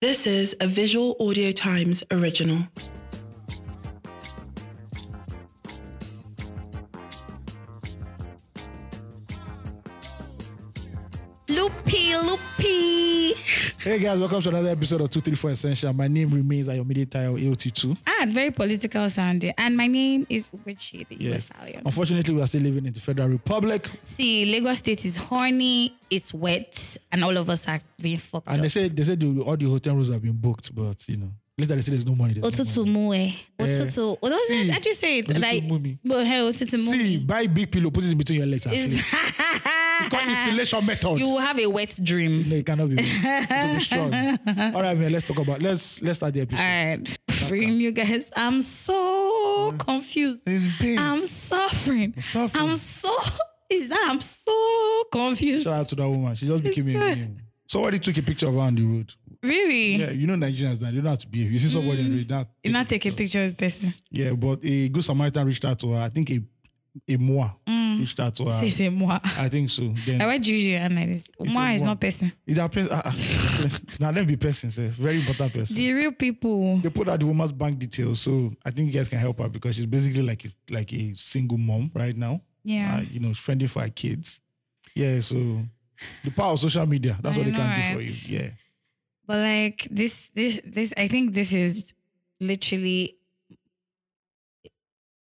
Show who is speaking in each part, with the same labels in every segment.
Speaker 1: This is a Visual Audio Times original.
Speaker 2: Loopy, loopy.
Speaker 3: Hey guys, welcome to another episode of 234 Essential. My name remains Ayomide Tayo AOT2.
Speaker 2: And very political sounding. And my name is Uguchi, the US Stallion.
Speaker 3: Unfortunately, we are still living in the Federal Republic.
Speaker 2: See, Lagos State is horny, it's wet, and all of us are being fucked
Speaker 3: And they
Speaker 2: up.
Speaker 3: say they said the, all the hotel rooms have been booked, but you know, later they say there's no money. There's no
Speaker 2: Otutu mue. Otutu. What was
Speaker 3: Eh. see,
Speaker 2: it? I just say it.
Speaker 3: otutu
Speaker 2: Like,
Speaker 3: mumi.
Speaker 2: but hey, otutu
Speaker 3: money. See,
Speaker 2: mumi.
Speaker 3: buy big pillow, put it in between your legs. and
Speaker 2: It's-
Speaker 3: sleep. It's called insulation method.
Speaker 2: you will have a wet dream.
Speaker 3: no, it cannot be. It will be strong. All right, man. Let's talk about. Let's let's start the episode.
Speaker 2: All right. Bring you guys. I'm so confused.
Speaker 3: It's pains.
Speaker 2: I'm suffering. I'm
Speaker 3: suffering.
Speaker 2: so. Is that I'm so confused.
Speaker 3: Shout out to that woman. She just became a meme. Somebody took a picture of her on the road.
Speaker 2: Really?
Speaker 3: Yeah, you know Nigerians now. They don't have to behave. You see somebody on the road, that
Speaker 2: You not take a picture of person.
Speaker 3: Yeah, but a good Samaritan reached out to her. I think a a moi reached out to her.
Speaker 2: Say say moi.
Speaker 3: I think so.
Speaker 2: Mm. I
Speaker 3: Then
Speaker 2: wear juju and like this.
Speaker 3: said
Speaker 2: Moi is
Speaker 3: moi.
Speaker 2: not person.
Speaker 3: it happens. Uh, now let me be person, sir. Very important person.
Speaker 2: The real people.
Speaker 3: they put out the woman's bank details, so I think you guys can help her because she's basically like a, like a single mom right now.
Speaker 2: Yeah.
Speaker 3: Uh, you know, friendly for her kids. Yeah, so the power of social media. That's
Speaker 2: I
Speaker 3: what they
Speaker 2: know,
Speaker 3: can do for
Speaker 2: right?
Speaker 3: you. Yeah.
Speaker 2: But like this, this, this. I think this is literally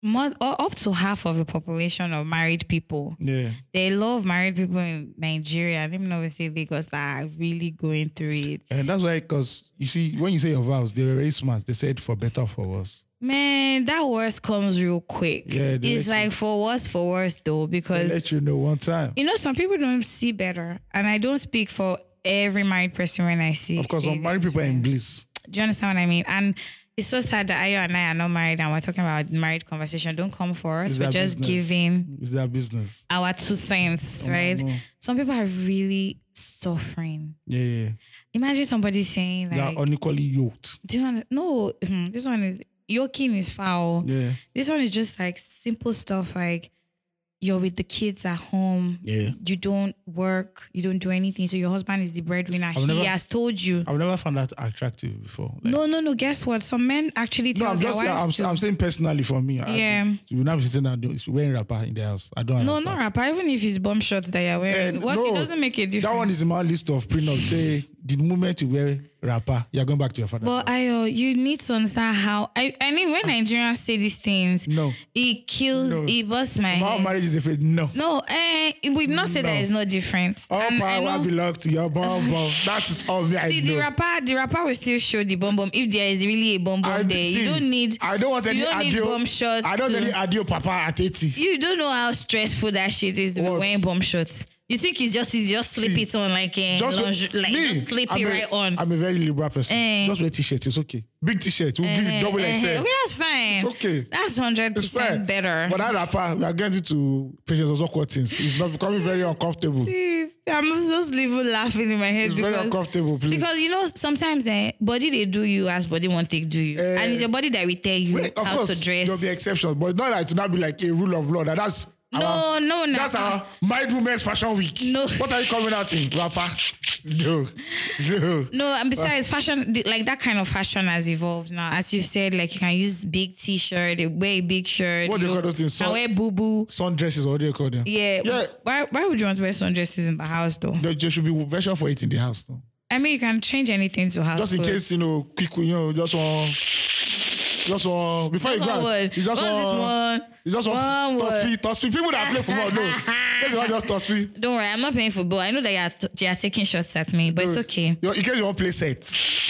Speaker 2: more or up to half of the population of married people.
Speaker 3: Yeah.
Speaker 2: There are a lot of married people in Nigeria. I don't know if it's Lagos that are really going through it.
Speaker 3: And that's why, because you see, when you say your vows, they were very smart. They said for better or for worse.
Speaker 2: Man, that worst comes real quick.
Speaker 3: Yeah, they
Speaker 2: it's
Speaker 3: let you-
Speaker 2: like for worse, for worse though,
Speaker 3: They
Speaker 2: because
Speaker 3: let you know one time.
Speaker 2: you know some people don't see better, and I don't speak for every married person when I see.
Speaker 3: Of course,
Speaker 2: say
Speaker 3: some married
Speaker 2: this,
Speaker 3: people are in
Speaker 2: right?
Speaker 3: bliss.
Speaker 2: Do you understand what I mean? And it's so sad that Ayo and I are not married and we're talking about married conversation. Don't come for us.
Speaker 3: It's
Speaker 2: We're
Speaker 3: their
Speaker 2: just
Speaker 3: business.
Speaker 2: giving
Speaker 3: It's their business.
Speaker 2: our two cents,
Speaker 3: Oh,
Speaker 2: right?
Speaker 3: no.
Speaker 2: Some people are really suffering.
Speaker 3: Yeah, yeah. yeah.
Speaker 2: Imagine somebody saying
Speaker 3: they
Speaker 2: like,
Speaker 3: are unequally yoked.
Speaker 2: "Do you under- no? hmm, This one is yoking is foul.
Speaker 3: Yeah,
Speaker 2: This one is just like simple stuff like you're with the kids at home.
Speaker 3: yeah.
Speaker 2: You don't work. You don't do anything. So your husband is the breadwinner. he
Speaker 3: never-
Speaker 2: has told you.
Speaker 3: I've never found that attractive before. Like-
Speaker 2: no, no, no. Guess what? Some men actually
Speaker 3: no,
Speaker 2: tell
Speaker 3: I'm
Speaker 2: their
Speaker 3: just I'm,
Speaker 2: wives. to-
Speaker 3: I'm saying personally for me. I-
Speaker 2: Yeah.
Speaker 3: you will not be sitting down doing- wearing wrapper in the house. I don't.
Speaker 2: No,
Speaker 3: understand.
Speaker 2: not rapper. Even if it's bomb shots that you're wearing,
Speaker 3: And
Speaker 2: what,
Speaker 3: no,
Speaker 2: it doesn't make a difference.
Speaker 3: That one is in my list of prenup. Say the moment you wear wrapper, you're going back to your father.
Speaker 2: But Ayo, you need to understand how. I, I mean, when Nigerians say these things,
Speaker 3: no,
Speaker 2: it kills,
Speaker 3: No.
Speaker 2: it busts my
Speaker 3: my
Speaker 2: head.
Speaker 3: marriage is afraid. No.
Speaker 2: no, eh, we not say that
Speaker 3: No.
Speaker 2: it's no different.
Speaker 3: All
Speaker 2: And I
Speaker 3: power
Speaker 2: know-
Speaker 3: belongs to your bum bum. That's all me. I
Speaker 2: See,
Speaker 3: know.
Speaker 2: the rapper, the rapper will still show the bomb bomb if there is really a bomb
Speaker 3: I-
Speaker 2: bomb there.
Speaker 3: see,
Speaker 2: you don't need.
Speaker 3: I don't want
Speaker 2: you
Speaker 3: any
Speaker 2: don't need
Speaker 3: adio.
Speaker 2: bomb shots
Speaker 3: I don't
Speaker 2: to-
Speaker 3: want any adio, Papa, at 80.
Speaker 2: You don't know how stressful that shit is to be
Speaker 3: What?
Speaker 2: wearing bomb shots. You think it's just it's just slip
Speaker 3: See,
Speaker 2: it on like eh,
Speaker 3: just
Speaker 2: linge- like
Speaker 3: me,
Speaker 2: just slip
Speaker 3: I'm
Speaker 2: it
Speaker 3: a-
Speaker 2: right on.
Speaker 3: I'm a very liberal person.
Speaker 2: Eh.
Speaker 3: Just wear t-shirt. It's okay. Big t-shirt. We'll give you
Speaker 2: Eh,
Speaker 3: double
Speaker 2: eh,
Speaker 3: XL.
Speaker 2: eh, Okay, that's fine.
Speaker 3: It's okay.
Speaker 2: That's hundred
Speaker 3: It's fine.
Speaker 2: percent better.
Speaker 3: But that rapper, we are getting to patients of awkward things. It's not becoming very uncomfortable.
Speaker 2: See, I'm just even laughing in my head
Speaker 3: It's
Speaker 2: because,
Speaker 3: very uncomfortable, please.
Speaker 2: because you know sometimes eh, body they do you as body one take do you,
Speaker 3: Eh,
Speaker 2: and it's your body that will tell you
Speaker 3: Wait, of
Speaker 2: how
Speaker 3: course,
Speaker 2: to dress.
Speaker 3: there'll be exceptions, but not like to not be like a rule of law. That that's
Speaker 2: no,
Speaker 3: our,
Speaker 2: no, no.
Speaker 3: that's our married women's fashion week.
Speaker 2: No.
Speaker 3: What are you coming out in, rapper? No, no.
Speaker 2: No, and besides, fashion the- like that kind of fashion has evolved now. As you said, like you can use big T-shirt, you wear a big shirt.
Speaker 3: What do you call those things?
Speaker 2: I
Speaker 3: Sun,
Speaker 2: wear boo boo.
Speaker 3: sundresses, or what do you call them?
Speaker 2: Yeah.
Speaker 3: Yeah.
Speaker 2: Why? Why would you want to wear sundresses in the house though?
Speaker 3: There, there should be version for it in the house, though.
Speaker 2: I mean, you can change anything to house.
Speaker 3: just in
Speaker 2: clothes.
Speaker 3: case you know quick you know just one just one before you
Speaker 2: Just
Speaker 3: go
Speaker 2: one
Speaker 3: out
Speaker 2: word.
Speaker 3: you just
Speaker 2: What is this
Speaker 3: one
Speaker 2: one?
Speaker 3: you just
Speaker 2: One
Speaker 3: one toss
Speaker 2: word.
Speaker 3: free toss free people that play football no this one just toss free
Speaker 2: Don't worry, I'm not playing football. I know that you are, t- you are taking shots at me, but it's okay.
Speaker 3: you, in case you want play set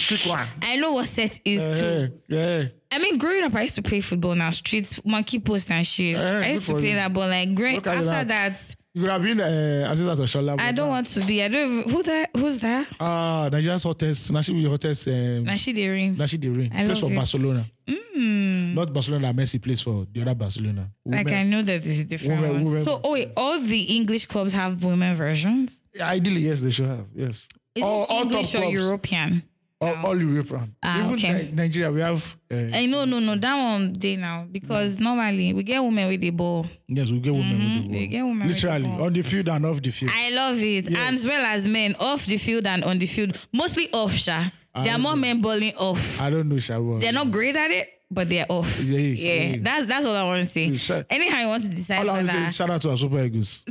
Speaker 3: quick one
Speaker 2: I know what set is
Speaker 3: Eh,
Speaker 2: too.
Speaker 3: yeah yeah
Speaker 2: I mean, growing up, I used to play football now, streets, monkey post and shit.
Speaker 3: Eh,
Speaker 2: I used
Speaker 3: good
Speaker 2: to
Speaker 3: for
Speaker 2: play
Speaker 3: you.
Speaker 2: that, but like, growing,
Speaker 3: Look at
Speaker 2: after
Speaker 3: that.
Speaker 2: that,
Speaker 3: you could have been uh, assistant of Shola
Speaker 2: I don't want to be. I don't even, who that, who's that?
Speaker 3: ah uh, Nigeria's hottest Nashi be hottest um,
Speaker 2: Nashi Deering.
Speaker 3: Nashi the rain
Speaker 2: I
Speaker 3: plays
Speaker 2: love it.
Speaker 3: for
Speaker 2: Mm.
Speaker 3: Barcelona not Barcelona that Messi plays for the other Barcelona
Speaker 2: Like, I know that this is different.
Speaker 3: women-
Speaker 2: one.
Speaker 3: women
Speaker 2: so, oh, wait, all the English clubs have women versions?
Speaker 3: ideally yes they should have yes
Speaker 2: Is it English or European?
Speaker 3: all, all the way from.
Speaker 2: Ah,
Speaker 3: Even
Speaker 2: okay. Eh?
Speaker 3: Ni- Nigeria, we have. Uh,
Speaker 2: I no no no that one day now because
Speaker 3: Mm.
Speaker 2: normally we get women with the ball.
Speaker 3: yes, we get women. with the
Speaker 2: we
Speaker 3: ball.
Speaker 2: Mm-hmm. get women with the
Speaker 3: Literally
Speaker 2: ball.
Speaker 3: on the field and off the field.
Speaker 2: I love it. And as well as men off the field and on the field, mostly off. Sha, there are more men balling off.
Speaker 3: I, don't know, Shawa.
Speaker 2: They're not great at it, but they're off.
Speaker 3: Yeah, yeah, yeah.
Speaker 2: that's that's all I want to say.
Speaker 3: Yeah, sha-
Speaker 2: Anyhow, you want to decide
Speaker 3: All
Speaker 2: for
Speaker 3: I want to say
Speaker 2: that.
Speaker 3: is shout out to our super egos.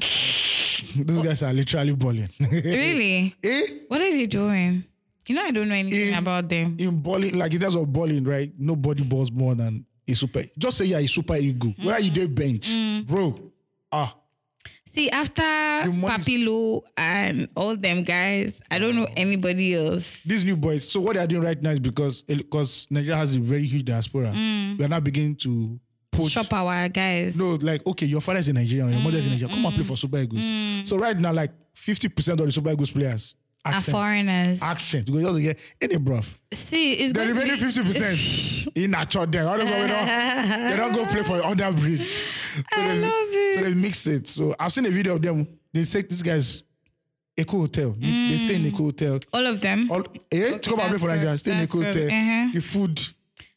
Speaker 3: Those guys are literally balling.
Speaker 2: really?
Speaker 3: eh?
Speaker 2: What are they doing? You know, I don't know anything
Speaker 3: Eh.
Speaker 2: about them.
Speaker 3: in bowling, like in terms of bowling, right? Nobody balls more than a super. Just say you're a super ego. Where
Speaker 2: Mm-hmm.
Speaker 3: you do bench,
Speaker 2: Mm.
Speaker 3: bro? Ah,
Speaker 2: See, after
Speaker 3: money is-
Speaker 2: Papilo and all them guys, I don't know anybody else.
Speaker 3: these new boys. So what they are doing right now is because because Nigeria has a very huge diaspora.
Speaker 2: Mm.
Speaker 3: We are now beginning to put.
Speaker 2: Shop our guys.
Speaker 3: No, like okay, your father's in Nigeria, your mother's in Nigeria. Come and play for Super Eagles. So right now, like fifty percent of the Super Eagles players
Speaker 2: Mm-hmm. Are
Speaker 3: accent, Ah.
Speaker 2: foreigners.
Speaker 3: accent. Because just get any bruv.
Speaker 2: See, it's
Speaker 3: The
Speaker 2: going to
Speaker 3: remaining
Speaker 2: be-
Speaker 3: fifty percent in Nacho there. All of them, we don't- they don't go play for underbridge. So they,
Speaker 2: love it.
Speaker 3: So they mix it. So I've seen a video of them. They take these guys Eco Hotel. They stay in Eco Hotel.
Speaker 2: All of them.
Speaker 3: All eh, to come and play
Speaker 2: Mm. that's
Speaker 3: for Nigeria,
Speaker 2: good.
Speaker 3: stay in
Speaker 2: That's
Speaker 3: Eco
Speaker 2: good.
Speaker 3: Hotel.
Speaker 2: Uh-huh.
Speaker 3: The food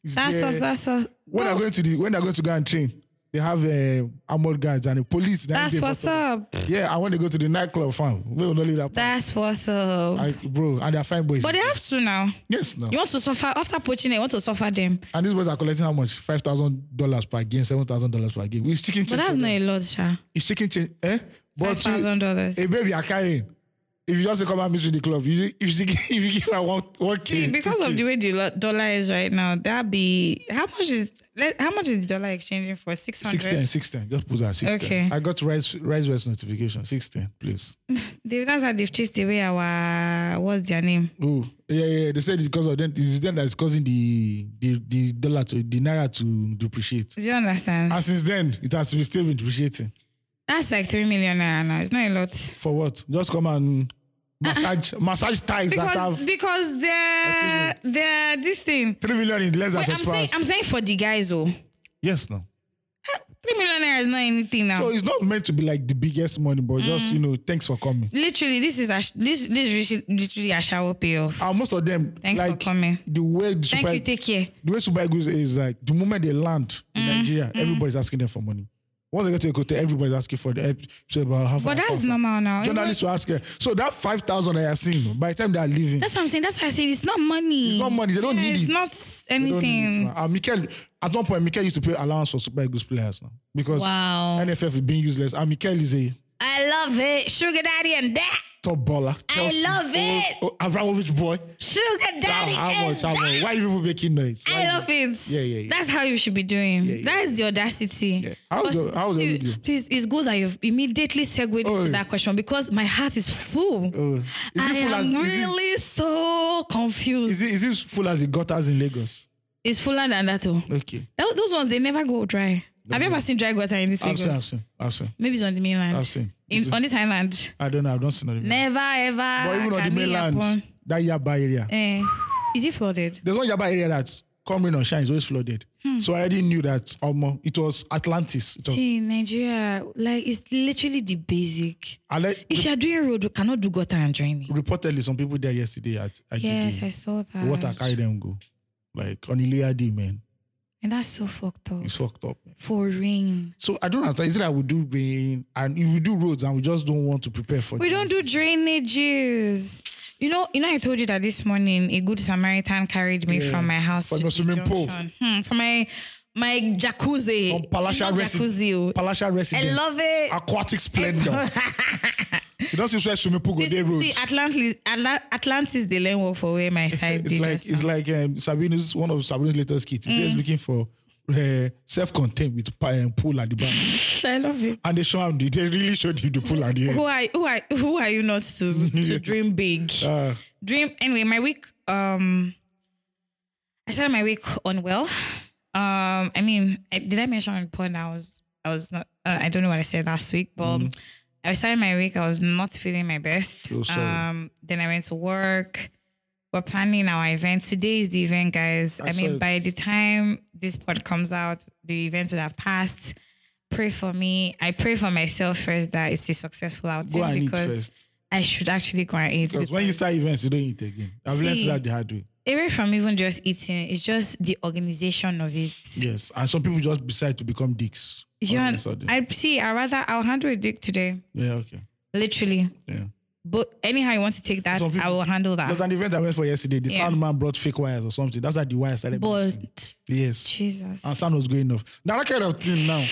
Speaker 3: is
Speaker 2: That's
Speaker 3: there.
Speaker 2: us. That's us.
Speaker 3: when they're going to the when they're going to go and train, they have uh, armored guards and the police. that
Speaker 2: That's
Speaker 3: they
Speaker 2: what's
Speaker 3: for-
Speaker 2: up.
Speaker 3: Yeah, I want to go to the nightclub farm. We will not leave that. part.
Speaker 2: That's what's up.
Speaker 3: I, bro, and they're fine boys.
Speaker 2: But they have to now.
Speaker 3: yes, no.
Speaker 2: You want to suffer after poaching, you want to suffer them.
Speaker 3: And these boys are collecting how much? Five thousand dollars per game, seven thousand dollars per game. It's chicken
Speaker 2: But
Speaker 3: change.
Speaker 2: that's
Speaker 3: for
Speaker 2: not
Speaker 3: them.
Speaker 2: a lot, Sha.
Speaker 3: It's chicken change. Eh? But
Speaker 2: Five thousand dollars.
Speaker 3: a baby are carrying. If you just say, come and meet with the club, you if you give- if you give her one one
Speaker 2: See,
Speaker 3: kid,
Speaker 2: because
Speaker 3: two
Speaker 2: of
Speaker 3: kid,
Speaker 2: the way the lo- dollar is right now, that be how much is let, how much is the dollar exchanging for six
Speaker 3: six ten,
Speaker 2: hundred?
Speaker 3: six ten. Just put that six ten.
Speaker 2: Okay.
Speaker 3: I got rise rise west notification. Six ten, please.
Speaker 2: That's how they've chased away our uh, what's their name?
Speaker 3: Oh yeah, yeah. They said it's because of them. It's them that's causing the the, the dollar to the naira to depreciate.
Speaker 2: Do you understand?
Speaker 3: And since then, it has been still been depreciating.
Speaker 2: That's like three million naira now. It's not a lot.
Speaker 3: For what? Just come and massage massage ties that
Speaker 2: Uh-uh. Because
Speaker 3: have
Speaker 2: because they're they're this thing.
Speaker 3: three million in less than
Speaker 2: Wait, I'm
Speaker 3: 24
Speaker 2: saying
Speaker 3: hours.
Speaker 2: I'm saying for the guys though.
Speaker 3: yes, no.
Speaker 2: Three million naira is not anything now.
Speaker 3: So it's not meant to be like the biggest money, but
Speaker 2: Mm.
Speaker 3: just you know, thanks for coming.
Speaker 2: literally, this is a sh- this this is really- literally a shower payoff.
Speaker 3: And most of them,
Speaker 2: Thanks for
Speaker 3: like,
Speaker 2: coming.
Speaker 3: The way the
Speaker 2: Thank
Speaker 3: super,
Speaker 2: you. Take care. Mm.
Speaker 3: the way super eagles is like the moment they land in Nigeria, everybody's asking them for money. Once they get to Ekote, everybody's asking for the help. So about half
Speaker 2: But that's normal now.
Speaker 3: Journalists will ask her. So that five thousand I have seen by the time they are leaving,
Speaker 2: That's what I'm saying. That's why I said it's not money.
Speaker 3: it's not money. They don't
Speaker 2: Yeah,
Speaker 3: need
Speaker 2: it's
Speaker 3: it.
Speaker 2: not
Speaker 3: They don't need it
Speaker 2: anything.
Speaker 3: now. And Mikel, at one point, Mikel used to pay allowance for super eagles players now because
Speaker 2: Wow.
Speaker 3: NFF is being useless. And Mikel is a
Speaker 2: I love it. Sugar daddy and that.
Speaker 3: top baller. Chelsea,
Speaker 2: love it.
Speaker 3: Oh, oh, Abramovich boy.
Speaker 2: Sugar
Speaker 3: Ah,
Speaker 2: daddy
Speaker 3: how
Speaker 2: and
Speaker 3: much? How
Speaker 2: that.
Speaker 3: much? Why you people making noise? Why
Speaker 2: I
Speaker 3: you-
Speaker 2: love it.
Speaker 3: Yeah, yeah, yeah.
Speaker 2: That's how you should be doing.
Speaker 3: yeah,
Speaker 2: That's the audacity.
Speaker 3: Yeah. How was
Speaker 2: Because-
Speaker 3: your- how was your
Speaker 2: see,
Speaker 3: video?
Speaker 2: Please, it's good that you've immediately segued
Speaker 3: Oh.
Speaker 2: into that question because my heart is full.
Speaker 3: Oh, is it
Speaker 2: I
Speaker 3: full
Speaker 2: am
Speaker 3: as, is it-
Speaker 2: really so confused.
Speaker 3: Is it, is it full as the gutters in Lagos?
Speaker 2: it's fuller than that. Oh.
Speaker 3: Okay.
Speaker 2: Tho- Those ones, they never go dry. Have you ever seen dry gutter in this
Speaker 3: I've
Speaker 2: Lagos?
Speaker 3: seen, I've seen, I've seen.
Speaker 2: Maybe it's on the mainland.
Speaker 3: I've seen.
Speaker 2: In, on this island.
Speaker 3: I don't know, I've not seen it.
Speaker 2: Never ever.
Speaker 3: But even on the
Speaker 2: can we
Speaker 3: mainland,
Speaker 2: upon-
Speaker 3: that Yaba area.
Speaker 2: Eh, is it flooded?
Speaker 3: There's one Yaba area that come rain or shine is always flooded. So I already knew that um, it was Atlantis. It was,
Speaker 2: Hmm. See, Nigeria, like it's literally the basic.
Speaker 3: I let,
Speaker 2: If you are doing road, we cannot do gutter and draining.
Speaker 3: reportedly, some people there yesterday at, at
Speaker 2: Yes,
Speaker 3: Gigi,
Speaker 2: I saw that.
Speaker 3: the water carried them go. Like on Ilea D, man.
Speaker 2: And that's so fucked up.
Speaker 3: It's fucked up. Man.
Speaker 2: For rain.
Speaker 3: So I don't understand. Is it that we do rain and if we do roads and we just don't want to prepare for
Speaker 2: We
Speaker 3: the-
Speaker 2: don't do drainages. You know, you know, I told you that this morning a good Samaritan carried me
Speaker 3: Yeah.
Speaker 2: from my house
Speaker 3: From
Speaker 2: to
Speaker 3: your
Speaker 2: the
Speaker 3: swimming pool.
Speaker 2: junction. Hmm, from my my jacuzzi.
Speaker 3: From Palasha
Speaker 2: Not
Speaker 3: Resi-
Speaker 2: jacuzzi. oh.
Speaker 3: Palasha residence.
Speaker 2: love it.
Speaker 3: Aquatic splendor. you don't see where swimming pool go
Speaker 2: This-
Speaker 3: there
Speaker 2: See,
Speaker 3: roads.
Speaker 2: Atlantis, Atla- Atlantis, they learn work for where my side
Speaker 3: It's
Speaker 2: did
Speaker 3: like
Speaker 2: just
Speaker 3: it's
Speaker 2: now. Mm.
Speaker 3: like um, Sabina's one of Sabina's latest kids. He says looking for uh, self-contained with pi- um, pool at the back,
Speaker 2: I love it.
Speaker 3: and they show him. the- They really showed him the pool at the end.
Speaker 2: Who are who are who are you not to to dream big?
Speaker 3: Uh,
Speaker 2: Dream anyway. My week, um, I started my week unwell. Um, I mean, I, did I mention on porn? I was I was not. Uh, I don't know what I said last week, but um,
Speaker 3: Mm-hmm.
Speaker 2: I started my week. I was not feeling my best.
Speaker 3: Oh, sorry.
Speaker 2: Um, then I went to work. We're planning our event. Today is the event, guys.
Speaker 3: I
Speaker 2: I,
Speaker 3: saw
Speaker 2: mean,
Speaker 3: it.
Speaker 2: by the time this pod comes out, the event will have passed. Pray for me. I pray for myself first that it's a successful
Speaker 3: go
Speaker 2: outing
Speaker 3: and eat
Speaker 2: because
Speaker 3: first.
Speaker 2: I should actually go and eat.
Speaker 3: Because when you
Speaker 2: because-
Speaker 3: start events, you don't eat again. I've learned
Speaker 2: See,
Speaker 3: that the hard way.
Speaker 2: away from even just eating, it's just the organization of it.
Speaker 3: Yes. And some people just decide to become dicks.
Speaker 2: You
Speaker 3: all of a
Speaker 2: know,
Speaker 3: sudden.
Speaker 2: I see. I rather I'll handle a dick today,
Speaker 3: yeah, okay.
Speaker 2: literally.
Speaker 3: Yeah.
Speaker 2: But anyhow you want to take that,
Speaker 3: Some people-
Speaker 2: I will handle
Speaker 3: There's
Speaker 2: that.
Speaker 3: an event I went for yesterday. The
Speaker 2: Yeah.
Speaker 3: sound man brought fake wires or something. That's how the wire started. beeping.
Speaker 2: But
Speaker 3: yes.
Speaker 2: Jesus,
Speaker 3: And sound was going off. Now that kind of thing now. We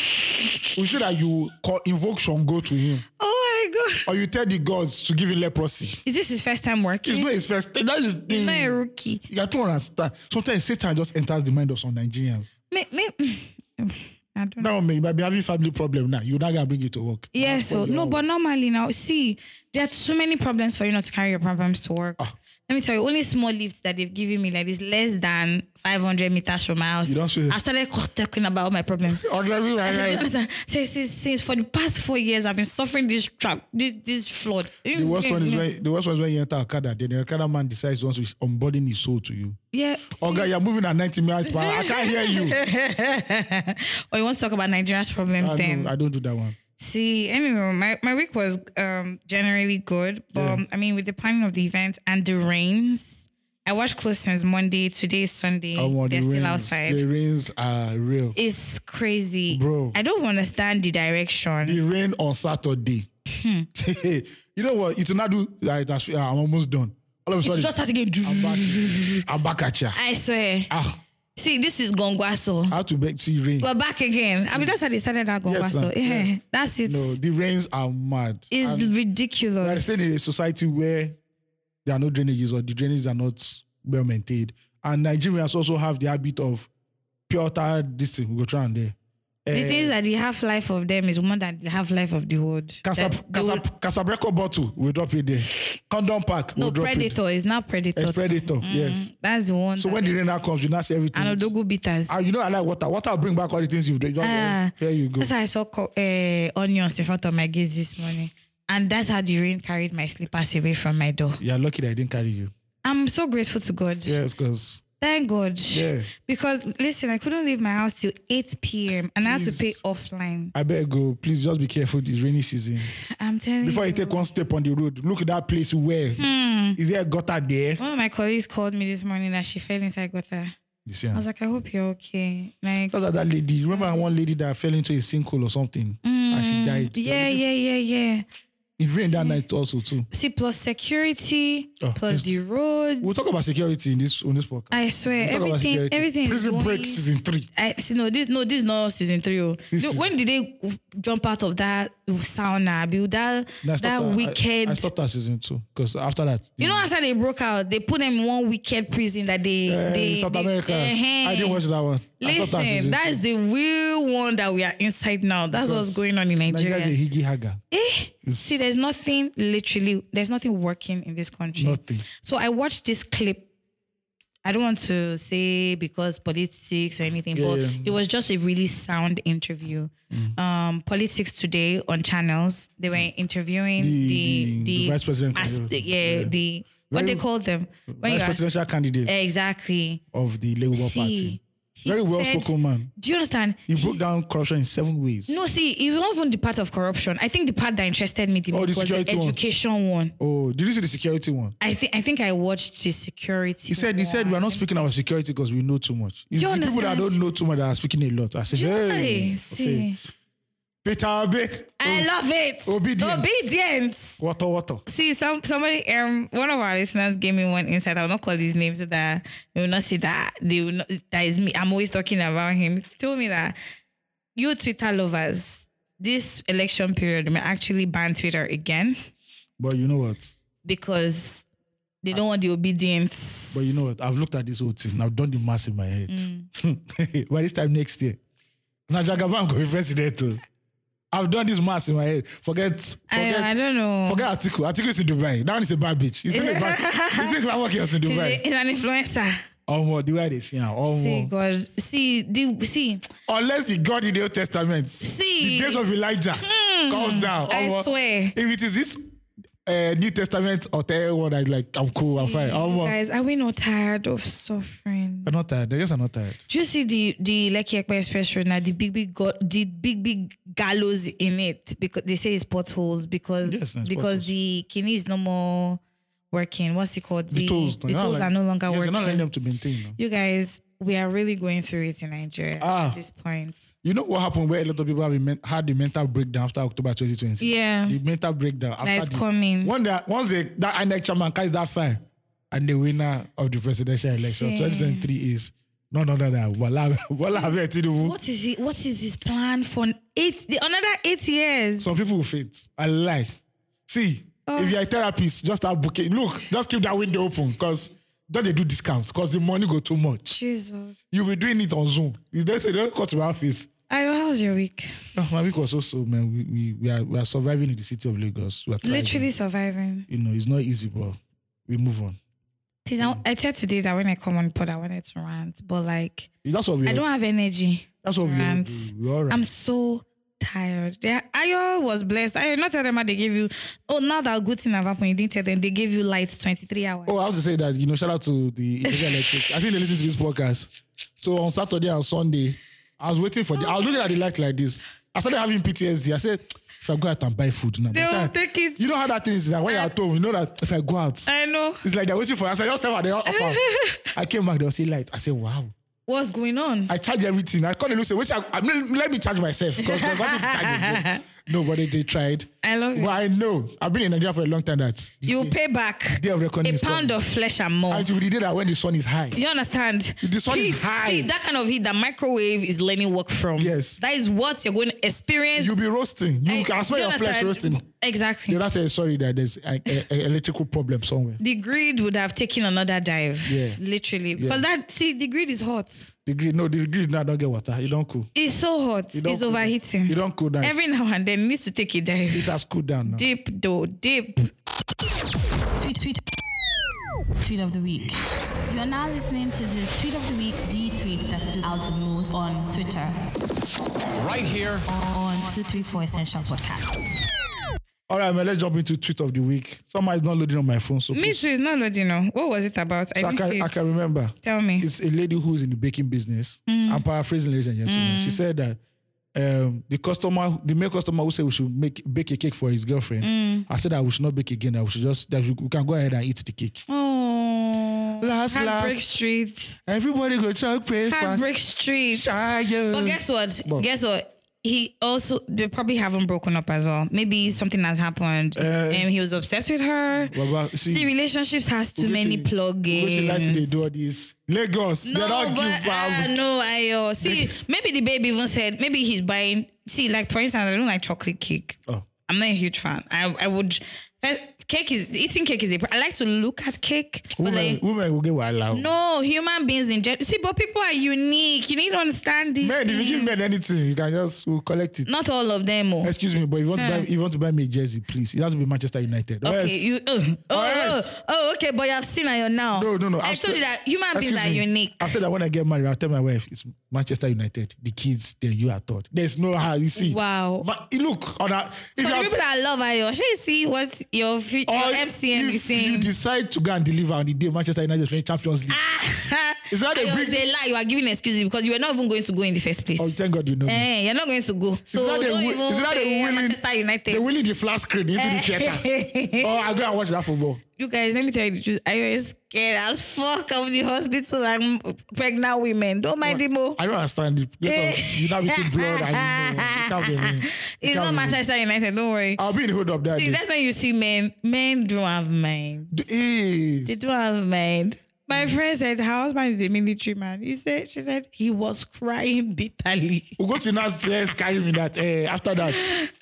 Speaker 3: see that you call, invoke Shango to him.
Speaker 2: oh my God,
Speaker 3: Or you tell the gods to give him leprosy.
Speaker 2: is this his first time
Speaker 3: It's
Speaker 2: working?
Speaker 3: not his first thing. That is the
Speaker 2: He's
Speaker 3: thing.
Speaker 2: not a rookie.
Speaker 3: You got to understand. Sometimes Satan just enters the mind of some Nigerians.
Speaker 2: May, may, mm. I don't know.
Speaker 3: Now, man, you might be having family problem now. You're not going to bring it to work.
Speaker 2: Yeah,
Speaker 3: That's
Speaker 2: so
Speaker 3: what you
Speaker 2: no,
Speaker 3: are.
Speaker 2: but normally now, see, there are too many problems for you not to carry your problems to work.
Speaker 3: Ah.
Speaker 2: Let me tell you, only small lifts that they've given me like is less than 500 meters from my house.
Speaker 3: You don't feel-
Speaker 2: I started co- talking about all my problems.
Speaker 3: Honestly, right,
Speaker 2: You
Speaker 3: right.
Speaker 2: understand? Since, since, since for the past four years, I've been suffering this trap, this this flood.
Speaker 3: The worst one is when the worst one is when you enter Okada. Then the Okada man decides he wants to is unburden his soul to you.
Speaker 2: yeah.
Speaker 3: Oh guy, you're moving at 90 miles per hour. I can't hear you.
Speaker 2: Or you want to talk about Nigeria's problems
Speaker 3: I
Speaker 2: then?
Speaker 3: don't, I don't do that one.
Speaker 2: See, anyway, my, my week was um generally good, but
Speaker 3: Yeah.
Speaker 2: um, I mean, with the planning of the event and the rains, I watched close since Monday. Today is Sunday.
Speaker 3: Oh, well,
Speaker 2: They're
Speaker 3: the
Speaker 2: still
Speaker 3: rains,
Speaker 2: outside.
Speaker 3: The rains are real.
Speaker 2: It's crazy,
Speaker 3: Bro.
Speaker 2: I don't understand the direction.
Speaker 3: The rain on Saturday.
Speaker 2: Hmm.
Speaker 3: you know what? It's not do. I- it has- uh, I'm almost done. All of a
Speaker 2: it's
Speaker 3: sudden,
Speaker 2: just starting again.
Speaker 3: I'm back. I'm back at ya.
Speaker 2: I swear.
Speaker 3: Ah,
Speaker 2: See, this is Gongwaso.
Speaker 3: how to beg see rain?
Speaker 2: We're back again. I mean, that's how they started that
Speaker 3: Yes,
Speaker 2: Gongwaso.
Speaker 3: ma'am.
Speaker 2: yeah,
Speaker 3: Yeah.
Speaker 2: that's it.
Speaker 3: No, the rains are mad.
Speaker 2: it's
Speaker 3: And we are
Speaker 2: ridiculous.
Speaker 3: staying in a society where there are no drainages or the drainages are not well maintained. And Nigerians also have the habit of pure tired this thing. We go try and there.
Speaker 2: the
Speaker 3: Eh,
Speaker 2: thing is that the half life of them is more than the half life of the world.
Speaker 3: Casab-
Speaker 2: That they will-
Speaker 3: Casab- Casablanca bottle, we drop it there. Condom pack, we
Speaker 2: no,
Speaker 3: drop it.
Speaker 2: predator is not predator.
Speaker 3: It's
Speaker 2: too.
Speaker 3: predator, yes.
Speaker 2: That's the one.
Speaker 3: So
Speaker 2: that
Speaker 3: when the rain now comes, you now see everything.
Speaker 2: and Odogu bitters.
Speaker 3: Ah, you know I like water. Water will bring back all the things you've done. Don't
Speaker 2: Ah,
Speaker 3: worry. Here you go.
Speaker 2: That's how I saw co- eh, onions in front of my gate this morning. And that's how the rain carried my slippers away from my door.
Speaker 3: You're lucky that I didn't carry you.
Speaker 2: I'm so grateful to God.
Speaker 3: Yes, because
Speaker 2: Thank God.
Speaker 3: Yeah.
Speaker 2: Because listen, I couldn't leave my house till 8 p.m. and I had to pay
Speaker 3: Please.
Speaker 2: offline.
Speaker 3: I better go. Please just be careful this rainy season.
Speaker 2: I'm telling
Speaker 3: Before
Speaker 2: you.
Speaker 3: you take one step on the road, look at that place where is
Speaker 2: Hmm.
Speaker 3: there a gutter there?
Speaker 2: one of my colleagues called me this morning that she fell inside gutter.
Speaker 3: You see,
Speaker 2: I
Speaker 3: am.
Speaker 2: was like, I hope you're okay. Like,
Speaker 3: Just like that lady. Remember one lady that fell into a sinkhole or something and she died.
Speaker 2: mm, Hmm. yeah, yeah, yeah, yeah.
Speaker 3: It rained that night also too.
Speaker 2: See, plus security,
Speaker 3: Oh,
Speaker 2: plus
Speaker 3: yes.
Speaker 2: the roads.
Speaker 3: We'll talk about security in this on this podcast.
Speaker 2: I
Speaker 3: We'll
Speaker 2: swear,
Speaker 3: talk about
Speaker 2: everything,
Speaker 3: security.
Speaker 2: everything
Speaker 3: Prison
Speaker 2: is going.
Speaker 3: Break season three.
Speaker 2: I see, no, this no, this no season three. oh.
Speaker 3: This
Speaker 2: No,
Speaker 3: is-
Speaker 2: when did they jump out of that sauna? Build that
Speaker 3: No,
Speaker 2: that
Speaker 3: I stopped at-
Speaker 2: wicked.
Speaker 3: I, I stopped at season two because after that,
Speaker 2: you know, after they broke out, they put them in one wicked prison that they
Speaker 3: eh,
Speaker 2: they
Speaker 3: South
Speaker 2: they-
Speaker 3: America.
Speaker 2: eh-heh.
Speaker 3: I didn't watch that one. I stopped at
Speaker 2: eh, Listen,
Speaker 3: season
Speaker 2: that
Speaker 3: two.
Speaker 2: is the real one that we are inside now. That's what's
Speaker 3: Because
Speaker 2: going on in Nigeria.
Speaker 3: Nigeria's a higgy haga.
Speaker 2: Eh,
Speaker 3: It's
Speaker 2: See, there's nothing literally, there's nothing working in this country.
Speaker 3: nothing.
Speaker 2: So I watched this clip. I don't want to say because politics or anything,
Speaker 3: Yeah,
Speaker 2: but
Speaker 3: yeah. Mm.
Speaker 2: it was just a really sound interview. Um, politics today on channels, they were interviewing
Speaker 3: The-
Speaker 2: the the,
Speaker 3: the- the vice president
Speaker 2: as-
Speaker 3: candidate.
Speaker 2: yeah,
Speaker 3: Yeah.
Speaker 2: the what
Speaker 3: Very-
Speaker 2: they call them when
Speaker 3: Vice
Speaker 2: you ask,
Speaker 3: presidential candidate
Speaker 2: exactly.
Speaker 3: of the Labour Party.
Speaker 2: See, he
Speaker 3: Very well
Speaker 2: said-
Speaker 3: spoken man.
Speaker 2: Do you understand?
Speaker 3: He broke down corruption in seven ways.
Speaker 2: No, see, it wasn't even the part of corruption. I think the part that interested me the
Speaker 3: Oh,
Speaker 2: most
Speaker 3: the
Speaker 2: was the
Speaker 3: security one.
Speaker 2: education one.
Speaker 3: Oh, did you see the security one?
Speaker 2: I think I think I watched the security.
Speaker 3: He said, he said, we are not speaking about security because we know too much. It's
Speaker 2: Do
Speaker 3: the
Speaker 2: you
Speaker 3: people that
Speaker 2: understand?
Speaker 3: don't know too much that are speaking a lot. I said, hey,
Speaker 2: Hey,
Speaker 3: I
Speaker 2: see.
Speaker 3: say, Peter Abe,
Speaker 2: I
Speaker 3: oh,
Speaker 2: love it.
Speaker 3: Obedience.
Speaker 2: Obedience.
Speaker 3: water, water.
Speaker 2: See, some somebody, um, one of our listeners gave me one insight. I'll not call his name so that they will not see that they will not, that is me. I'm always talking about him. He told me that you Twitter lovers, this election period may actually ban Twitter again
Speaker 3: But you know what?
Speaker 2: because they don't want the obedience.
Speaker 3: But you know what? I've looked at this whole thing. I've done the math in my head.
Speaker 2: Mm.
Speaker 3: By this time next year, Najagavan will be president. oh. I've done this math in my head. Forget,
Speaker 2: I,
Speaker 3: forget,
Speaker 2: I don't know.
Speaker 3: forget Atiku. Atiku is in Dubai. That one is a bad bitch. He's in a bad. He's in Glamour Chaos in
Speaker 2: He's,
Speaker 3: Dubai.
Speaker 2: a- he's an influencer.
Speaker 3: Oh, what the way they see now. Oh,
Speaker 2: See,
Speaker 3: more.
Speaker 2: God. See, the, see,
Speaker 3: unless the God in the Old Testament,
Speaker 2: See. Hmm.
Speaker 3: the days of Elijah comes down.
Speaker 2: I
Speaker 3: Omo,
Speaker 2: swear.
Speaker 3: If it is this uh, New Testament or third one, I like I'm cool, I'm fine.
Speaker 2: You
Speaker 3: Omo,
Speaker 2: guys, are we not tired of suffering?
Speaker 3: I'm not tired. They just are not tired.
Speaker 2: Do you see the the Lekki Ekpe Express Road now? The big big go- the big big gallows in it because they say it's potholes because
Speaker 3: Yes,
Speaker 2: because
Speaker 3: it's potholes.
Speaker 2: the kidney is no more. working. What's it called?
Speaker 3: The tools,
Speaker 2: The tools are no longer
Speaker 3: yes, You're
Speaker 2: working.
Speaker 3: not letting them to maintain. no.
Speaker 2: you guys, we are really going through it in Nigeria
Speaker 3: Ah.
Speaker 2: at this point.
Speaker 3: You know what happened where a lot of people have been men- had the mental breakdown after October 2020.
Speaker 2: Yeah.
Speaker 3: The mental breakdown after
Speaker 2: That is
Speaker 3: the,
Speaker 2: coming.
Speaker 3: One day, once they, that INEC chairman catch that fire, and the winner of the presidential election
Speaker 2: Shame.
Speaker 3: 2023 is none other than Bola Bola Ahmed Tinubu.
Speaker 2: What is it? What is his plan for eight? The, another eight years.
Speaker 3: Some people will faint. I lie. See,
Speaker 2: Oh.
Speaker 3: if you're a therapist, just start booking. Look, just keep that window open because don't they do discounts because the money go too much.
Speaker 2: Jesus.
Speaker 3: You'll be doing it on Zoom. You don't say don't cut to my office.
Speaker 2: Ayo, how's your week?
Speaker 3: No, my week was so so man. We, we, we are we are surviving in the city of Lagos. We are thriving.
Speaker 2: Literally surviving.
Speaker 3: you know, it's not easy, but we move on.
Speaker 2: Please, I, I tell today that when I come on pod, I wanted to rant, but like
Speaker 3: That's what we.
Speaker 2: I don't have energy.
Speaker 3: that's what we. are-
Speaker 2: rant.
Speaker 3: We all right.
Speaker 2: I'm so tired. Yeah, Ayo was blessed. Ayo, not tell them how they gave you. Oh, now that good thing have happened, you didn't tell them they gave you light 23 hours.
Speaker 3: Oh, I have to say that, you know, shout out to the Iberia Electric. I think they listen to this podcast. So on Saturday and Sunday, I was waiting for the, I was looking at the light like this. I started having PTSD. I said, if I go out and buy food now. by
Speaker 2: they
Speaker 3: the
Speaker 2: will
Speaker 3: time-
Speaker 2: take it. Uh,
Speaker 3: You know how that thing is that when you're at home, you know that if I go out,
Speaker 2: I know
Speaker 3: it's like they're waiting for you. I said, just step out, they all offer. I came back, they'll say light. I said, wow.
Speaker 2: what's going on.
Speaker 3: I charge everything. I called the say, wait, I, I, mean, let me charge myself because there's nothing to charge. No, but they, they tried.
Speaker 2: I love
Speaker 3: But
Speaker 2: it.
Speaker 3: I know, I've been in Nigeria for a long time that the
Speaker 2: You
Speaker 3: day-
Speaker 2: pay back
Speaker 3: day of reckoning
Speaker 2: a
Speaker 3: is coming.
Speaker 2: pound of flesh and more.
Speaker 3: And it will be the day that when the sun is high.
Speaker 2: You understand?
Speaker 3: The sun is
Speaker 2: heat,
Speaker 3: high.
Speaker 2: See, that kind of heat that microwave is learning work from.
Speaker 3: Yes.
Speaker 2: That is what you're going to experience.
Speaker 3: You'll be roasting. You
Speaker 2: I-
Speaker 3: can smell
Speaker 2: do
Speaker 3: your
Speaker 2: you
Speaker 3: flesh
Speaker 2: understand?
Speaker 3: roasting.
Speaker 2: Exactly.
Speaker 3: The other said, sorry, that there's an electrical problem somewhere.
Speaker 2: the grid would have taken another dive.
Speaker 3: Yeah.
Speaker 2: Literally. Because that, see, the grid is hot.
Speaker 3: The grid, no, the grid now don't get water. It don't cool.
Speaker 2: It's so hot.
Speaker 3: It don't
Speaker 2: It's
Speaker 3: cool.
Speaker 2: overheating.
Speaker 3: It don't cool down.
Speaker 2: Every now and then, it needs to take a
Speaker 3: it
Speaker 2: dive.
Speaker 3: has cooled down now.
Speaker 2: Deep, though, deep.
Speaker 4: tweet tweet tweet of the week you are now listening to the tweet of the week the tweet that stood out the most on twitter
Speaker 5: right here
Speaker 4: on 234 essential podcast
Speaker 3: All right, man, let's jump into tweet of the week. Somehow it's not loading on my phone, so,
Speaker 2: Me
Speaker 3: please-
Speaker 2: too, it's not loading now. What was it about? I
Speaker 3: so I,
Speaker 2: missed
Speaker 3: can,
Speaker 2: it.
Speaker 3: I can remember.
Speaker 2: Tell me. Mm.
Speaker 3: It's a lady who's in the baking business. I'm paraphrasing, ladies and gentlemen. She said that um, the customer, the male customer who said we should make bake a cake for his girlfriend,
Speaker 2: Mm.
Speaker 3: I said that we should not bake again. That we should just that we, we can go ahead and eat the cake.
Speaker 2: Mm. oh.
Speaker 3: Last,
Speaker 2: Heartbreak
Speaker 3: last.
Speaker 2: Street.
Speaker 3: Everybody go chop breakfast.
Speaker 2: Heartbreak Street.
Speaker 3: Shire.
Speaker 2: But guess what?
Speaker 3: But-
Speaker 2: guess what? He also they probably haven't broken up as well. Maybe something has happened and he was upset with her.
Speaker 3: Baba, Uh, see,
Speaker 2: See, relationships has too many
Speaker 3: Ugochi likes to
Speaker 2: plugins.
Speaker 3: do all this. Lagos, they
Speaker 2: No,
Speaker 3: don't
Speaker 2: but
Speaker 3: give
Speaker 2: ah,
Speaker 3: up.
Speaker 2: no, I uh, see. Maybe the baby even said maybe he's buying. See, like for instance, I don't like chocolate cake.
Speaker 3: Oh.
Speaker 2: I'm not a huge fan. I I would first, cake is eating cake is. A, I like to look at cake, but
Speaker 3: Women,
Speaker 2: like
Speaker 3: women will get what I love.
Speaker 2: no human beings in general. See, but people are unique. You need to understand this.
Speaker 3: Men, if you give men anything, you can just we'll collect it.
Speaker 2: Not all of them. Oh.
Speaker 3: Eh, Excuse me, but if you want to buy, if you want to buy me a jersey, please. It has to be Manchester United. Or
Speaker 2: Okay,
Speaker 3: else-
Speaker 2: you. Uh, oh,
Speaker 3: Or
Speaker 2: oh,
Speaker 3: else-
Speaker 2: oh, okay, but you have seen her now.
Speaker 3: no, no, no.
Speaker 2: I
Speaker 3: I've
Speaker 2: told
Speaker 3: said-
Speaker 2: you that human beings
Speaker 3: excuse
Speaker 2: are
Speaker 3: me.
Speaker 2: unique.
Speaker 3: I've said that when I get married, I'll tell my wife it's Manchester United. The kids, then you are third. There's no how you see.
Speaker 2: Wow.
Speaker 3: Ma- look on a, if
Speaker 2: For
Speaker 3: you
Speaker 2: the
Speaker 3: are-
Speaker 2: people that love Ayo, should you see what your, fi-
Speaker 3: or
Speaker 2: your MCM is
Speaker 3: if you
Speaker 2: saying? Ah,
Speaker 3: decide to go and deliver on the day Manchester United is playing Champions League, Is that a
Speaker 2: Ayo,
Speaker 3: big-
Speaker 2: it's a lie. You are giving excuses because you were not even going to go in the first place.
Speaker 3: oh thank God you know. me.
Speaker 2: Eh, you're not going to go. So
Speaker 3: that
Speaker 2: don't
Speaker 3: a wi-
Speaker 2: even
Speaker 3: is that a
Speaker 2: say eh,
Speaker 3: willing-
Speaker 2: Manchester
Speaker 3: They
Speaker 2: United. Eh.
Speaker 3: wheeling the flat screen into the theater. oh, I go and watch that football.
Speaker 2: you guys, let me tell you the truth. Ayo is scared as fuck of the hospital and pregnant women. Don't mind him. oh.
Speaker 3: I don't understand it. Later, you now be seeing blood and you know, it can't be me. It
Speaker 2: It's
Speaker 3: can't
Speaker 2: not
Speaker 3: be me.
Speaker 2: Manchester United. Don't worry.
Speaker 3: I'll be in the hold up that
Speaker 2: See,
Speaker 3: day.
Speaker 2: that's when you see men. Men don't have mind.
Speaker 3: D- eh.
Speaker 2: They don't have mind. My friend said her husband is a military man. He said, she said he was crying bitterly.
Speaker 3: Ugochi now says, carry me that. eh, after that,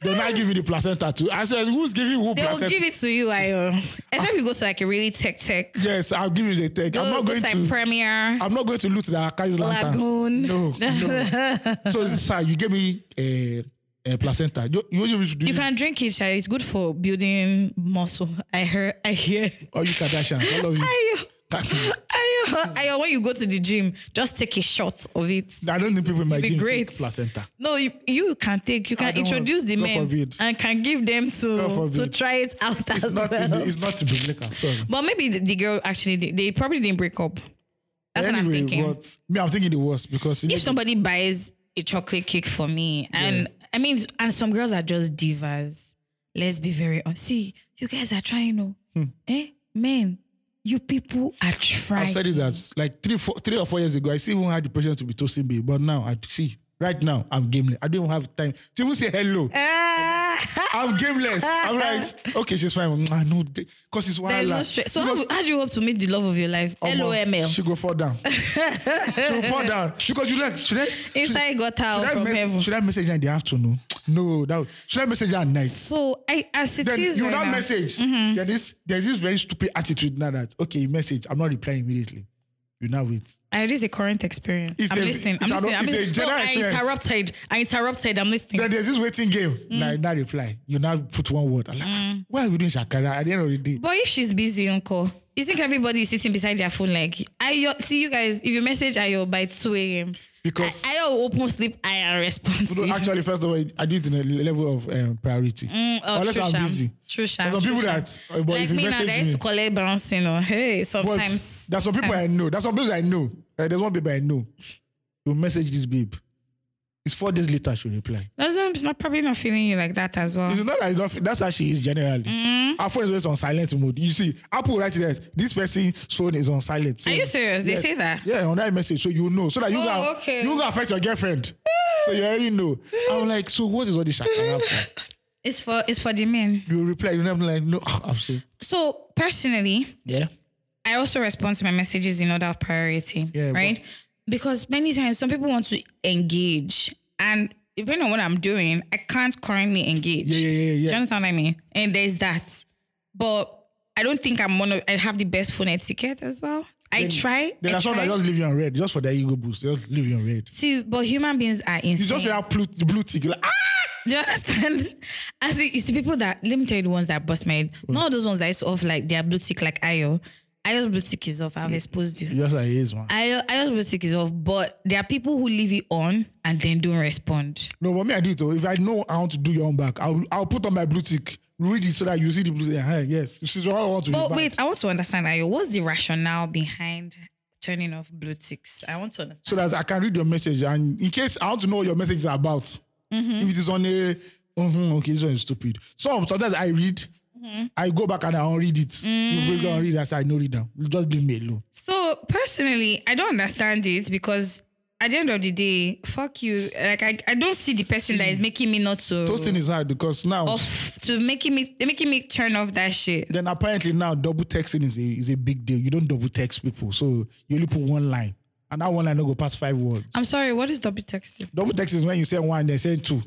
Speaker 3: they now give me the placenta too. I said, who's giving who
Speaker 2: They will
Speaker 3: placenta?
Speaker 2: give it to you, Ayo. Except you go to like a really tech tech.
Speaker 3: yes, I'll give you the take.
Speaker 2: Go,
Speaker 3: I'm not
Speaker 2: go
Speaker 3: going
Speaker 2: to like
Speaker 3: to.
Speaker 2: Premier.
Speaker 3: I'm not going to loot the Akai's lantern.
Speaker 2: Lagoon.
Speaker 3: No, no. so, sir, you gave me a, a placenta. You, you want me to do
Speaker 2: You can drink it, Sha. It's good for building muscle. I heard. I hear.
Speaker 3: Or Oh, you Kardashian. All of you.
Speaker 2: Ayo. Ayo, Ayo, when you go to the gym, just take a shot of it.
Speaker 3: I don't think people in my
Speaker 2: be
Speaker 3: gym
Speaker 2: great.
Speaker 3: take placenta.
Speaker 2: No, you, you can take. You
Speaker 3: I
Speaker 2: can
Speaker 3: don't want-
Speaker 2: introduce the
Speaker 3: God
Speaker 2: men
Speaker 3: forbid.
Speaker 2: and can give them
Speaker 3: God
Speaker 2: to
Speaker 3: forbid.
Speaker 2: to try it out
Speaker 3: It's
Speaker 2: as
Speaker 3: not,
Speaker 2: well.
Speaker 3: in, it's not biblical. Sorry.
Speaker 2: but maybe the, the girl actually did, they probably didn't break up. That's what I'm thinking.
Speaker 3: What, me, I'm thinking the worst because you know,
Speaker 2: If somebody buys a chocolate cake for me, and I mean, and some girls are just divas. Let's be very honest. See, you guys are trying to, eh? man, you people are trying.
Speaker 3: Hmm. I've said it that like three, four, three or four years ago, I still even had the patience to be toasting me, but now I see. Right now, I'm gameless. I don't even have time to even say hello.
Speaker 2: Ah.
Speaker 3: I'm gameless. I'm like, okay, she's fine. I know because
Speaker 2: There's
Speaker 3: it's wild.
Speaker 2: no stress. So how, how do you hope to meet the love of your life? LOML.
Speaker 3: She go fall down. she go fall down because you like should I should,
Speaker 2: Inside got
Speaker 3: should
Speaker 2: out
Speaker 3: I
Speaker 2: from
Speaker 3: mes-
Speaker 2: heaven.
Speaker 3: should I message her in the afternoon? No, that should I message her at night?
Speaker 2: So I, as it is
Speaker 3: then
Speaker 2: right
Speaker 3: you not
Speaker 2: now, Mm-hmm.
Speaker 3: message. There is there's this very stupid attitude now that okay, you message, I'm not replying immediately. You now wait.
Speaker 2: I, it is a current experience.
Speaker 3: It's
Speaker 2: I'm
Speaker 3: a-
Speaker 2: listening.
Speaker 3: it's
Speaker 2: I'm
Speaker 3: an-
Speaker 2: listening. I'm
Speaker 3: it's a
Speaker 2: listening.
Speaker 3: general
Speaker 2: no, I
Speaker 3: experience.
Speaker 2: interrupted. I interrupted. I'm listening.
Speaker 3: Then there's this waiting game.
Speaker 2: Mm.
Speaker 3: Now you not reply. You now put one word. I'm like, ah, why are we doing Shakara at the end of the day?
Speaker 2: But if she's busy, uncle, you think everybody is sitting beside their phone like I yo- see you guys. If you message Ayo by 2 a.m.
Speaker 3: Because
Speaker 2: I Ayo will open sleep, I am responsive.
Speaker 3: no, actually, first of all, I do it in a level of um, priority.
Speaker 2: Mm, oh,
Speaker 3: Unless
Speaker 2: true
Speaker 3: I'm
Speaker 2: sham.
Speaker 3: busy.
Speaker 2: True sham,
Speaker 3: There's some
Speaker 2: true
Speaker 3: people
Speaker 2: sham.
Speaker 3: that, uh, but
Speaker 2: like
Speaker 3: if you
Speaker 2: me now,
Speaker 3: message
Speaker 2: they used to
Speaker 3: me,
Speaker 2: collect bouncing or hey,
Speaker 3: but
Speaker 2: sometimes.
Speaker 3: there's some people I know. There's some people I know. Uh, there's one babe I know. You message this babe. It's four days later she reply.
Speaker 2: Doesn't it's not probably not feeling you like that as well.
Speaker 3: It's not that I don't feel- that's how she is generally.
Speaker 2: Mm-hmm.
Speaker 3: Our phone is always on silent mode. You see, Apple writes that this person's phone is on silent. So,
Speaker 2: Are you serious? They say that?
Speaker 3: Yeah, on that message, so you know, so that you
Speaker 2: Oh,
Speaker 3: can
Speaker 2: okay.
Speaker 3: you can affect your girlfriend. so you already know. I'm like, so what is all this shakara for?
Speaker 2: It's for it's for the men.
Speaker 3: You reply, you never like, no, I'm so
Speaker 2: So personally,
Speaker 3: yeah.
Speaker 2: I also respond to my messages in order of priority.
Speaker 3: Yeah, but-
Speaker 2: right? Because many times some people want to engage and depending on what I'm doing, I can't currently engage.
Speaker 3: Yeah, yeah, yeah, yeah.
Speaker 2: Do you understand what I mean? And there's that. But I don't think I'm one of I have the best phone etiquette as well. I try.
Speaker 3: Then
Speaker 2: I
Speaker 3: that's all
Speaker 2: try.
Speaker 3: that just leave you on red, just for their ego boost. They just leave you on red.
Speaker 2: See, but human beings are insane.
Speaker 3: You just say that blue, blue tick. You're like, ah!
Speaker 2: Do you understand? As it, it's the people that let me tell you the ones that bust my head. Not those ones that is off like their blue tick like Ayo. Ayo's blue tick is off. I've exposed you.
Speaker 3: You just like yes, man.
Speaker 2: Ayo, Ayo's blue tick is off, but there are people who leave it on and then don't respond.
Speaker 3: No, but me, I do it. Though. If I know how to do your own back, I'll I'll put on my blue tick, read it so that you see the blue tick. Ah, yes, this is what I want to
Speaker 2: But
Speaker 3: read back.
Speaker 2: wait, I want to understand Ayo. What's the rationale behind turning off blue ticks? I want to understand.
Speaker 3: so that I can read your message. And in case I want to know what your message is about, if it is on a, mhm, okay, this one is stupid. So sometimes I read, I go back and I unread it. You break down, read that, I know read now. Just leave me alone.
Speaker 2: So personally, I don't understand it because at the end of the day, fuck you. Like I, I don't see the person that is making me not to
Speaker 3: Toasting is hard because now,
Speaker 2: off to making me making me turn off that shit.
Speaker 3: then apparently now double texting is a, is a big deal. You don't double text people, so you only put one line, and that one line don't go past five words.
Speaker 2: I'm sorry, what is double texting?
Speaker 3: double text is when you send one, then send two.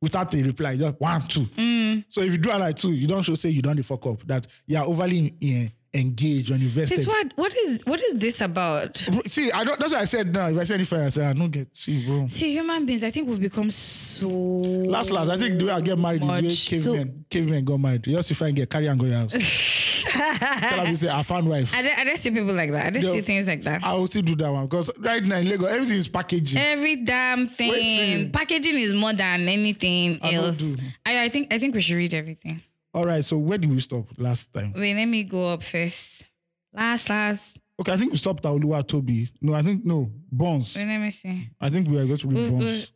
Speaker 3: Without a reply, just one, two.
Speaker 2: Mm.
Speaker 3: So if you do it like two, you don't show say you don't the fuck up. That you are overly eh, engaged and invested.
Speaker 2: This what what is what is this about?
Speaker 3: Bro, See, I don't. That's what I said. Now, if I said if I said I don't get. See, bro.
Speaker 2: See, human beings, I think we've become so
Speaker 3: Last, last, I think the way I get married
Speaker 2: much.
Speaker 3: is the
Speaker 2: So-
Speaker 3: way cavemen, cavemen got married. Just if I get carry and go your house. Tell her you say I found wife.
Speaker 2: I don't, I don't see people like that. I don't
Speaker 3: Yo.
Speaker 2: see things like that.
Speaker 3: I will still do that one because right now in Lagos everything is packaging.
Speaker 2: Every damn thing.
Speaker 3: see.
Speaker 2: Packaging is more than anything
Speaker 3: I don't
Speaker 2: else.
Speaker 3: do.
Speaker 2: I, I think I think we should read everything.
Speaker 3: All right, so where did we stop last time?
Speaker 2: Wait, let me go up first. Last, last.
Speaker 3: Okay, I think we stopped at Oluwa Toby. No, I think no Bones.
Speaker 2: Wait, let me see.
Speaker 3: I think we are going to
Speaker 2: We- we-
Speaker 3: read Bones.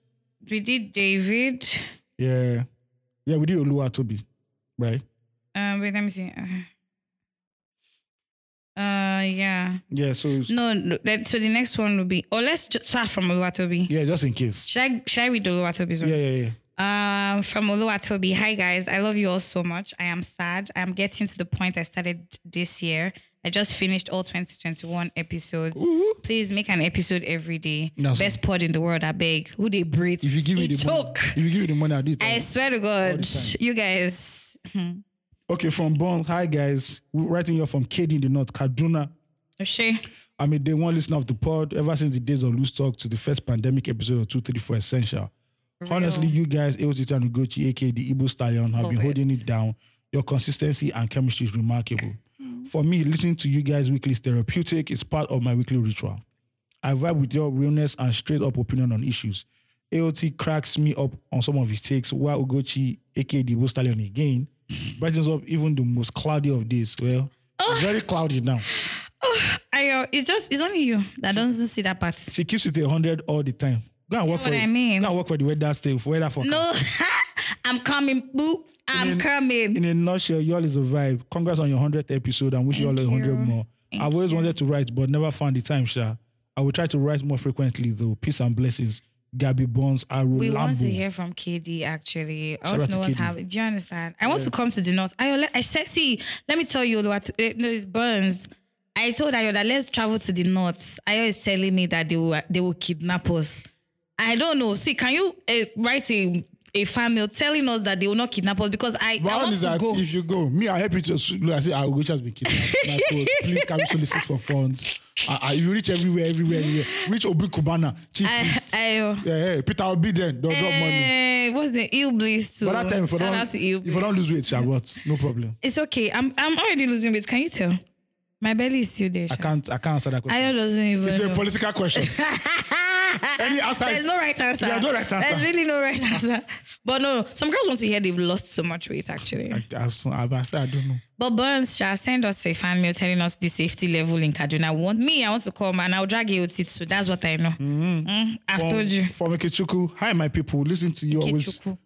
Speaker 2: we did David.
Speaker 3: Yeah. Yeah, we did Oluwa Toby, right?
Speaker 2: Um, wait, let me see. Uh, uh yeah.
Speaker 3: Yeah, so it's-
Speaker 2: No, no that, so the next one will be. Oh, let's ju- start from Oluwatobi.
Speaker 3: yeah, just in case.
Speaker 2: Should I should I read the Oluwatobi's one?
Speaker 3: Yeah, yeah, yeah.
Speaker 2: Um, from Oluwatobi. Hi guys, I love you all so much. I am sad. I am getting to the point I started this year. I just finished all 2021 episodes. Please make an episode every day.
Speaker 3: No, sir.
Speaker 2: Best pod in the world, I beg. Who they breathe?
Speaker 3: If you give me
Speaker 2: It
Speaker 3: the money,
Speaker 2: choke.
Speaker 3: if you give me the money, I'll do it.
Speaker 2: I swear to God,
Speaker 3: time.
Speaker 2: you guys.
Speaker 3: Okay, from Bones. Hi guys. We're writing here from KD in the North, Kaduna.
Speaker 2: She.
Speaker 3: I'm a day one listener of the pod ever since the days of Loose Talk to the first pandemic episode of 234 Essential. Honestly, you guys, Eotita Noguchi, aka the Igbo Stallion, have
Speaker 2: Love
Speaker 3: been
Speaker 2: it.
Speaker 3: holding it down. Your consistency and chemistry is remarkable.
Speaker 2: Mm.
Speaker 3: For me, listening to you guys weekly is therapeutic. It's part of my weekly ritual. I vibe with your realness and straight up opinion on issues. AOT cracks me up on some of his takes, while Ugochi, aka the Igbo Stallion again, brightens up even the most cloudy of days. Well,
Speaker 2: Oh.
Speaker 3: it's very cloudy now.
Speaker 2: I, uh, it's just it's only you that doesn't see that part.
Speaker 3: She keeps it 100 all the time. Go and work
Speaker 2: know
Speaker 3: for
Speaker 2: what I
Speaker 3: it.
Speaker 2: mean?
Speaker 3: Go and work for the weather stay for weather forecast.
Speaker 2: No, I'm coming. Boo. I'm
Speaker 3: In-
Speaker 2: coming.
Speaker 3: in a nutshell, y'all is a vibe. Congrats on your hundredth episode and wish you all a
Speaker 2: Thank
Speaker 3: hundred
Speaker 2: you.
Speaker 3: more.
Speaker 2: Thank
Speaker 3: I've always
Speaker 2: you.
Speaker 3: wanted to write, but never found the time, Sha. I will try to write more frequently though. Peace and blessings. Gabby Bonds, Aru
Speaker 2: we want to
Speaker 3: Lambo.
Speaker 2: hear from KD actually. I
Speaker 3: Shout
Speaker 2: want
Speaker 3: out
Speaker 2: to know
Speaker 3: to
Speaker 2: what's
Speaker 3: KD.
Speaker 2: happening. Do you understand? I want to come to the north. I, ole- I said, see, let me tell you what eh, no, it burns. I told Ayo that let's travel to the north. Ayo is telling me that they will they will kidnap us. I don't know. See, can you uh, write a a fan mail telling us that they will not kidnap us because I, I
Speaker 3: Round
Speaker 2: want
Speaker 3: is
Speaker 2: to
Speaker 3: that
Speaker 2: go.
Speaker 3: if you go, me, I help you to look. I say, I which has been kidnapped. My clothes, please can we solicit for funds? I, I, you reach everywhere, everywhere, everywhere. Reach Obi Kubana, chief.
Speaker 2: I,
Speaker 3: priest.
Speaker 2: I,
Speaker 3: yeah, yeah, Peter will be there. Don't drop money.
Speaker 2: oh. Eh, what's the ill bliss too?
Speaker 3: But that time, if I
Speaker 2: Shout
Speaker 3: don't,
Speaker 2: out to ill
Speaker 3: if I
Speaker 2: bliss.
Speaker 3: don't lose weight, Sha, what? No problem.
Speaker 2: It's okay. I'm I'm already losing weight. Can you tell? My belly is still there.
Speaker 3: I
Speaker 2: Sha.
Speaker 3: can't, I can't answer that question.
Speaker 2: Ayo doesn't even.
Speaker 3: It's a
Speaker 2: know.
Speaker 3: political question. Any answer
Speaker 2: There's
Speaker 3: is-
Speaker 2: no right answer.
Speaker 3: There's no right answer.
Speaker 2: There's really no right answer. But no, some girls want to hear they've lost so much weight actually.
Speaker 3: I, I, so- I, I said, I don't know.
Speaker 2: But Burns shall send us a fan mail telling us the safety level in Kaduna. Want me? I want to come and I'll drag you with it too. That's what I know.
Speaker 3: Mm-hmm.
Speaker 2: Mm, I've
Speaker 3: From,
Speaker 2: told you.
Speaker 3: from Okechuku. Hi, my people. Listen to you always.
Speaker 2: Okechukwu.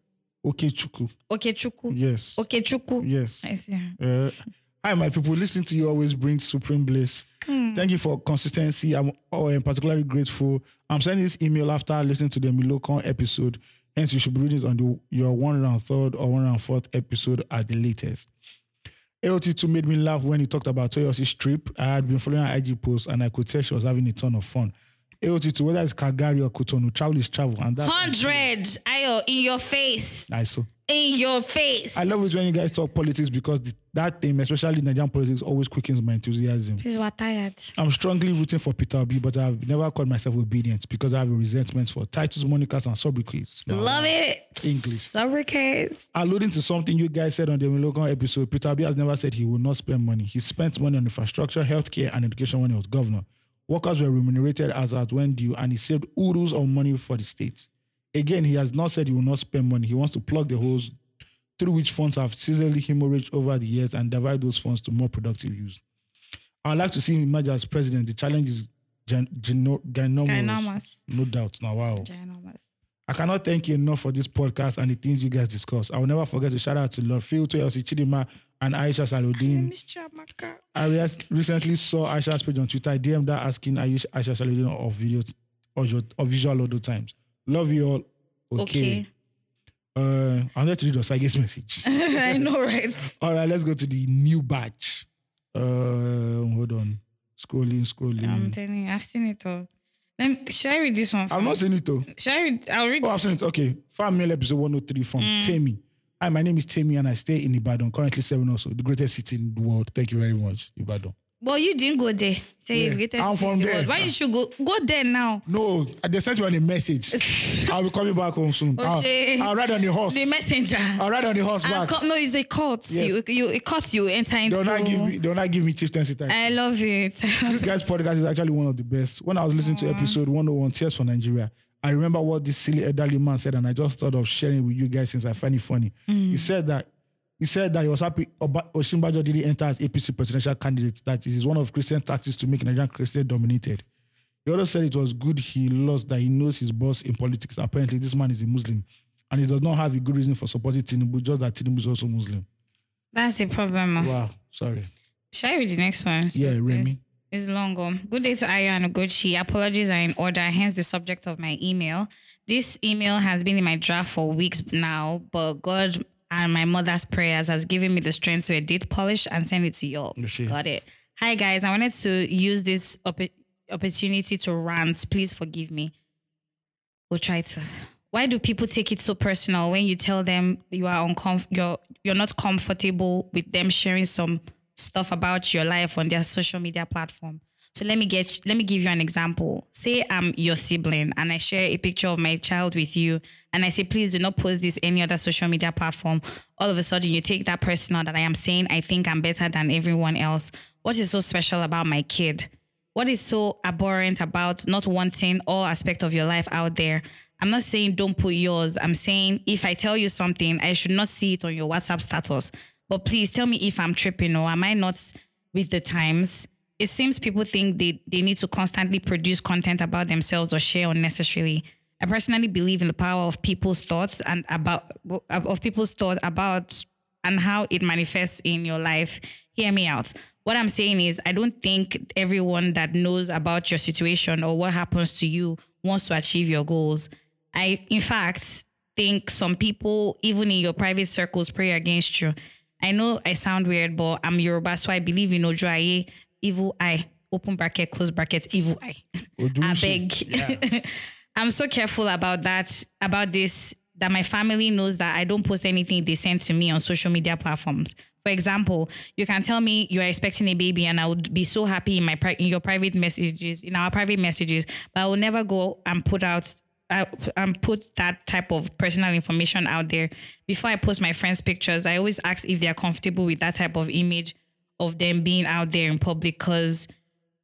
Speaker 3: Okechuku.
Speaker 2: Okechukwu.
Speaker 3: Yes.
Speaker 2: Okechukwu.
Speaker 3: Yes.
Speaker 2: I see.
Speaker 3: Uh, hi, my people. Listening to you always brings supreme bliss. Thank you for consistency. I'm, oh, I'm particularly grateful. I'm sending this email after listening to the Milocon episode. Hence, you should be reading it on the, your 103rd or 104th episode at the latest. LT2 made me laugh when he talked about Toyosi's trip. I had been following her IG posts and I could tell she was having a ton of fun. LT2, whether it's Calgary or Cotonou, travel is travel. And that's
Speaker 2: Hundred. Ayo, in your face.
Speaker 3: nice. So.
Speaker 2: In your face.
Speaker 3: I love it when you guys talk politics because the, that thing, especially Nigerian politics, always quickens my enthusiasm.
Speaker 2: Please, we're tired.
Speaker 3: I'm strongly rooting for Peter Obi, but I've never called myself obedient because I have a resentment for titles, monikers, and sobriquets.
Speaker 2: Love it.
Speaker 3: English.
Speaker 2: Sorry, case.
Speaker 3: Alluding to something you guys said on the Milogon episode, Peter Obi has never said he will not spend money. He spent money on infrastructure, healthcare, and education when he was governor. Workers were remunerated as at when due, and he saved oodles of money for the state. Again, he has not said he will not spend money. He wants to plug the holes through which funds have seasonally hemorrhaged over the years and divide those funds to more productive use. I'd like to see him emerge as president. The challenge is gen- geno- ginormous.
Speaker 2: Ginormous.
Speaker 3: No doubt. Now, wow.
Speaker 2: Ginormous.
Speaker 3: I cannot thank you enough for this podcast and the things you guys discuss. I will never forget to shout out to Lord Phil, to Elsie Chidima, and Aisha Saludin. I res- recently saw Aisha's page on Twitter. I DM'd her asking Are you Aisha Saludin of video or, your- or visual audio times. Love you all. Okay.
Speaker 2: Okay.
Speaker 3: Uh, I'm there to read Osage's message.
Speaker 2: I know, right?
Speaker 3: all right, let's go to the new batch. Uh, hold on. Scrolling, scrolling.
Speaker 2: I'm telling you, I've seen it all. Let me, should I read this one?
Speaker 3: I've not
Speaker 2: first?
Speaker 3: seen it though.
Speaker 2: Should I read? I'll read.
Speaker 3: Oh, I've seen it. Okay. Farm Mail episode 103 from
Speaker 2: Mm.
Speaker 3: Tammy. Hi, my name is Tammy and I stay in Ibadan, currently seven also, the greatest city in the world. Thank you very much, Ibadan.
Speaker 2: Well, you didn't go there. Say
Speaker 3: Yeah.
Speaker 2: greatest.
Speaker 3: I'm
Speaker 2: city
Speaker 3: from
Speaker 2: in the
Speaker 3: there.
Speaker 2: world. Why you should go? Go there now.
Speaker 3: No, they sent me on a message. I'll be coming back home soon. I'll,
Speaker 2: Okay.
Speaker 3: I'll ride on the horse.
Speaker 2: The messenger.
Speaker 3: I'll ride on the horse
Speaker 2: And
Speaker 3: back.
Speaker 2: co- no, it's a court.
Speaker 3: Yes.
Speaker 2: You, you, a court. You enter into.
Speaker 3: They'll not give me they'll not give me chieftaincy title.
Speaker 2: I love it.
Speaker 3: guys podcast is actually one of the best. When I was listening
Speaker 2: Mm.
Speaker 3: to episode 101, Tears for Nigeria, I remember what this silly elderly man said, and I just thought of sharing it with you guys since I find it funny.
Speaker 2: Mm.
Speaker 3: He said that he said that he was happy Oba- Osinbajo didn't enter as APC presidential candidate. That is one of Christian tactics to make Nigerian Christian dominated. He also said it was good he lost that he knows his boss in politics. Apparently, this man is a Muslim, and he does not have a good reason for supporting Tinubu, just that Tinubu is also Muslim.
Speaker 2: That's the problem. ah.
Speaker 3: Wow, sorry.
Speaker 2: Should I read the next one?
Speaker 3: Yeah, Remy.
Speaker 2: It's, it's long. um. Good day to Aya and Ogochi. Apologies are in order, hence the subject of my email. This email has been in my draft for weeks now, but God and my mother's prayers has given me the strength to edit, polish, and send it to y'all.
Speaker 3: Appreciate it.
Speaker 2: Got it. Hi guys, I wanted to use this oppo- opportunity to rant. Please forgive me. We'll try to. Why do people take it so personal when you tell them you are uncomf- you're you're not comfortable with them sharing some stuff about your life on their social media platform? So let me get let me give you an example. Say I'm your sibling and I share a picture of my child with you and I say please do not post this any other social media platform. All of a sudden you take that personal that I am saying I think I'm better than everyone else. What is so special about my kid? What is so abhorrent about not wanting all aspect of your life out there? I'm not saying don't put yours. I'm saying if I tell you something, I should not see it on your WhatsApp status. But please tell me if I'm tripping or am I not with the times? It seems people think they, they need to constantly produce content about themselves or share unnecessarily. I personally believe in the power of people's thoughts and about of people's thought about and how it manifests in your life. Hear me out. What I'm saying is, I don't think everyone that knows about your situation or what happens to you wants to achieve your goals. I, in fact, think some people, even in your private circles, pray against you. I know I sound weird, but I'm Yoruba, so I believe in Ojuaye, evil eye, open bracket, close bracket, evil eye. I beg. I'm so careful about that, about this, that my family knows that I don't post anything they send to me on social media platforms. For example, you can tell me you are expecting a baby, and I would be so happy in my pri- in your private messages, in our private messages, but I will never go and put out uh, and put that type of personal information out there. Before I post my friends' pictures, I always ask if they are comfortable with that type of image of them being out there in public, because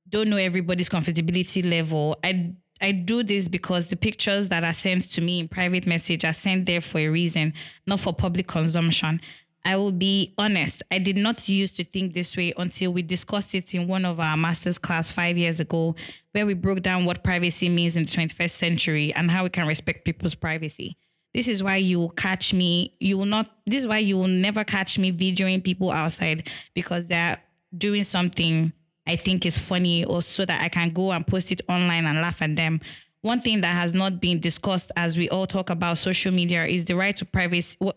Speaker 2: don't know everybody's comfortability level. I I do this because the pictures that are sent to me in private message are sent there for a reason, not for public consumption. I will be honest, I did not used to think this way until we discussed it in one of our master's class five years ago, where we broke down what privacy means in the 21st century and how we can respect people's privacy. This is why you will catch me, you will not, this is why you will never catch me videoing people outside because they're doing something I think is funny or so that I can go and post it online and laugh at them. One thing that has not been discussed as we all talk about social media is the right to privacy what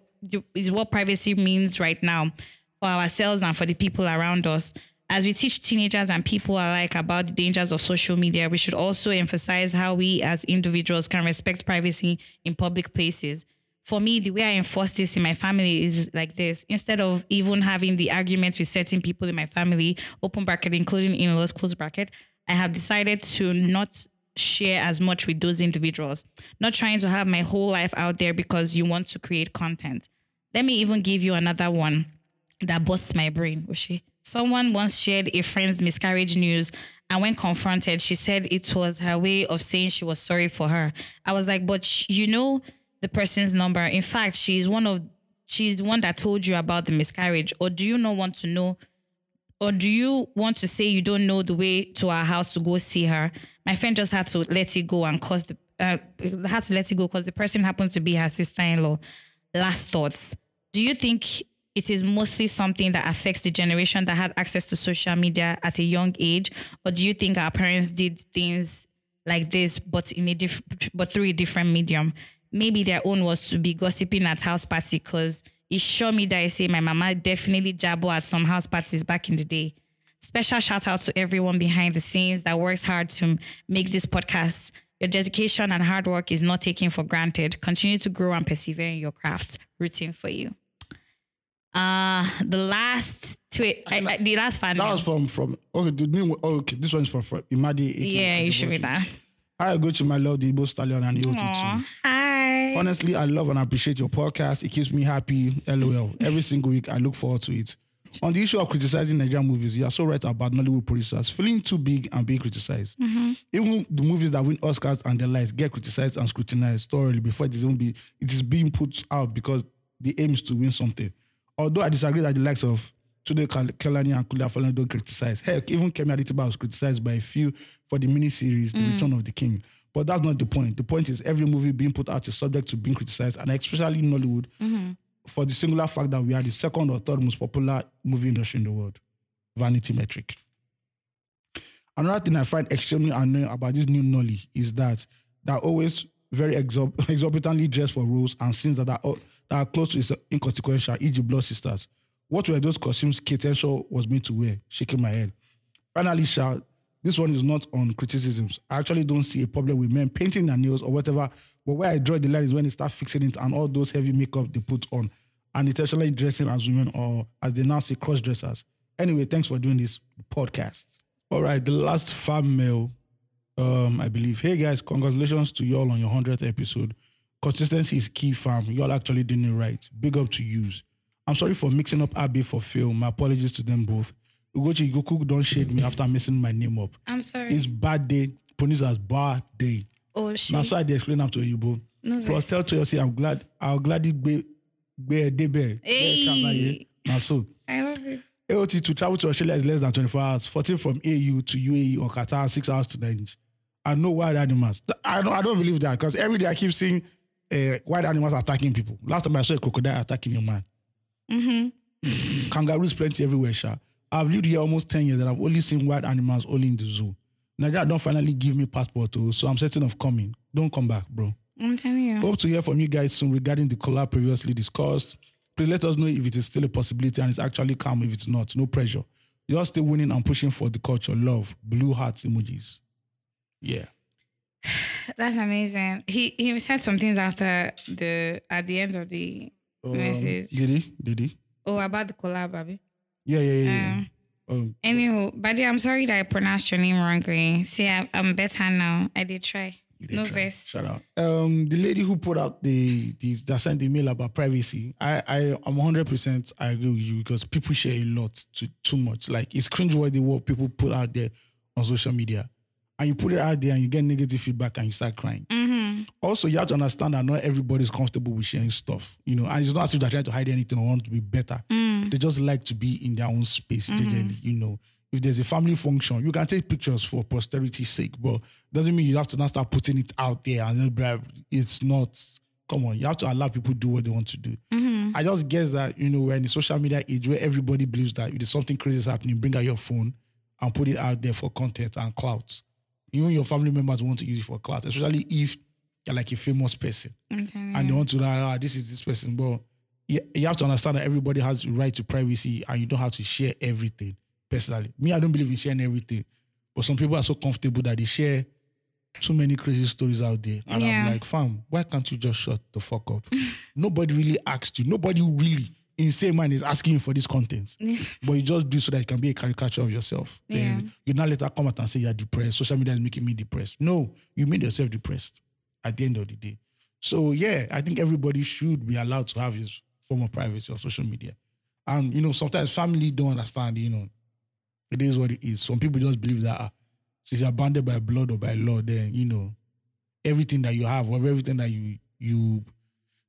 Speaker 2: is what privacy means right now for ourselves and for the people around us. As we teach teenagers and people alike about the dangers of social media, we should also emphasize how we as individuals can respect privacy in public places for me, the way I enforce this in my family is like this. Instead of even having the arguments with certain people in my family, open bracket, including in laws, close bracket, I have decided to not share as much with those individuals. Not trying to have my whole life out there because you want to create content. Let me even give you another one that busts my brain, Oshi. Someone once shared a friend's miscarriage news, and when confronted, she said it was her way of saying she was sorry for her. I was like, but sh- you know, the person's number. In fact, she's one of she's the one that told you about the miscarriage. Or do you not want to know? Or do you want to say you don't know the way to our house to go see her? My friend just had to let it go and cause the uh, had to let it go because the person happened to be her sister-in-law. Last thoughts. Do you think it is mostly something that affects the generation that had access to social media at a young age, or do you think our parents did things like this but in a different but through a different medium? maybe their own was to be gossiping at house party because it sure me that I say my mama definitely jabber at some house parties back in the day. Special shout out to everyone behind the scenes that works hard to make this podcast. Your dedication and hard work is not taken for granted. Continue to grow and persevere in your craft. Rooting for you. Uh the last tweet, I, I, the last fan.
Speaker 3: That
Speaker 2: mail.
Speaker 3: was from from okay. The new okay. This one's from, from Imadi. aka
Speaker 2: yeah, you should read
Speaker 3: Adebotris.
Speaker 2: that.
Speaker 3: I go to my love, the Igbo Stallion, and EOT
Speaker 2: Aw,
Speaker 3: too.
Speaker 2: hi.
Speaker 3: Honestly, I love and appreciate your podcast. It keeps me happy. LOL. Every single week, I look forward to it. On the issue of criticizing Nigerian movies, you are so right about Nollywood producers feeling too big and being criticized.
Speaker 2: Mm-hmm.
Speaker 3: Even the movies that win Oscars and the likes get criticized and scrutinized thoroughly before it is even be it is being put out because the aim is to win something. Although I disagree that the likes of Tunde Kal- Kelani and Kule Afolayan don't criticize. Heck, even Kemi Adetiba was criticized by a few for the miniseries The Return of the King. But that's not the point. The point is every movie being put out is subject to being criticized, and especially in Nollywood, for the singular fact that we are the second or third most popular movie industry in the world. Vanity metric. Another thing I find extremely annoying about this new Nolly is that they're always very exor- exorbitantly dressed for roles and scenes that are, o- that are close to is- inconsequential, e.g., Blood Sisters. What were those costumes Kate Henshaw was made to wear? Shaking my head. Finally, Sha, this one is not on criticisms. I actually don't see a problem with men painting their nails or whatever, but where I draw the line is when they start fixing it and all those heavy makeup they put on and intentionally dressing as women or as they now say cross dressers. Anyway, thanks for doing this podcast. All right, the last fan mail, um, I believe. Hey guys, congratulations to y'all on your 100th episode. Consistency is key, fam. Y'all actually doing it right. Big up to yous. I'm sorry for mixing up Abby for Phil. My apologies to them both. Ugochi Goku don't shade me after messing my name up.
Speaker 2: I'm sorry.
Speaker 3: It's bad day. Ponies as bad day.
Speaker 2: oh shit.
Speaker 3: Now, so I dey explain am to Oyibo. Plus, tell to yourself, I'm glad, I'll gladly be, be a day bear.
Speaker 2: Hey.
Speaker 3: Now, so.
Speaker 2: I love it.
Speaker 3: E AOT to travel to Australia is less than 24 hours, 14 from AU to UAE or Qatar, 6 hours to Nigeria. I know wild animals. Th- I don't, I don't believe that because every day I keep seeing uh, wild animals attacking people. Last time I saw a crocodile attacking a man.
Speaker 2: Mm-hmm.
Speaker 3: Kangaroos plenty everywhere, Sha. I've lived here almost 10 years and I've only seen wild animals only in the zoo. Nigeria don't finally give me passport, oh, so I'm certain of coming. Don't come back, bro.
Speaker 2: I'm telling you.
Speaker 3: Mm-hmm. Hope to hear from you guys soon regarding the collab previously discussed. Please let us know if it is still a possibility and it's actually calm if it's not. No pressure. You're still winning and pushing for the culture. Love. Blue hearts emojis. Yeah.
Speaker 2: That's amazing. He he said some things after the at the end of the message.
Speaker 3: Did he? Did he?
Speaker 2: Oh, about the collab, Abby.
Speaker 3: Yeah, yeah, yeah. yeah. Um,
Speaker 2: Anywho, Badi, I'm sorry that I pronounced your name wrongly. See, I, I'm better now. I did try.
Speaker 3: you did
Speaker 2: No
Speaker 3: try.
Speaker 2: verse.
Speaker 3: Shout out. Um, the lady who put out the, the that sent the mail about privacy. I I am 100. percent I agree with you because people share a lot to too much. Like it's cringeworthy what people put out there on social media, and you put it out there and you get negative feedback and you start crying. Also, you have to understand that not everybody's comfortable with sharing stuff. You know, and it's not as if they're trying to hide anything or want to be better. They just like to be in their own space, generally, you know. If there's a family function, you can take pictures for posterity's sake, but doesn't mean you have to now start putting it out there and then blah, it's not. Come on, you have to allow people to do what they want to do.
Speaker 2: Mm-hmm.
Speaker 3: I just guess that you know we're in the social media age where everybody believes that if there's something crazy is happening, bring out your phone and put it out there for content and clout. Even your family members want to use it for clout, especially if you're like a famous person
Speaker 2: I'm telling you.
Speaker 3: and they want to know, ah, this is this person. But you, you have to understand that everybody has the right to privacy and you don't have to share everything personally. Me, I don't believe in sharing everything, but some people are so comfortable that they share too many crazy stories out there. And
Speaker 2: Yeah.
Speaker 3: I'm like, fam, why can't you just shut the fuck up? Nobody really asked you. Nobody really, insane man, is asking you for this content. but you just do so that you can be a caricature of yourself. Then you now later come out and say you're depressed. Social media is making me depressed. No, you made yourself depressed at the end of the day. So yeah, I think everybody should be allowed to have his form of privacy on social media. And you know, sometimes family don't understand, you know, it is what it is. Some people just believe that ah, since you're bounded by blood or by law, then you know, everything that you have or everything that you you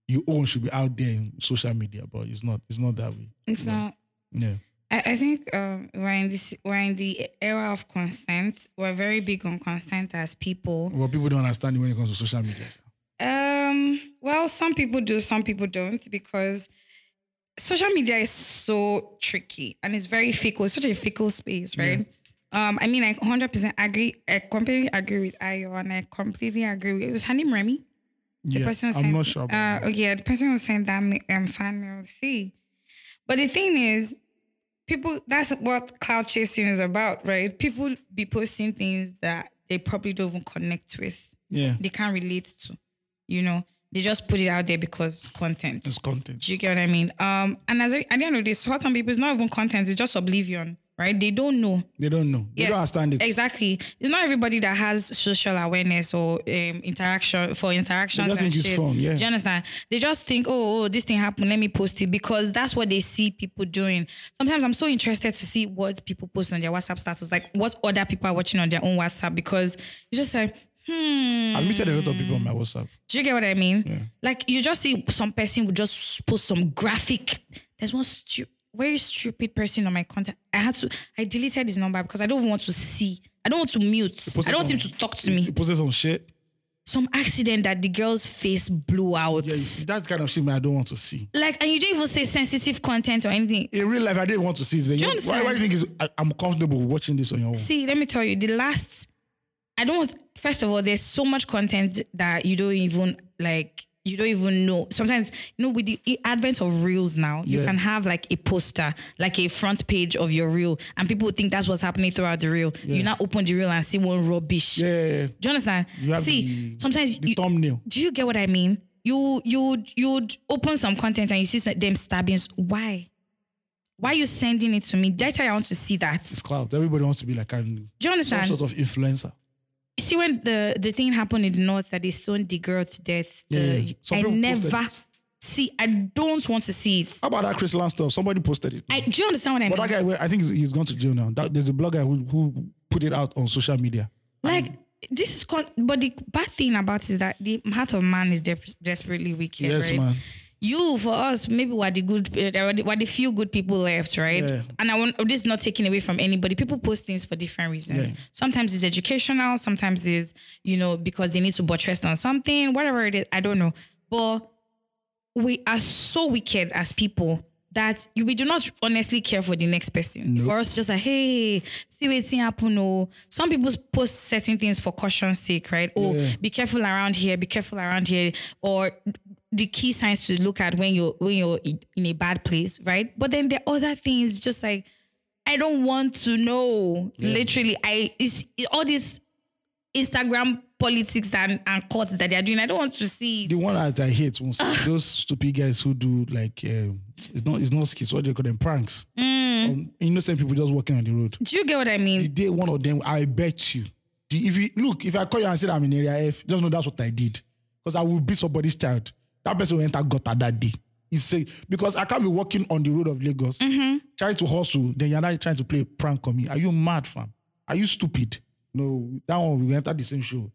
Speaker 3: you own should be out there in social media, but it's not it's not that way.
Speaker 2: It's not.
Speaker 3: Yeah.
Speaker 2: I, I think um, we're in this. We're in the era of consent. We're very big on consent as people.
Speaker 3: Well, people don't understand it when it comes to social media.
Speaker 2: Um, well, some people do, some people don't, because social media is so tricky and it's very fickle. It's such a fickle space, right? Um, I mean, I 100% agree. I completely agree with Ayo, and I completely agree with it was her name Remy. The
Speaker 3: Yeah.
Speaker 2: person who
Speaker 3: I'm
Speaker 2: sent,
Speaker 3: not sure about
Speaker 2: Uh, oh, yeah, the person who sent that ma- um, fan mail. See, but the thing is, people. That's what cloud chasing is about, right? People be posting things that they probably don't even connect with
Speaker 3: Yeah.
Speaker 2: they can't relate to. You know, they just put it out there because content.
Speaker 3: It's content.
Speaker 2: Do you get what I mean? Um, and as I, at the end of this, for some people, it's not even content; it's just oblivion, right? They don't know.
Speaker 3: They don't know. They
Speaker 2: Yes,
Speaker 3: don't understand it.
Speaker 2: Exactly. It's not everybody that has social awareness or um, interaction for interaction.
Speaker 3: They just think it's fun, yeah.
Speaker 2: Do you understand? They just think, oh, oh, this thing happened. Let me post it because that's what they see people doing. Sometimes I'm so interested to see what people post on their WhatsApp status, like what other people are watching on their own WhatsApp, because it's just like, hmm.
Speaker 3: I've muted a lot of people on my WhatsApp.
Speaker 2: Do you get what I mean?
Speaker 3: Yeah.
Speaker 2: Like you just see some person would just post some graphic. There's one stu- very stupid person on my contact. I had to I deleted his number because I don't even want to see. I don't want to mute. I don't want him to talk to
Speaker 3: He
Speaker 2: me.
Speaker 3: posted some shit.
Speaker 2: Some accident that the girl's face blew out.
Speaker 3: Yeah, you see, that kind of shit, man, I don't want to see.
Speaker 2: Like and you didn't even say sensitive content or anything.
Speaker 3: In real life, I didn't want to see it.
Speaker 2: you
Speaker 3: You- Why, why do you think it's, I, I'm comfortable watching this on your own?
Speaker 2: See, let me tell you, the last I don't want first of all, there's so much content that you don't even like you don't even know. Sometimes, you know, with the e, advent of reels now, you
Speaker 3: Yeah.
Speaker 2: can have like a poster, like a front page of your reel, and people think that's what's happening throughout the reel. You now open the reel and see one rubbish.
Speaker 3: Yeah, yeah, yeah.
Speaker 2: Do you understand?
Speaker 3: You have
Speaker 2: see,
Speaker 3: the-
Speaker 2: sometimes
Speaker 3: the
Speaker 2: you,
Speaker 3: thumbnail.
Speaker 2: do you get what I mean? You you you'd open some content and you see some- them stabbing. Why? Why are you sending it to me? Did I tell you I want to see that?
Speaker 3: It's clout. Everybody wants to be like an,
Speaker 2: Do you
Speaker 3: some
Speaker 2: understand?
Speaker 3: sort of influencer.
Speaker 2: You see when the the thing happened in the north that they stoned the girl to death. The,
Speaker 3: Yeah, yeah. Some
Speaker 2: I
Speaker 3: people posted
Speaker 2: never
Speaker 3: it.
Speaker 2: see. I don't want to see it.
Speaker 3: How about that Chris Lance stuff? Somebody posted it.
Speaker 2: I, do you understand what I
Speaker 3: but
Speaker 2: mean?
Speaker 3: that guy, well, I think he's, he's gone to jail now. That, there's a blogger who, who put it out on social media.
Speaker 2: like this is con- but the bad thing about it is that the heart of man is de- desperately wicked.
Speaker 3: Yes,
Speaker 2: right?
Speaker 3: man.
Speaker 2: you for us maybe we're the good uh, there were the- we're the few good people left right
Speaker 3: Yeah.
Speaker 2: and i want this is not taken away from anybody people post things for different reasons
Speaker 3: Yeah.
Speaker 2: sometimes it's educational sometimes it's you know because they need to buttress on something whatever it is i don't know but we are so wicked as people that you, we do not honestly care for the next person. For us, just like, hey, see what's happen. Oh, some people post certain things for caution's sake, right? Oh,
Speaker 3: Yeah.
Speaker 2: be careful around here. Be careful around here. Or the key signs to look at when you're when you're in in a bad place, right? But then there are other things, just like I don't want to know. Literally, I it's it- all this Instagram politics and and cuts that they are doing. I don't want to see. it.
Speaker 3: The one that I hate was those stupid guys who do like um, it's not it's not skits. What do they call them? Pranks. Um, innocent people just walking on the road.
Speaker 2: Do you get what I
Speaker 3: The
Speaker 2: mean?
Speaker 3: day one of them, I bet you. the- if you look, if I call you and say that I'm in area F, just know that's what I did. Because I will beat somebody's child. That person will enter gutter that day. It's safe. Because I can't be walking on the road of Lagos trying to hustle. Then you're not trying to play a prank on me. Are you mad, fam? Are you stupid? No, that one will enter the same show.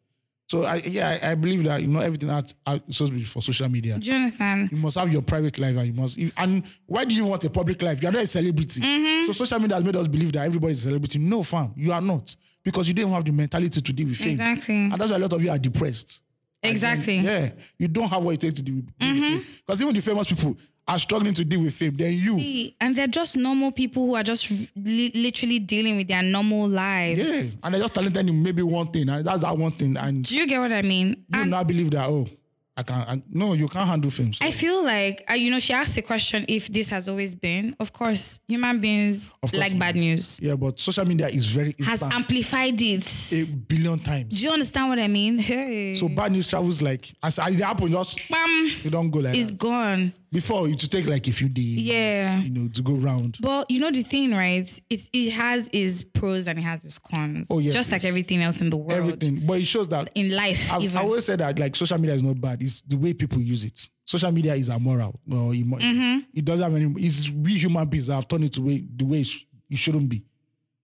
Speaker 3: So I yeah, I, I believe that you know everything that's that's supposed to be for social media.
Speaker 2: Do you understand?
Speaker 3: You must have your private life and you must. if- And why do you want a public life? You're not a celebrity.
Speaker 2: Mm-hmm.
Speaker 3: So social media has made us believe that everybody's a celebrity. No, fam, you are not. Because you don't even have the mentality to deal with fame.
Speaker 2: Exactly. Mm-hmm.
Speaker 3: And that's why a lot of you are depressed.
Speaker 2: Exactly.
Speaker 3: Yeah. You don't have what it takes to deal with deal with
Speaker 2: Mm-hmm.
Speaker 3: fame. Because even the famous people are struggling to deal with fame. Then you.
Speaker 2: See, And they're just normal people who are just li- literally dealing with their normal lives.
Speaker 3: Yeah. And they're just talented in maybe one thing. And that's that one thing. And
Speaker 2: Do you get what I mean?
Speaker 3: you
Speaker 2: And
Speaker 3: now believe that, oh, I can't. I- no, you can't handle fame. So,
Speaker 2: I feel like, uh, you know, she asked the question if this has always been. Of course, human beings
Speaker 3: Of course
Speaker 2: like
Speaker 3: it
Speaker 2: bad news
Speaker 3: yeah, but social media is very.
Speaker 2: has
Speaker 3: instant.
Speaker 2: amplified it.
Speaker 3: A billion times.
Speaker 2: Do you understand what I mean? Hey.
Speaker 3: So bad news travels like as as it happens, just
Speaker 2: Bam,
Speaker 3: you don't go like
Speaker 2: it's
Speaker 3: that.
Speaker 2: gone.
Speaker 3: Before it would take like a few days,
Speaker 2: Yeah.
Speaker 3: you know, to go round.
Speaker 2: But you know the thing, right? It it has its pros and it has its cons.
Speaker 3: Oh, yes,
Speaker 2: just like
Speaker 3: yes.
Speaker 2: everything else in the world,
Speaker 3: Everything, but it shows that
Speaker 2: in life,
Speaker 3: I've-
Speaker 2: even.
Speaker 3: I always say that like social media is not bad. It's the way people use it. Social media is immoral. Or immo-
Speaker 2: Mm-hmm.
Speaker 3: It doesn't have any. It's we human beings that have turned it to way, the way it, sh- it shouldn't be,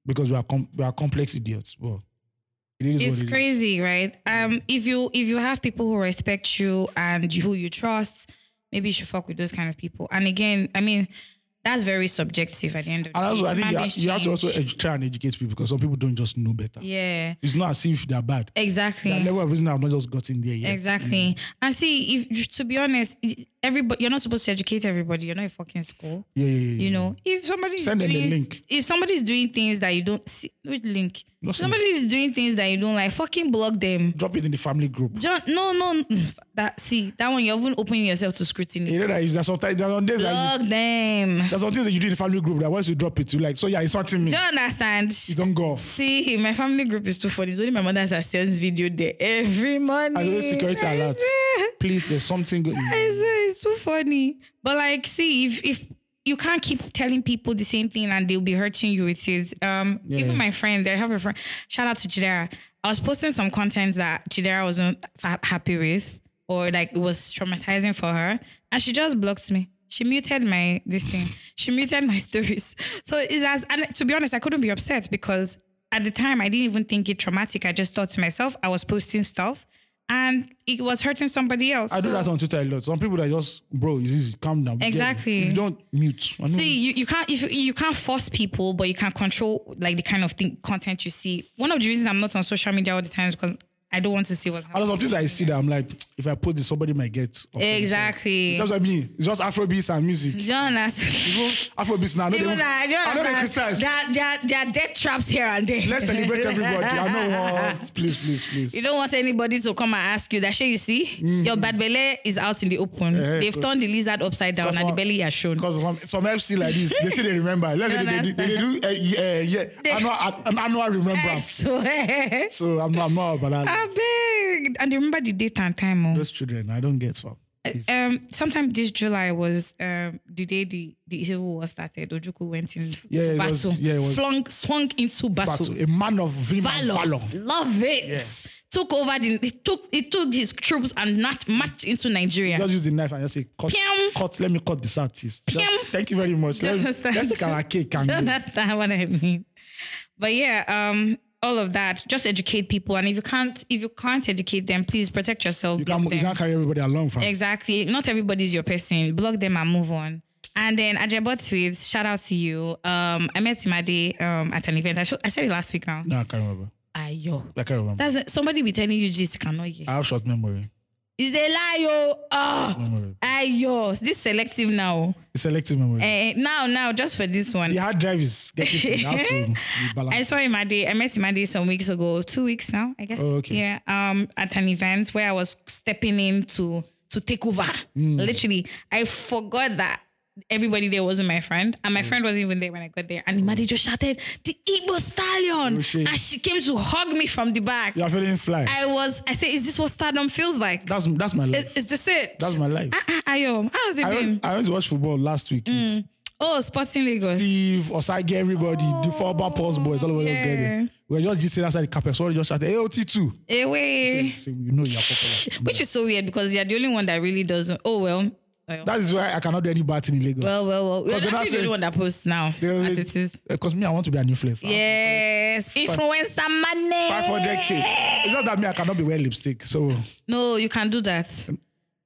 Speaker 3: because we are com- we are complex idiots. Well, it is
Speaker 2: it's
Speaker 3: what it is.
Speaker 2: crazy, right? Um, if you if you have people who respect you and you- who you trust, maybe you should fuck with those kind of people. And again, I mean, that's very subjective at the end of the
Speaker 3: And also,
Speaker 2: day.
Speaker 3: I think
Speaker 2: Human
Speaker 3: you, ha-
Speaker 2: beings
Speaker 3: you have to also
Speaker 2: change.
Speaker 3: edu- try and educate people because some people don't just know better.
Speaker 2: yeah,
Speaker 3: It's not as if they're bad.
Speaker 2: exactly.
Speaker 3: That level of reason I've not just gotten there yet.
Speaker 2: Exactly. And see, if to be honest, everybody you're not supposed to educate everybody. You're not a fucking school.
Speaker 3: Yeah, yeah, yeah.
Speaker 2: You know, if somebody
Speaker 3: Send
Speaker 2: is
Speaker 3: them a
Speaker 2: doing,
Speaker 3: link.
Speaker 2: If somebody is doing things that you don't see, which link?
Speaker 3: No
Speaker 2: somebody is doing things that you don't like. Fucking block them.
Speaker 3: drop it in the family group.
Speaker 2: John, no, no, mm, that see that one. You're even opening yourself to
Speaker 3: You
Speaker 2: scrutiny.
Speaker 3: know that you- there's sometimes there's some days that you,
Speaker 2: Block them.
Speaker 3: there's some things that you do in the family group that once you drop it, you like, so yeah, insulting me.
Speaker 2: Do you understand?
Speaker 3: It don't go off.
Speaker 2: See, my family group is too funny. It's only my mother that sends video there every morning.
Speaker 3: I know security
Speaker 2: I
Speaker 3: alert.
Speaker 2: swear.
Speaker 3: Please, there's something good.
Speaker 2: I swear, it's too funny. But like, see, if if you can't keep telling people the same thing and they'll be hurting you with it. Um, even my friend, I have a friend. Shout out to Jidera. I was posting some content that Jidera wasn't fa- happy with, or like it was traumatizing for her, and she just blocked me. She muted my this thing. She muted my stories. So it's as and to be honest, I couldn't be upset because at the time I didn't even think it traumatic. I just thought to myself, I was posting stuff and it was hurting somebody else.
Speaker 3: I do
Speaker 2: So-
Speaker 3: that on Twitter a lot. Some people that just, bro, it's easy, calm down. Get it.
Speaker 2: Exactly.
Speaker 3: If you don't mute. I know-
Speaker 2: See, you, you can't if you, you can't force people, but you can control like the kind of thing content you see. One of the reasons I'm not on social media all the time is because I don't want to see what's
Speaker 3: And there's
Speaker 2: happening.
Speaker 3: some things I see that I'm like, if I post this, somebody might get. offended.
Speaker 2: Exactly.
Speaker 3: That's what I mean. It's just Afrobeats and music.
Speaker 2: Jonas.
Speaker 3: Afrobeats now. I know they, I know they criticize.
Speaker 2: There, there, there are death traps here and there.
Speaker 3: Let's celebrate everybody. I know. uh, what. Please, please, please.
Speaker 2: You don't want anybody to come and ask you that shey you see, your bad belly is out in the open.
Speaker 3: Mm. Eh,
Speaker 2: They've
Speaker 3: cause-
Speaker 2: turned the lizard upside down
Speaker 3: cause
Speaker 2: and the
Speaker 3: one-
Speaker 2: belly are shown.
Speaker 3: Because some, some FC like this, they say they remember. Let's say they, they, they, they do uh, yeah, yeah, annual, an annual
Speaker 2: I
Speaker 3: remembrance.
Speaker 2: swear.
Speaker 3: So I'm not, I'm not about
Speaker 2: Ah.
Speaker 3: that.
Speaker 2: I beg. And remember the date and time. Oh.
Speaker 3: Those children, I don't get far.
Speaker 2: um sometime this July was um the day the, the civil war started. Ojuku went in
Speaker 3: Yeah,
Speaker 2: to
Speaker 3: it
Speaker 2: battle,
Speaker 3: was- yeah, it was-
Speaker 2: flung swung into battle.
Speaker 3: But a man of vim and
Speaker 2: Valor.
Speaker 3: valor.
Speaker 2: Love it.
Speaker 3: Yes.
Speaker 2: Took over the it took it took his troops and not marched into Nigeria.
Speaker 3: Just use the knife and just say, cut,
Speaker 2: Piam.
Speaker 3: cut let me cut this artist. Just-
Speaker 2: Piam.
Speaker 3: Thank you very much.
Speaker 2: Do you
Speaker 3: Let,
Speaker 2: understand?
Speaker 3: let's take our cake
Speaker 2: Do you
Speaker 3: and go.
Speaker 2: understand what I mean? But yeah, um all of that. Just educate people, and if you can't, if you can't educate them, please protect yourself.
Speaker 3: You
Speaker 2: block
Speaker 3: can't, you
Speaker 2: them.
Speaker 3: can't carry everybody along, fam.
Speaker 2: Exactly. Not everybody's your person. Block them and move on. And then Ajebo tweets, shout out to you. Um, I met Imade um, at an event. I, sho- I said it last week now.
Speaker 3: No, I can't remember.
Speaker 2: Ayo.
Speaker 3: I can't remember.
Speaker 2: That's somebody be telling you gist you cannot hear.
Speaker 3: I have short memory.
Speaker 2: Is they lie, yo? Oh,
Speaker 3: memory.
Speaker 2: ayo. This selective now.
Speaker 3: It's selective memory.
Speaker 2: Eh, now, now, just for this one.
Speaker 3: the hard drive is getting thin. I have to
Speaker 2: I
Speaker 3: balance.
Speaker 2: saw Imade. I met Imade some weeks ago, two weeks now, I guess.
Speaker 3: Oh, okay.
Speaker 2: Yeah. Um, at an event where I was stepping in to to take over.
Speaker 3: Hmm.
Speaker 2: Literally, I forgot that everybody there wasn't my friend, and my
Speaker 3: Hmm.
Speaker 2: friend wasn't even there when I got there. And Imade just shouted, "The Igbo stallion!"
Speaker 3: Oh, shit.
Speaker 2: and she came to hug me from the back.
Speaker 3: You are feeling fly.
Speaker 2: I was. I said, "Is this what stardom feels like?
Speaker 3: that's that's my
Speaker 2: is,
Speaker 3: life.
Speaker 2: is this it?"
Speaker 3: That's my life.
Speaker 2: Ah, ah, ayo, how's it
Speaker 3: I
Speaker 2: been?
Speaker 3: went, I went to watch football last week. with
Speaker 2: oh, Sporting Lagos.
Speaker 3: Steve, Osage, everybody, the football pulse boys, all over just
Speaker 2: Oh, yeah.
Speaker 3: there. We were just sitting outside the carpet. Somebody just shouted, AOT2.
Speaker 2: Eh, wey.
Speaker 3: So you know you're popular.
Speaker 2: Which is so weird because you're the only one that really doesn't. Oh well. well.
Speaker 3: that is why I cannot do any bad thing in Lagos.
Speaker 2: Well, well, well. You're
Speaker 3: Because they're not
Speaker 2: actually the
Speaker 3: saying-
Speaker 2: only one that posts now, as it is.
Speaker 3: Because eh, me, I want to be an influencer.
Speaker 2: Yes, influencer money.
Speaker 3: 500k. It's not that me, I cannot be wearing lipstick. So,
Speaker 2: No, you can do that.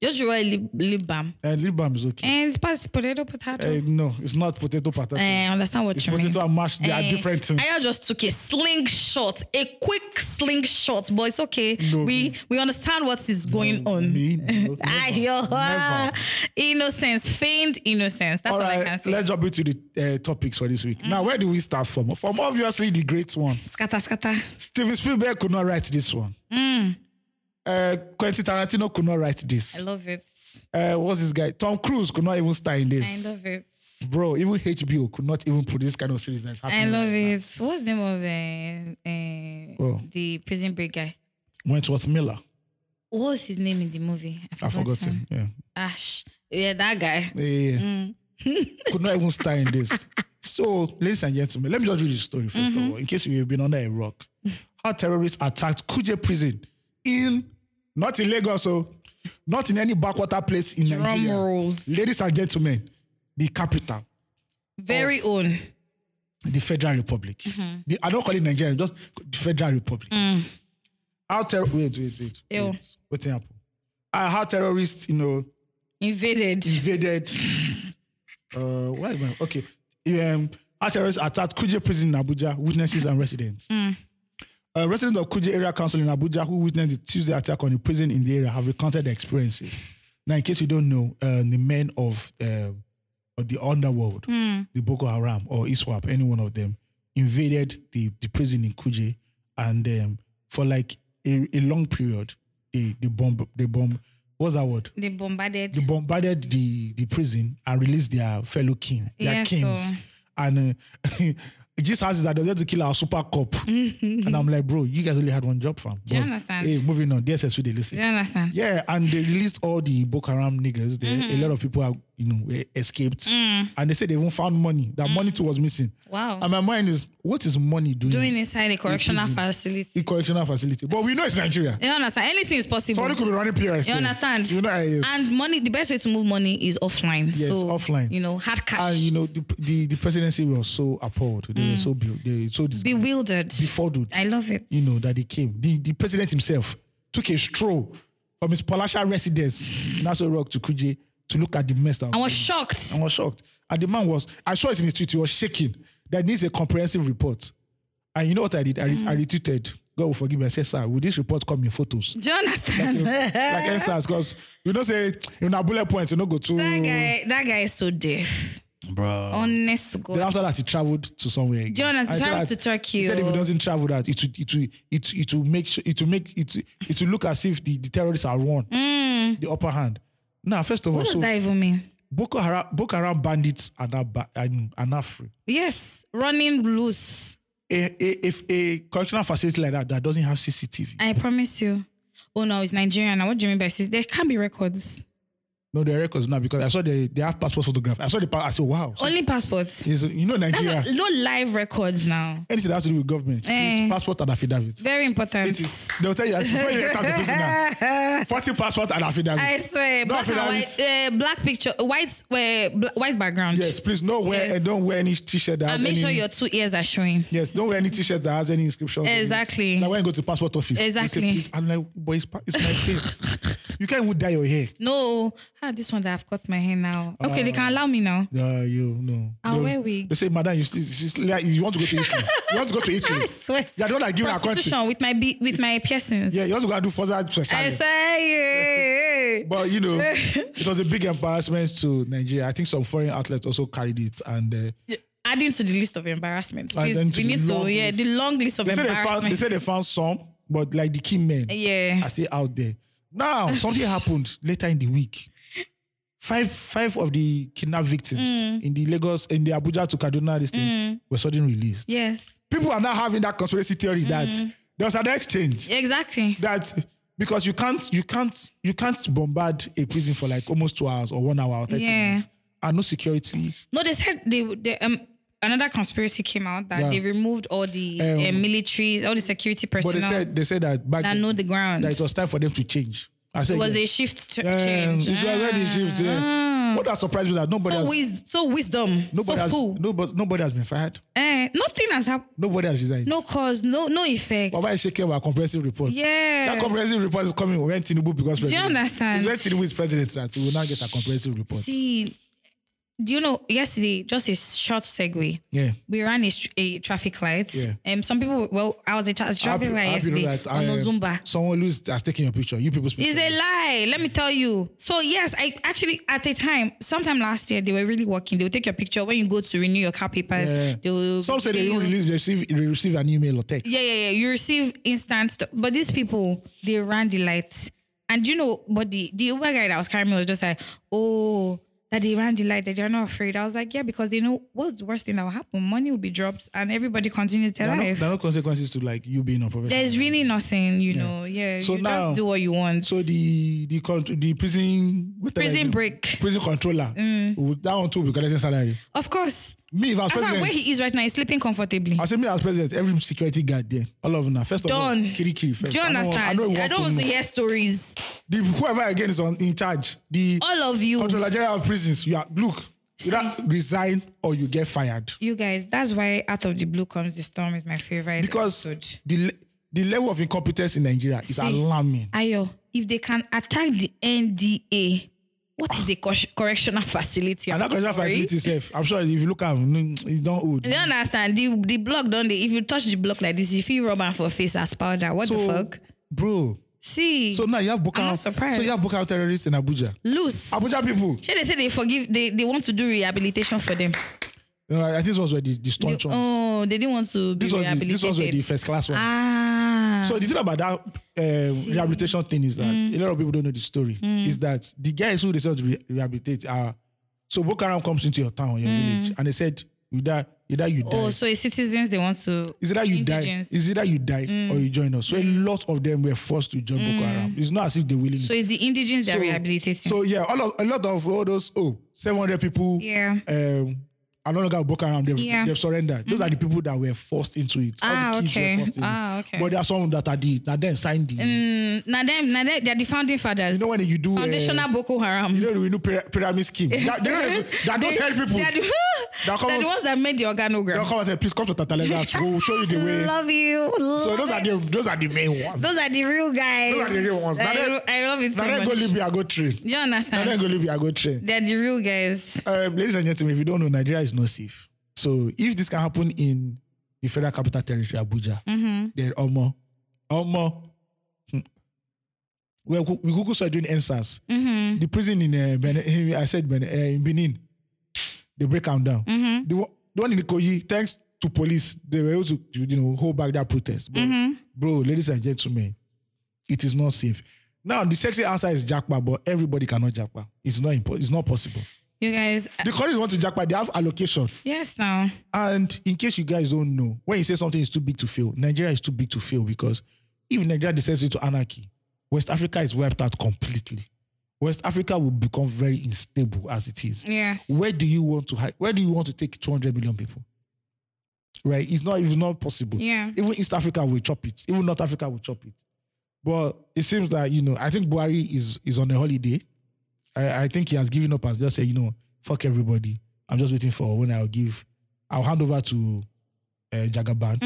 Speaker 2: Just draw a lip, lip balm.
Speaker 3: uh, lip balm is okay.
Speaker 2: And it's pas- potato, potato.
Speaker 3: Eh, no, it's not potato potato.
Speaker 2: Eh, I understand what
Speaker 3: it's
Speaker 2: you mean.
Speaker 3: potato and mash. They are
Speaker 2: Eh,
Speaker 3: different things.
Speaker 2: Aya just took a slingshot, a quick slingshot, but it's okay.
Speaker 3: No,
Speaker 2: we we understand what is going on.
Speaker 3: me? No,
Speaker 2: Ah,
Speaker 3: never,
Speaker 2: yo,
Speaker 3: never.
Speaker 2: innocence, feigned innocence. That's
Speaker 3: All
Speaker 2: all I
Speaker 3: right,
Speaker 2: can say. Mm.
Speaker 3: let's jump into the uh, topics for this week. Now, where do we start from? From obviously the great one.
Speaker 2: Scatter, scatter.
Speaker 3: Steven Spielberg could not write this one.
Speaker 2: Hmm.
Speaker 3: Uh, Quentin Tarantino could not write
Speaker 2: I
Speaker 3: this.
Speaker 2: love it.
Speaker 3: Uh, what's this guy? Tom Cruise could not even star in
Speaker 2: I
Speaker 3: this.
Speaker 2: love it.
Speaker 3: Bro, even HBO could not even produce this kind of series that's
Speaker 2: I
Speaker 3: happening.
Speaker 2: love
Speaker 3: right
Speaker 2: it. What's the name of uh, uh,
Speaker 3: Oh.
Speaker 2: the prison break guy?
Speaker 3: now. Wentworth Miller.
Speaker 2: What's his name in the movie?
Speaker 3: I forgot him. Yeah.
Speaker 2: Ash. Yeah, that guy.
Speaker 3: Yeah, yeah, yeah.
Speaker 2: Hmm.
Speaker 3: could not even stand in this. So, ladies and gentlemen, let me just read the story 1st of
Speaker 2: Mm-hmm.
Speaker 3: all, in case you've been under a rock. How terrorists attacked Kuje prison in not in Lagos, so not in any backwater place in
Speaker 2: Drum
Speaker 3: Nigeria.
Speaker 2: rolls.
Speaker 3: Ladies and gentlemen, the capital,
Speaker 2: Very own.
Speaker 3: the Federal Republic. The- I don't call it Nigeria, just the Federal Republic. How ter- wait, wait, wait.
Speaker 2: Ew.
Speaker 3: wait. What's happened? Uh, how terrorists, you know,
Speaker 2: Invaded.
Speaker 3: invaded. uh, where am I? Okay. Um, our terrorists attacked Kuje prison in Abuja, witnesses and residents. Uh, residents of Kuje Area Council in Abuja who witnessed the Tuesday attack on the prison in the area have recounted their experiences. Now, in case you don't know, uh, the men of, uh, of the underworld, the Boko Haram or ISWAP, any one of them, invaded the, the prison in Kuje and um, for like a, a long period, they, they bomb, they bomb, what's that word?
Speaker 2: They bombarded.
Speaker 3: they bombarded the the prison and released their fellow king, their
Speaker 2: Yeah,
Speaker 3: kings.
Speaker 2: so-
Speaker 3: And uh, just has that they're there to kill our super cop. and I'm like, bro, you guys only had one job, fam.
Speaker 2: Mm-hmm. Do you
Speaker 3: But,
Speaker 2: understand?
Speaker 3: Hey, moving on. DSS, they listen.
Speaker 2: Do you understand?
Speaker 3: Yeah, and they released all the Boko Haram niggas. There,
Speaker 2: Mm-hmm.
Speaker 3: a lot of people have, you know, were escaped, and they said they even found money. That money too was missing.
Speaker 2: Mm. Wow.
Speaker 3: And my mind is, what is money doing?
Speaker 2: Doing inside a correctional
Speaker 3: prison.
Speaker 2: facility.
Speaker 3: in correctional facility. But we know it's Nigeria.
Speaker 2: You understand? Anything is possible.
Speaker 3: Somebody could be running POS.
Speaker 2: You
Speaker 3: there.
Speaker 2: understand?
Speaker 3: You know, how it is.
Speaker 2: and money, the best way to move money is offline.
Speaker 3: Yes,
Speaker 2: so,
Speaker 3: offline.
Speaker 2: You know, hard cash.
Speaker 3: and you know the the, the presidency was so appalled they
Speaker 2: Mm.
Speaker 3: were so be- they were so dis-
Speaker 2: Bewildered.
Speaker 3: befuddled
Speaker 2: I love it.
Speaker 3: you know that they came the, the president himself took a stroll from his Palasha residence in Aso Rock to Kuje to look at the mess that
Speaker 2: I was shocked.
Speaker 3: I was shocked and the man was I saw it in his tweet he was shaking that needs a comprehensive report and you know what I did I, re-
Speaker 2: Mm.
Speaker 3: I retweeted God will forgive me I said sir will this report come in photos
Speaker 2: Do you understand?
Speaker 3: like answers because you know say in a bullet points you know go to
Speaker 2: That guy, that guy is so deaf. Bro. Honest to God.
Speaker 3: Then after that, he traveled to somewhere. Again.
Speaker 2: Do you understand?
Speaker 3: And he said
Speaker 2: Traveled
Speaker 3: that-
Speaker 2: to Turkey,
Speaker 3: He said if
Speaker 2: oh.
Speaker 3: he doesn't travel, that it will, it will, it, it will make sure, it will make it it will look as if the, the terrorists are won the upper hand. Now, first of all,
Speaker 2: Mm. what does
Speaker 3: so
Speaker 2: that even mean?
Speaker 3: Boko Haram Boko Haram bandits are not ba- are, are not free.
Speaker 2: Yes, running loose.
Speaker 3: A, a, if a correctional facility like that that doesn't have CCTV,
Speaker 2: I promise you. Oh no, it's Nigerian. Now, What do you mean by this? There can't be records.
Speaker 3: No, the records now because I saw they, they have passport photograph. I saw the pa- I said, wow. So
Speaker 2: Only passports.
Speaker 3: it's- you know
Speaker 2: That's
Speaker 3: Nigeria.
Speaker 2: not, no live records now.
Speaker 3: anything that has to do with government,
Speaker 2: Eh.
Speaker 3: it's passport and affidavit.
Speaker 2: Very important.
Speaker 3: It is. They'll tell you as before you enter the prison now. Forty passport and affidavit.
Speaker 2: I swear,
Speaker 3: No
Speaker 2: black, and
Speaker 3: affidavit.
Speaker 2: white, uh, black picture, white, uh, bla- white background.
Speaker 3: Yes, please no wear
Speaker 2: Yes.
Speaker 3: and don't wear any t-shirt that has
Speaker 2: and make
Speaker 3: any.
Speaker 2: sure your two ears are showing.
Speaker 3: yes, don't wear any t-shirt that has any inscription.
Speaker 2: Exactly.
Speaker 3: Like when you go to passport office. they say,
Speaker 2: Exactly.
Speaker 3: "Please," I'm like, boy, it's, pa- it's my face. you can't even dye your hair.
Speaker 2: No, ah, this one that I've cut my hair now. Okay, they can allow me now.
Speaker 3: Uh, you no.
Speaker 2: I'll
Speaker 3: No.
Speaker 2: wear wig.
Speaker 3: They say, madam, you still, she's like, you want to go to Italy? you want to go to Italy?
Speaker 2: I swear.
Speaker 3: Yeah, don't like give her a country.
Speaker 2: Prostitution with my be- with my piercings.
Speaker 3: Yeah, you want to go and do further
Speaker 2: I
Speaker 3: surgery.
Speaker 2: say,
Speaker 3: But you know, it was a big embarrassment to Nigeria. I think some foreign outlets also carried it, and uh,
Speaker 2: adding to the list of embarrassments.
Speaker 3: And
Speaker 2: Please,
Speaker 3: then to
Speaker 2: we
Speaker 3: the
Speaker 2: need
Speaker 3: long
Speaker 2: to, yeah,
Speaker 3: list.
Speaker 2: the long list of
Speaker 3: they said they found they
Speaker 2: embarrassments.
Speaker 3: said they found some, but like the key men,
Speaker 2: Yeah.
Speaker 3: are still out there. Now something happened later in the week. Five five of the kidnapped victims
Speaker 2: Mm.
Speaker 3: in the Lagos in the Abuja to Kaduna this thing were suddenly released.
Speaker 2: Yes,
Speaker 3: People are now having that conspiracy theory
Speaker 2: Mm.
Speaker 3: that there was an exchange
Speaker 2: exactly.
Speaker 3: that because you can't you can't you can't bombard a prison for like almost two hours or one hour or thirty
Speaker 2: Yeah.
Speaker 3: minutes and no security.
Speaker 2: No, they said they, they um another conspiracy came out that
Speaker 3: Yeah.
Speaker 2: they removed all the
Speaker 3: Um,
Speaker 2: uh, military, all the security
Speaker 3: But
Speaker 2: personnel
Speaker 3: they said they said that back
Speaker 2: that
Speaker 3: then,
Speaker 2: know the ground.
Speaker 3: that it was time for them to change. I said
Speaker 2: It was
Speaker 3: yes.
Speaker 2: a shift to
Speaker 3: Yeah, Um,
Speaker 2: change. Ah.
Speaker 3: It's already shift. Yeah. What has surprised me that nobody
Speaker 2: So,
Speaker 3: has,
Speaker 2: wis- so wisdom, so
Speaker 3: nobody, has
Speaker 2: fool.
Speaker 3: nobody, nobody has been fired.
Speaker 2: Eh, nothing has happened.
Speaker 3: Nobody has resigned.
Speaker 2: No cause, no no effect.
Speaker 3: But why is shaking our comprehensive report?
Speaker 2: Yes.
Speaker 3: That comprehensive report is coming when Tinubu becomes
Speaker 2: you
Speaker 3: president.
Speaker 2: understand?
Speaker 3: It's when Tinubu is president that we will now get a comprehensive report.
Speaker 2: See, do you know? Yesterday, just a short segue.
Speaker 3: Yeah.
Speaker 2: We ran a, str- a traffic light.
Speaker 3: Yeah.
Speaker 2: Um, some people. Well, I was a tra- traffic
Speaker 3: Happy-
Speaker 2: light
Speaker 3: happy
Speaker 2: yesterday
Speaker 3: that,
Speaker 2: on
Speaker 3: uh,
Speaker 2: Ozumba.
Speaker 3: Someone who's has taken your picture. You people speak.
Speaker 2: It's a lie. Let me tell you. So yes, I actually at a time, sometime last year, they were really working. They will take your picture when you go to renew your car papers.
Speaker 3: Yeah.
Speaker 2: They will
Speaker 3: Some say they
Speaker 2: you-
Speaker 3: don't release, they receive, they receive an email or text.
Speaker 2: Yeah, yeah, yeah. You receive instant stuff. But these people, they ran the lights. And you know, but the, the Uber guy that was carrying me was just like, oh, that they ran the light, that they're not afraid. I was like, yeah, because they know what's the worst thing that will happen. Money will be dropped and everybody continues their
Speaker 3: There, are no,
Speaker 2: life.
Speaker 3: there are no consequences to like you being unprofessional.
Speaker 2: There's really nothing, you know. Yeah,
Speaker 3: So
Speaker 2: you
Speaker 3: now-
Speaker 2: just do what you want.
Speaker 3: So the the country, the prison what the hell is
Speaker 2: Prison
Speaker 3: it?
Speaker 2: break. Mm.
Speaker 3: prison controller would- that one too will be collecting salary.
Speaker 2: of course.
Speaker 3: Me if I was
Speaker 2: I found where
Speaker 3: president,
Speaker 2: he is right now, he's sleeping comfortably.
Speaker 3: I say me as president, every security guard there, all of them now. First of
Speaker 2: Done.
Speaker 3: all, kiri kiri first.
Speaker 2: Do you
Speaker 3: I don't want-
Speaker 2: understand?
Speaker 3: I don't, want to
Speaker 2: want to
Speaker 3: know.
Speaker 2: hear stories.
Speaker 3: The, whoever again is on in charge, the
Speaker 2: All of you.
Speaker 3: controller general of prisons. You are look, you either resign or you get fired
Speaker 2: You guys, that's why Out of the Blue Comes the Storm is my favorite.
Speaker 3: because
Speaker 2: episode.
Speaker 3: the le- the level of incompetence in Nigeria is
Speaker 2: See,
Speaker 3: alarming.
Speaker 2: Ayo, if they can attack the NDA, what is the cor- correctional facility?
Speaker 3: and that question
Speaker 2: Sorry.
Speaker 3: facility itself, I'm sure if you look at him, it's not old.
Speaker 2: You don't understand. The, the block, don't they? If you touch the block like this, you feel rubber for face as powder. What
Speaker 3: So,
Speaker 2: the fuck?
Speaker 3: bro.
Speaker 2: See,
Speaker 3: So now you have Boko
Speaker 2: I'm
Speaker 3: Haram.
Speaker 2: not surprised.
Speaker 3: So you have Boko Haram terrorists in Abuja.
Speaker 2: loose.
Speaker 3: Abuja people.
Speaker 2: Should they say they forgive? They, they want to do rehabilitation for them.
Speaker 3: You know, I think this was where the, the staunch one.
Speaker 2: Oh, they didn't want to be
Speaker 3: this was the,
Speaker 2: rehabilitated.
Speaker 3: this was where the first class one.
Speaker 2: ah.
Speaker 3: So the thing about that um, rehabilitation thing is that
Speaker 2: Mm.
Speaker 3: a lot of people don't know the story. Is that the guys who decide to re- rehabilitate are so Boko Haram comes into your town, your village, and they said either either you die.
Speaker 2: Mm. oh, so it's citizens they want to.
Speaker 3: Is either you
Speaker 2: Indigents.
Speaker 3: die? Is either you die
Speaker 2: Mm.
Speaker 3: or you join us? So a lot of them were forced to join Boko Haram. It's not as if they willingly.
Speaker 2: So it's the indigents that are
Speaker 3: So-
Speaker 2: rehabilitating.
Speaker 3: So yeah, all of, a lot of all those oh 700 people.
Speaker 2: Yeah.
Speaker 3: Um, I don't know about Boko Haram. They've,
Speaker 2: Yeah. Mm-hmm.
Speaker 3: they've surrendered. Those are the people that were forced into it. All
Speaker 2: Ah,
Speaker 3: the kids
Speaker 2: okay.
Speaker 3: Were forced in.
Speaker 2: Ah, okay. Mm.
Speaker 3: But there are some that are the that then signed the.
Speaker 2: now them, now them, they're the founding fathers.
Speaker 3: You know when you do uh,
Speaker 2: Foundational Boko Haram.
Speaker 3: you know we do pyra- pyramid scheme. That, they know those- that those help people.
Speaker 2: They're the,
Speaker 3: They'll come
Speaker 2: they're
Speaker 3: out-
Speaker 2: the ones that made the
Speaker 3: They'll
Speaker 2: organogram.
Speaker 3: come and say, please come to Tantalizers. We'll show you the way.
Speaker 2: Love you. Love
Speaker 3: So those
Speaker 2: it.
Speaker 3: are the those are the main ones.
Speaker 2: those are the real guys.
Speaker 3: Those are the real ones.
Speaker 2: I,
Speaker 3: Now they-
Speaker 2: lo- I love it so
Speaker 3: Now then
Speaker 2: much.
Speaker 3: go Libya, go train.
Speaker 2: you
Speaker 3: Now then
Speaker 2: understand?
Speaker 3: go Libya, go train.
Speaker 2: They're the real guys.
Speaker 3: Um, ladies and gentlemen, if you don't know, Nigeria is not safe. So if this can happen in the federal capital territory, Abuja, then Omo, Omo, hmm. well, we we Google started doing answers. The prison in uh, Benin, I said Benin, uh, in Benin, they break them down. The, one- the one in Kogi, thanks to police, they were able to, to, you know hold back that protest. But, Bro, ladies and gentlemen, it is not safe. Now the sexy answer is jackpot, but everybody cannot jackpot. It's not impo- It's not possible.
Speaker 2: You guys. uh,
Speaker 3: The colleges want to jackpot, they have allocation.
Speaker 2: yes, now.
Speaker 3: And in case you guys don't know, when you say something is too big to fail, Nigeria is too big to fail because if Nigeria descends into anarchy, West Africa is wiped out completely. West Africa will become very unstable as it is.
Speaker 2: Yes.
Speaker 3: Where do you want to hide? Where do you want to take 200 million people? Right? It's not it's not possible.
Speaker 2: Yeah.
Speaker 3: Even East Africa will chop it. Even North Africa will chop it. But it seems that, you know, I think Buhari is is on a holiday. I, I think he has given up and just said, you know, fuck everybody. I'm just waiting for when I'll give, I'll hand over to uh, Jagaban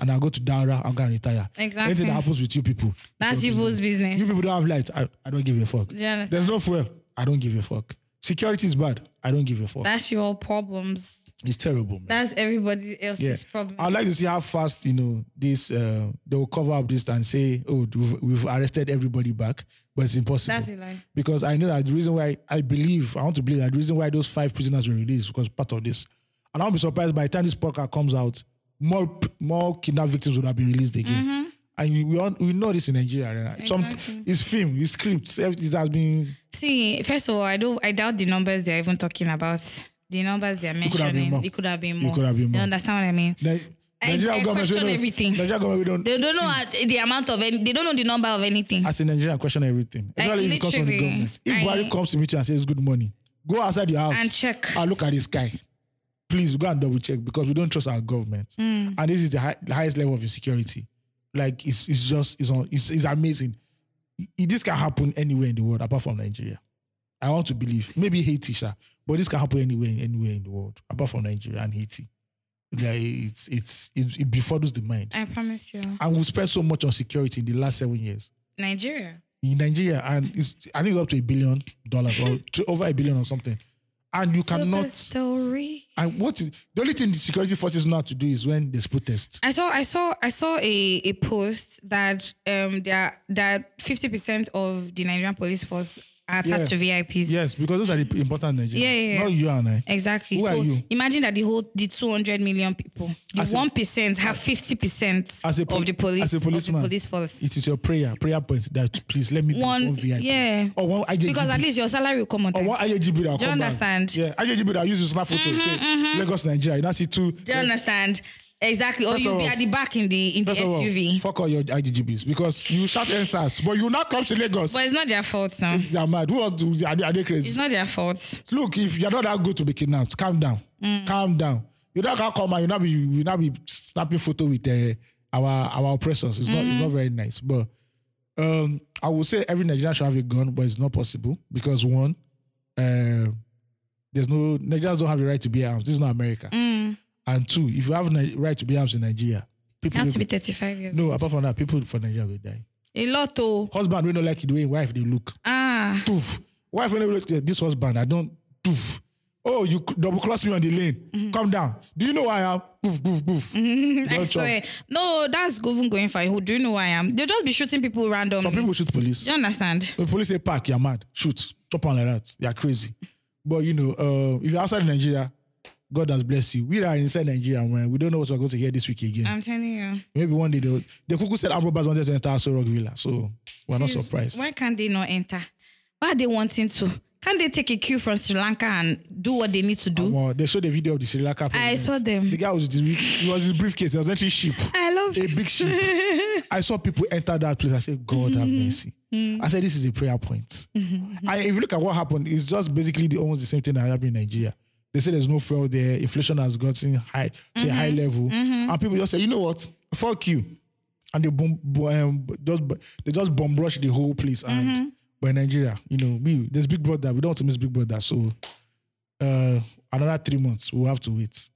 Speaker 3: and I'll go to Dara. I'm going to retire.
Speaker 2: Mm. Exactly.
Speaker 3: Anything that happens with you people,
Speaker 2: That's
Speaker 3: your
Speaker 2: people's business.
Speaker 3: You people don't have light. I, I don't give a fuck.
Speaker 2: Do you understand?
Speaker 3: There's no fuel. I don't give a fuck. Security is bad. I don't give a fuck.
Speaker 2: That's your problems.
Speaker 3: it's terrible, man.
Speaker 2: That's everybody else's problem.
Speaker 3: I'd like to see how fast you know this. Uh, they will cover up this and say, "Oh, we've, we've arrested everybody back," but it's impossible.
Speaker 2: That's a lie.
Speaker 3: Because I know that the reason why I believe I want to believe that the reason why those five prisoners were released was part of this. And I'll be surprised by the time this podcast comes out, more p- more kidnap victims would have been released again.
Speaker 2: Mm-hmm.
Speaker 3: And we we, all, we know this in Nigeria. Right? Some it's film, it's scripts, everything that has been
Speaker 2: See, first of all, I don't. I doubt the numbers they're even talking about. The numbers they're
Speaker 3: could have been
Speaker 2: mentioning,
Speaker 3: more.
Speaker 2: it could have been
Speaker 3: It
Speaker 2: more.
Speaker 3: could have been more.
Speaker 2: You understand what I mean?
Speaker 3: Ni-
Speaker 2: I- I
Speaker 3: we
Speaker 2: question
Speaker 3: don't-
Speaker 2: everything.
Speaker 3: Nigerian government we don't
Speaker 2: They don't know at- the amount of any, they don't know the number of anything.
Speaker 3: as in Nigerian question everything.
Speaker 2: Like,
Speaker 3: Especially if it comes from the
Speaker 2: literally,
Speaker 3: government. If
Speaker 2: I-
Speaker 3: Buhari comes to meet you and says good morning, go outside your house
Speaker 2: And check.
Speaker 3: and look at the sky. Please go and double check because we don't trust our government.
Speaker 2: Hmm.
Speaker 3: And this is the, high, the highest level of insecurity. Like it's it's just it's on it's, it's amazing. I- I- this can happen anywhere in the world apart from Nigeria. I want to believe maybe Haiti, sha, but this can happen anywhere anywhere in the world apart from Nigeria and Haiti. Like it's it's it, it befuddles the mind.
Speaker 2: I promise you,
Speaker 3: And we've spent so much on security in the last seven years
Speaker 2: Nigeria.
Speaker 3: in Nigeria, and it's I think it's up to a billion dollars or to over a billion or something. And you
Speaker 2: Super
Speaker 3: cannot.
Speaker 2: story.
Speaker 3: And what is the only thing the security forces know how to do is when there's protest.
Speaker 2: I saw I saw I saw a, a post that um that that fifty percent of the Nigerian police force are attached to VIPs.
Speaker 3: Yes, because those are the important Nigerians.
Speaker 2: Yeah, yeah, yeah.
Speaker 3: Not you and I.
Speaker 2: Exactly.
Speaker 3: Who
Speaker 2: so
Speaker 3: are you?
Speaker 2: imagine that the whole the 200 million people, the
Speaker 3: As a-
Speaker 2: one percent have 50 percent
Speaker 3: As a pol-
Speaker 2: of the police
Speaker 3: as a
Speaker 2: of the
Speaker 3: policeman,
Speaker 2: police force.
Speaker 3: It is your prayer, prayer point that please let me be
Speaker 2: One-
Speaker 3: one VIP.
Speaker 2: yeah.
Speaker 3: Or one IJGB.
Speaker 2: because at least your salary will come on
Speaker 3: or
Speaker 2: time.
Speaker 3: one IJGB that will
Speaker 2: Do you
Speaker 3: come back.
Speaker 2: understand? Mm-hmm,
Speaker 3: Yeah, IJGB that uses snap photo. say, Lagos, Nigeria. You now see two.
Speaker 2: Do you understand? Exactly. Or
Speaker 3: First
Speaker 2: you'll
Speaker 3: of
Speaker 2: be
Speaker 3: all-
Speaker 2: at the back in the in the
Speaker 3: First of all,
Speaker 2: SUV.
Speaker 3: fuck all your IJGBs because you shout NSAS, but you now come to Lagos.
Speaker 2: but it's not their fault now.
Speaker 3: They are mad. Who else do- are they, are they crazy?
Speaker 2: It's not their fault.
Speaker 3: look, if you're not that good to be kidnapped, calm down.
Speaker 2: Mm.
Speaker 3: Calm down. You don't can't come and you not be you not be snapping photo with uh, our our oppressors. It's not it's
Speaker 2: Mm.
Speaker 3: not very nice. But um I would say every Nigerian should have a gun, but it's not possible because one, uh, there's no Nigerians don't have the right to be armed. This is not America.
Speaker 2: Mm.
Speaker 3: And two, if you have the right to be armed in Nigeria,
Speaker 2: You
Speaker 3: people
Speaker 2: have
Speaker 3: will
Speaker 2: to be 35 years
Speaker 3: no,
Speaker 2: old.
Speaker 3: apart from that, people for Nigeria will die.
Speaker 2: A lot oh.
Speaker 3: Husband, we don't like the way wife they look
Speaker 2: Ah.
Speaker 3: poof. Wife when look at this husband, I don't poof. Oh, you double cross me on the lane. Come down. Do you know who I am? Poof, poof, poof.
Speaker 2: Mm-hmm. I
Speaker 3: Don't chop.
Speaker 2: swear. No, that's even going for who do you know who I am? They'll just be shooting people randomly.
Speaker 3: Some people shoot police.
Speaker 2: Do you understand?
Speaker 3: When police say park, you're mad. Shoot. Chop on like that. You're crazy. But you know, uh, if you're outside Nigeria, God has blessed you. We are inside Nigeria, man. We don't know what we're going to hear this week again.
Speaker 2: I'm telling you.
Speaker 3: Maybe one day they'll, the cuckoo said Amro Baz wanted to enter Aso Rock Villa. So we're not
Speaker 2: Please,
Speaker 3: surprised.
Speaker 2: Why can't they not enter? Why are they wanting to? Can't they take a cue from Sri Lanka and do what they need to do?
Speaker 3: Well, they showed the video of the Sri Lanka. president.
Speaker 2: saw them.
Speaker 3: The guy was he was his briefcase. There was actually sheep.
Speaker 2: I love
Speaker 3: a big ship. I saw people enter that place. I said, God have mercy. I said, this is a prayer point. And if you look at what happened, it's just basically the, almost the same thing that happened in Nigeria. They say there's no fuel there. Inflation has gotten high to a high level, and people just say, you know what, fuck you, and they boom, boom um, just bu- they just bomb rush the whole place. And but in Nigeria, you know, we there's Big Brother. We don't want to miss Big Brother, so uh, another three months we'll have to wait.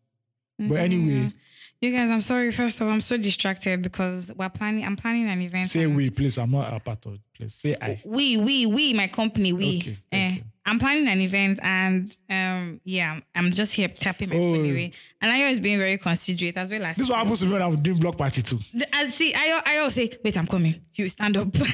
Speaker 3: But anyway,
Speaker 2: you guys. I'm sorry. First of all, I'm so distracted because we're planning. I'm planning an event.
Speaker 3: say
Speaker 2: and-
Speaker 3: we, please. I'm not a part of it, please. Say I.
Speaker 2: We, we, we, my company, we.
Speaker 3: Okay,
Speaker 2: Eh,
Speaker 3: okay.
Speaker 2: I'm planning an event and um yeah, I'm- I'm just here tapping my
Speaker 3: Oh.
Speaker 2: phone away. And Ayo is being very considerate as well as
Speaker 3: This is what happens to me when I'm doing block party too.
Speaker 2: The- I see Ayo Ayo will say, wait, I'm coming. He will stand up.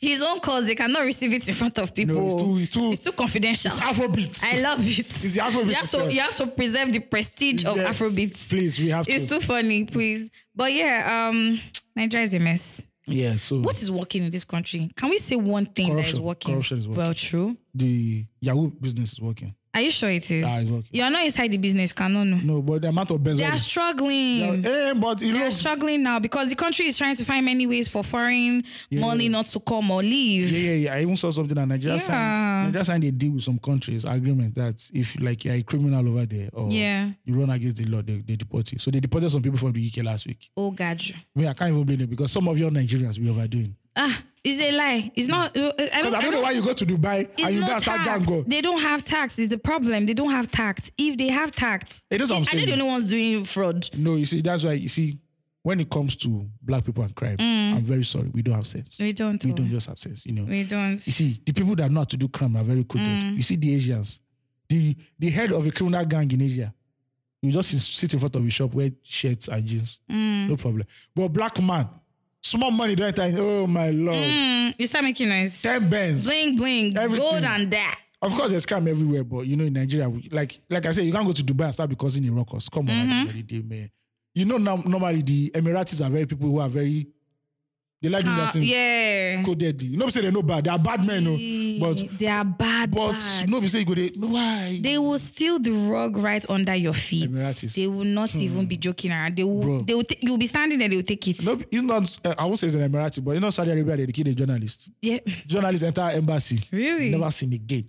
Speaker 2: His own calls, they cannot receive it in front of people.
Speaker 3: No, it's too, it's too,
Speaker 2: It's too confidential.
Speaker 3: it's Afrobeat.
Speaker 2: I love it.
Speaker 3: It's the Afrobeat
Speaker 2: You have to
Speaker 3: itself.
Speaker 2: you have to preserve the prestige of
Speaker 3: Yes.
Speaker 2: Afrobeats.
Speaker 3: Please, we have
Speaker 2: It's too
Speaker 3: to.
Speaker 2: funny, please. But yeah, um, Nigeria is a mess.
Speaker 3: yeah, so
Speaker 2: What is working in this country? Can we say one thing that is
Speaker 3: Corruption.
Speaker 2: working?
Speaker 3: Corruption is working.
Speaker 2: Well, true.
Speaker 3: the Yahoo business is working.
Speaker 2: Are you sure it is?
Speaker 3: Ah, it's okay.
Speaker 2: You are not inside the business, you cannot know.
Speaker 3: No, but the amount of
Speaker 2: They
Speaker 3: benzo.
Speaker 2: are struggling.
Speaker 3: Eh, but it
Speaker 2: They are
Speaker 3: looks.
Speaker 2: struggling now because the country is trying to find many ways for foreign money not to come or leave.
Speaker 3: Yeah, yeah, yeah. I even saw something that Nigeria
Speaker 2: Yeah.
Speaker 3: signed. Nigeria signed a deal with some countries agreement that if like you're a criminal over there or
Speaker 2: Yeah.
Speaker 3: you run against the law, they, they deport you. So they deported some people from the UK last week.
Speaker 2: Oh God, you-
Speaker 3: I mean, I can't even blame them because some of your Nigerians we overdoing.
Speaker 2: ah, it's a lie. It's not. uh, I don't,
Speaker 3: Because I don't know why you go to Dubai
Speaker 2: It's
Speaker 3: and you
Speaker 2: no
Speaker 3: dance that
Speaker 2: tact.
Speaker 3: gango.
Speaker 2: They don't have tax. It's the problem. They don't have tax. If they have tax,
Speaker 3: It is what
Speaker 2: I
Speaker 3: I'm
Speaker 2: know
Speaker 3: saying.
Speaker 2: the only ones doing fraud.
Speaker 3: No, you see, that's why you see, when it comes to black people and crime, I'm very sorry, we don't have sense.
Speaker 2: Mm. We don't. oh.
Speaker 3: We don't just have sense, you know.
Speaker 2: We don't. Mm.
Speaker 3: You see, the people that know how to do crime are very crooked. You see the Asians, the the head of a criminal gang in Asia, you just sit- sit in front of a shop wear shirts and jeans,
Speaker 2: Mm.
Speaker 3: no problem. But black man, small money don't enter. in- Oh my lord,
Speaker 2: Mm, you start making noise.
Speaker 3: ten bends.
Speaker 2: Bling bling.
Speaker 3: Everything.
Speaker 2: Gold and that.
Speaker 3: Of course, there's crime everywhere, but you know in Nigeria, we, like like I said, you can't go to Dubai and start be causing a ruckus. Come on,
Speaker 2: Mm-hmm.
Speaker 3: at the end of the day, man. You know now normally the Emiratis are very people who are very they like doing
Speaker 2: Uh,
Speaker 3: that thing
Speaker 2: yeah.
Speaker 3: codedly. You know, say they know bad, they are bad men, no. but
Speaker 2: they are bad.
Speaker 3: but
Speaker 2: bad.
Speaker 3: no, we say you go there. Why?
Speaker 2: They will steal the rug right under your feet.
Speaker 3: Emiratis.
Speaker 2: They will not even be joking around. They will.
Speaker 3: Bro.
Speaker 2: They will. ta- you will be standing there. They will take it.
Speaker 3: No, it's not. Uh, I won't say it's an Emirati, but you know Saudi Arabia they killed a journalist.
Speaker 2: Yeah.
Speaker 3: Journalist entire embassy.
Speaker 2: Really?
Speaker 3: Never seen again.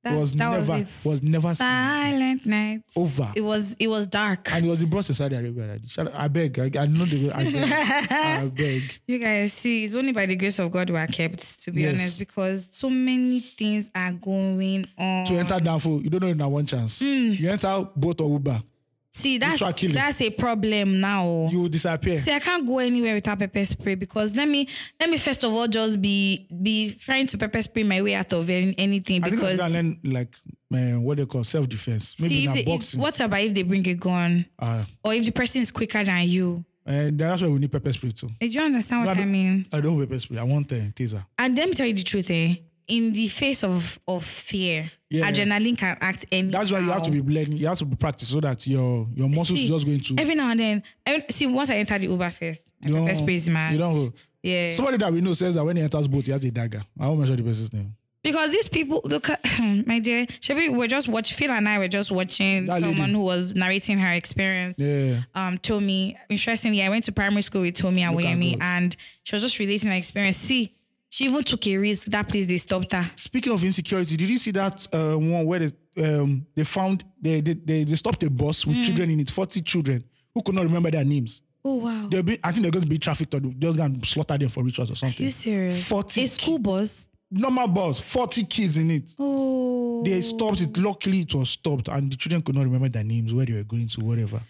Speaker 2: That's,
Speaker 3: was
Speaker 2: that
Speaker 3: never
Speaker 2: was it.
Speaker 3: was never seen
Speaker 2: Silent night.
Speaker 3: over.
Speaker 2: It was. It was dark.
Speaker 3: and he was the boss in Saudi Arabia. Right? Shout out- I beg. I, I know they will. I beg. I beg.
Speaker 2: You guys see, it's only by the grace of God we are kept, to be
Speaker 3: Yes.
Speaker 2: honest, because so many things are going on.
Speaker 3: To enter downfall, you don't know in that one chance.
Speaker 2: Mm.
Speaker 3: You enter boat or Uber,
Speaker 2: see, that's
Speaker 3: try killing.
Speaker 2: that's a problem now.
Speaker 3: you will disappear.
Speaker 2: see, I can't go anywhere without pepper spray because let me let me first of all just be be trying to pepper spray my way out of any- anything
Speaker 3: I think you
Speaker 2: because
Speaker 3: can learn like uh, what they call self defense. Maybe
Speaker 2: see
Speaker 3: in
Speaker 2: if,
Speaker 3: a
Speaker 2: they, if
Speaker 3: boxing.
Speaker 2: what about if they bring a gun
Speaker 3: uh,
Speaker 2: or if the person is quicker than you?
Speaker 3: and that's why we need pepper spray too.
Speaker 2: Eh, Do you understand
Speaker 3: No,
Speaker 2: what
Speaker 3: I
Speaker 2: I
Speaker 3: don't-
Speaker 2: mean?
Speaker 3: I don't want pepper spray. I want uh, taser.
Speaker 2: And let me tell you the truth, eh? In the face of of fear,
Speaker 3: Yeah.
Speaker 2: adrenaline can act anyhow.
Speaker 3: That's why you have to be blend. You have to be practice so that your your muscles
Speaker 2: See,
Speaker 3: just going to.
Speaker 2: every now and then. I, see, once I enter the Uber first, my
Speaker 3: You
Speaker 2: pepper
Speaker 3: don't-
Speaker 2: spray is mad.
Speaker 3: you don't-
Speaker 2: Yeah.
Speaker 3: Somebody that we know says that when he enters boat, he has a dagger. I won't mention the person's name.
Speaker 2: because these people, look, at, my dear, Shabby, we're just watching. Phil and I were just watching
Speaker 3: That
Speaker 2: someone
Speaker 3: lady.
Speaker 2: who was narrating her experience.
Speaker 3: Yeah.
Speaker 2: Um, Tommy. Interestingly, I went to primary school with Tommy and
Speaker 3: Look at
Speaker 2: Wayemi,
Speaker 3: God.
Speaker 2: and she was just relating her experience. See, she even took a risk. That place they stopped her.
Speaker 3: Speaking of insecurity, did you see that uh, one where they, um, they found they, they they they stopped a bus
Speaker 2: Hmm.
Speaker 3: with children in it, forty children who could not remember their names.
Speaker 2: Oh wow.
Speaker 3: They'll be, I think they're going to be trafficked or they're going to slaughter them for rituals or something.
Speaker 2: you serious?
Speaker 3: Forty
Speaker 2: A
Speaker 3: ki-
Speaker 2: school bus.
Speaker 3: normal bus, forty kids in it.
Speaker 2: Oh.
Speaker 3: They stopped it. Luckily, it was stopped, and the children could not remember their names, where they were going to, whatever.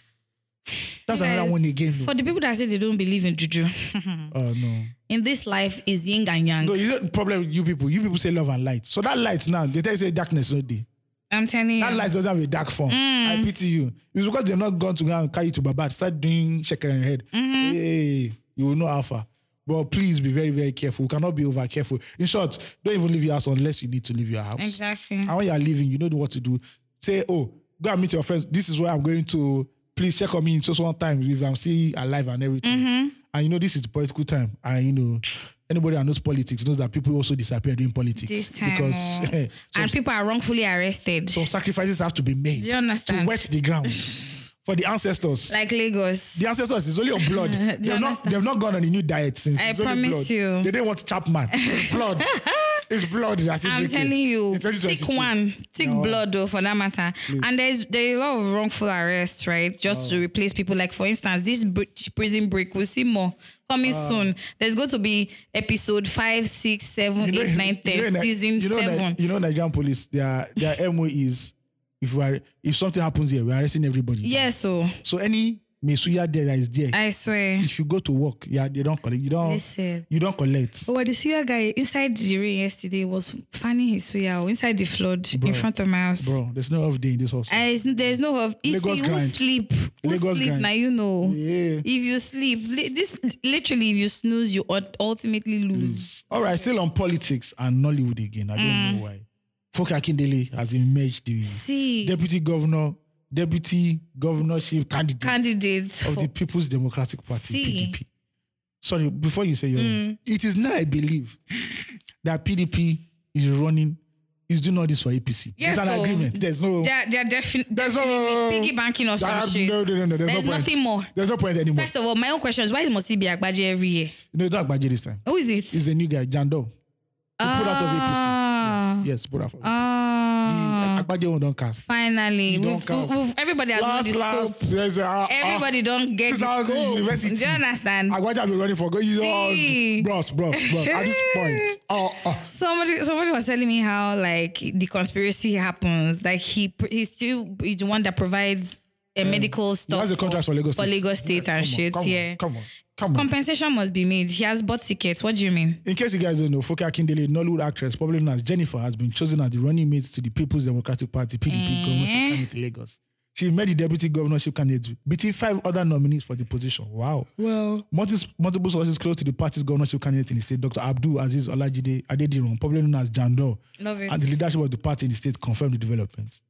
Speaker 3: That's another
Speaker 2: Guys,
Speaker 3: one again.
Speaker 2: For the people that say they don't believe in juju,
Speaker 3: Oh no.
Speaker 2: in this life is yin and yang.
Speaker 3: No, you know the problem with you people. You people say love and light. So that light now, they tell you say darkness no day.
Speaker 2: I'm telling you.
Speaker 3: That light doesn't have a dark form.
Speaker 2: Mm.
Speaker 3: I pity you. It's because they've not gone to go and carry you to Baba. Start doing shaking your head.
Speaker 2: Mm-hmm.
Speaker 3: Hey, you will know alpha. But please be very, very careful. We cannot be over careful. In short, don't even leave your house unless you need to leave your house.
Speaker 2: Exactly.
Speaker 3: And when you are leaving, you know what to do. Say, oh, go and meet your friends. This is where I'm going to. Please check on me in so so time if I'm still alive and everything.
Speaker 2: Mm-hmm.
Speaker 3: And you know this is the political time. And you know anybody that knows politics knows that people also disappear during politics
Speaker 2: This time.
Speaker 3: because
Speaker 2: oh.
Speaker 3: some,
Speaker 2: and people are wrongfully arrested.
Speaker 3: some sacrifices have to be made
Speaker 2: Do you understand?
Speaker 3: to wet the ground for the ancestors.
Speaker 2: like Lagos.
Speaker 3: the ancestors is only on blood. they've not
Speaker 2: understand?
Speaker 3: they've not gone on a new diet since.
Speaker 2: I
Speaker 3: It's only
Speaker 2: promise
Speaker 3: blood.
Speaker 2: you.
Speaker 3: They didn't want Chapman. It's blood. it's blood. That's it
Speaker 2: I'm
Speaker 3: drinking.
Speaker 2: telling you,
Speaker 3: In
Speaker 2: thick
Speaker 3: 2022.
Speaker 2: one, thick
Speaker 3: No.
Speaker 2: blood though, for that matter. And there's there are a lot of wrongful arrests, right? Just
Speaker 3: Oh.
Speaker 2: to replace people. Like for instance, this br- prison break, we'll see more coming
Speaker 3: Oh.
Speaker 2: soon. There's going to be episode five, six, seven, eight, nine, ten,
Speaker 3: Ni-
Speaker 2: season
Speaker 3: you know, Ni-
Speaker 2: seven.
Speaker 3: you know Nigerian police, their their MO is if we are, if something happens here, we are arresting everybody.
Speaker 2: yeah, so
Speaker 3: So any Mesuya there that is there,
Speaker 2: I swear.
Speaker 3: if you go to work, yeah, they don't collect. You don't.
Speaker 2: Listen.
Speaker 3: You don't collect.
Speaker 2: Oh, well, the suya guy inside the rain yesterday was fanning his suya oh, inside the flood
Speaker 3: Bro.
Speaker 2: in front of my house.
Speaker 3: Bro, there's no off day in this house.
Speaker 2: I, there's no of you
Speaker 3: Lagos
Speaker 2: see who
Speaker 3: grind.
Speaker 2: sleep who
Speaker 3: Lagos
Speaker 2: sleep
Speaker 3: grind.
Speaker 2: now you know
Speaker 3: Yeah.
Speaker 2: if you sleep li- this literally if you snooze you ult- ultimately lose.
Speaker 3: All right, still on politics and Nollywood again. I don't know why. Folk Akindele has emerged the
Speaker 2: Mm. See
Speaker 3: deputy governor, deputy governorship candidate
Speaker 2: candidates
Speaker 3: of
Speaker 2: for-
Speaker 3: the People's Democratic Party,
Speaker 2: See. Mm.
Speaker 3: PDP. Sorry, before you say your own, it is now I believe that PDP is running is doing all this for APC.
Speaker 2: Yeah,
Speaker 3: There's an
Speaker 2: so-
Speaker 3: agreement. There's no.
Speaker 2: They're, they're defi-
Speaker 3: There's
Speaker 2: oh. definitely
Speaker 3: no-
Speaker 2: piggy banking or some
Speaker 3: Ah,
Speaker 2: shit.
Speaker 3: no, no, no, no, There's,
Speaker 2: There's
Speaker 3: no point.
Speaker 2: nothing more.
Speaker 3: There's no point anymore.
Speaker 2: First of all, my own question is why is Mosi be Agbaje every year?
Speaker 3: no, it's not Agbaje this time.
Speaker 2: Who is it?
Speaker 3: It's a new guy, Jando. He pulled out of
Speaker 2: Ah.
Speaker 3: APC. Yes, yes pulled out of APC.
Speaker 2: Ah,
Speaker 3: The Agbaje one don't cast.
Speaker 2: finally,
Speaker 3: You don't
Speaker 2: we've,
Speaker 3: count.
Speaker 2: we've- everybody has known
Speaker 3: Last,
Speaker 2: this
Speaker 3: last.
Speaker 2: scope.
Speaker 3: Yes, ah, ah.
Speaker 2: Everybody don't get
Speaker 3: Since
Speaker 2: the
Speaker 3: I was in
Speaker 2: scope.
Speaker 3: university.
Speaker 2: Do you understand?
Speaker 3: Agbaje have been running for. You
Speaker 2: See.
Speaker 3: know, bros, bros, bros. At this point, oh, oh.
Speaker 2: Somebody, somebody was telling me how like the conspiracy happens. Like he, pr- he still he's the one that provides a medical
Speaker 3: he
Speaker 2: stuff.
Speaker 3: has a contract for Lagos
Speaker 2: State
Speaker 3: State. Come on,
Speaker 2: and shit.
Speaker 3: come on,
Speaker 2: yeah.
Speaker 3: come on, come on.
Speaker 2: Compensation must be made. He has bought tickets. What do you mean?
Speaker 3: In case you guys don't know, Foke Akindele, Nollywood actress, probably known as Jennifer, has been chosen as the running mate to the People's Democratic Party
Speaker 2: Eh?
Speaker 3: (PDP) governorship candidate in Lagos. She made the deputy governorship candidate, beating five other nominees for the position. Wow. Well, multiple, multiple sources close to the party's governorship candidate in the state, Dr. Abdul Aziz Olajide Adediran, probably known as Jandor,
Speaker 2: Love it.
Speaker 3: and the leadership of the party in the state confirmed the development.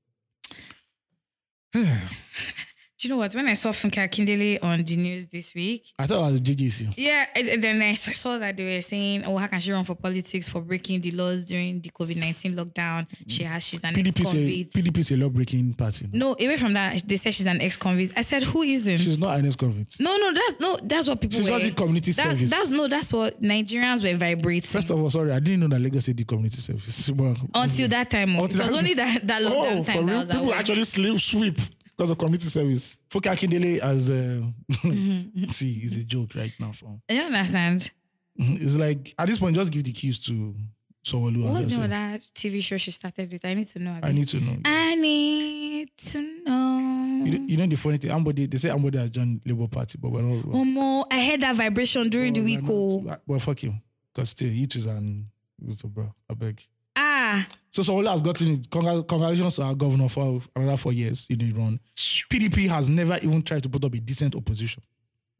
Speaker 2: Do you know what? When I saw Funke Akindele on the news this week,
Speaker 3: I thought it was JJC.
Speaker 2: yeah, and and then I s- saw that they were saying, "Oh, how can she run for politics for breaking the laws during the COVID nineteen lockdown? She has, she's an ex
Speaker 3: PDP is a,
Speaker 2: convict."
Speaker 3: PDP is a law-breaking party.
Speaker 2: No, away from that, they said she's an ex convict. I said, "Who isn't?"
Speaker 3: She's not an ex-convict.
Speaker 2: No, no, that's no, that's what people.
Speaker 3: She's
Speaker 2: were,
Speaker 3: just in community
Speaker 2: that,
Speaker 3: service.
Speaker 2: That's no, that's what Nigerians were vibrating
Speaker 3: First of all, sorry, I didn't know that Lagos State did community service. Well,
Speaker 2: until that time. oh.
Speaker 3: Until
Speaker 2: it was
Speaker 3: that-
Speaker 2: only that that lockdown time
Speaker 3: oh, for
Speaker 2: that
Speaker 3: real,
Speaker 2: was
Speaker 3: people
Speaker 2: aware.
Speaker 3: actually sleep, sweep because of community service. Foke Akindele as uh,
Speaker 2: Mm-hmm.
Speaker 3: see, it's a joke right now. For
Speaker 2: You understand?
Speaker 3: Oh, it's like at this point, just give the keys to someone who
Speaker 2: What's
Speaker 3: has
Speaker 2: the name of
Speaker 3: yourself.
Speaker 2: that Um, TV show she started with? I need to know.
Speaker 3: I
Speaker 2: abi.
Speaker 3: need to know.
Speaker 2: I need to know.
Speaker 3: You, you know the funny thing, Ambody, they say Ambody has joined Labour Party, but we're not. we're-
Speaker 2: Omo, I heard that vibration during the
Speaker 3: we're
Speaker 2: week.
Speaker 3: not-
Speaker 2: Oh.
Speaker 3: well, fuck you, because still, it is an it's a bro. I beg.
Speaker 2: Ah,
Speaker 3: So Sowolu has gotten it. Congra- Congratulations to our governor for another four years in a run. PDP has never even tried to put up a decent opposition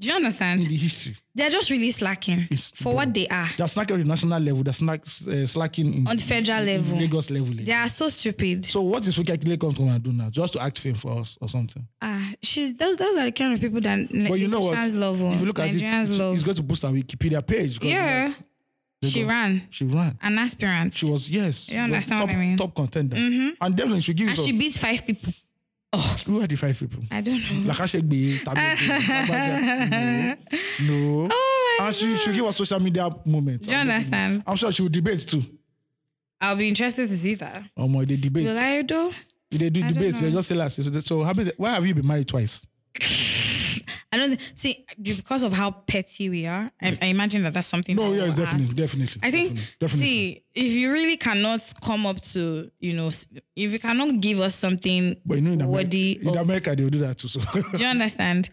Speaker 2: do you
Speaker 3: in
Speaker 2: understand?
Speaker 3: the history.
Speaker 2: They're just really slacking
Speaker 3: It's
Speaker 2: for
Speaker 3: dumb.
Speaker 2: what they are.
Speaker 3: They're slacking on the national level. They're slack, uh, slacking in,
Speaker 2: On the federal
Speaker 3: in
Speaker 2: level.
Speaker 3: Lagos level.
Speaker 2: They are so stupid.
Speaker 3: So what is Funke Akindele come to want to do now? Just to act fame for us or something?
Speaker 2: ah, she's those. Those are the kind of people that
Speaker 3: But you know what?
Speaker 2: Nigerians love. oh.
Speaker 3: if you look at it,
Speaker 2: Nigerians
Speaker 3: it's,
Speaker 2: love.
Speaker 3: it's going to boost our Wikipedia page. 'cause
Speaker 2: yeah,
Speaker 3: like, they
Speaker 2: she
Speaker 3: go-
Speaker 2: ran
Speaker 3: She ran.
Speaker 2: an aspirant.
Speaker 3: She was yes.
Speaker 2: You
Speaker 3: she was
Speaker 2: understand
Speaker 3: top,
Speaker 2: what I mean? Mm-hmm.
Speaker 3: Top contender. And definitely she gives
Speaker 2: and
Speaker 3: us.
Speaker 2: she beat five people.
Speaker 3: who are the five people?
Speaker 2: I don't know.
Speaker 3: Lakashegbe, Tabegbe, Lagbaja. No. no.
Speaker 2: Oh my
Speaker 3: And she should give us social media moments.
Speaker 2: Do you understand?
Speaker 3: I'm sure she will debate too.
Speaker 2: I'll be interested to see that.
Speaker 3: Um, they debate.
Speaker 2: Will I though?
Speaker 3: If they do
Speaker 2: don't
Speaker 3: debates, they
Speaker 2: know.
Speaker 3: just say last. So, so how many- why have you been married twice?
Speaker 2: I don't thi- see because of how petty we are. I, I imagine that that's something.
Speaker 3: No,
Speaker 2: that
Speaker 3: yes,
Speaker 2: we'll
Speaker 3: definitely,
Speaker 2: ask.
Speaker 3: definitely.
Speaker 2: I think
Speaker 3: definitely, definitely.
Speaker 2: see if you really cannot come up to you know s- if you cannot give us something
Speaker 3: But you know, in America,
Speaker 2: worthy.
Speaker 3: in
Speaker 2: or-
Speaker 3: America they'll do that too. So
Speaker 2: do you understand?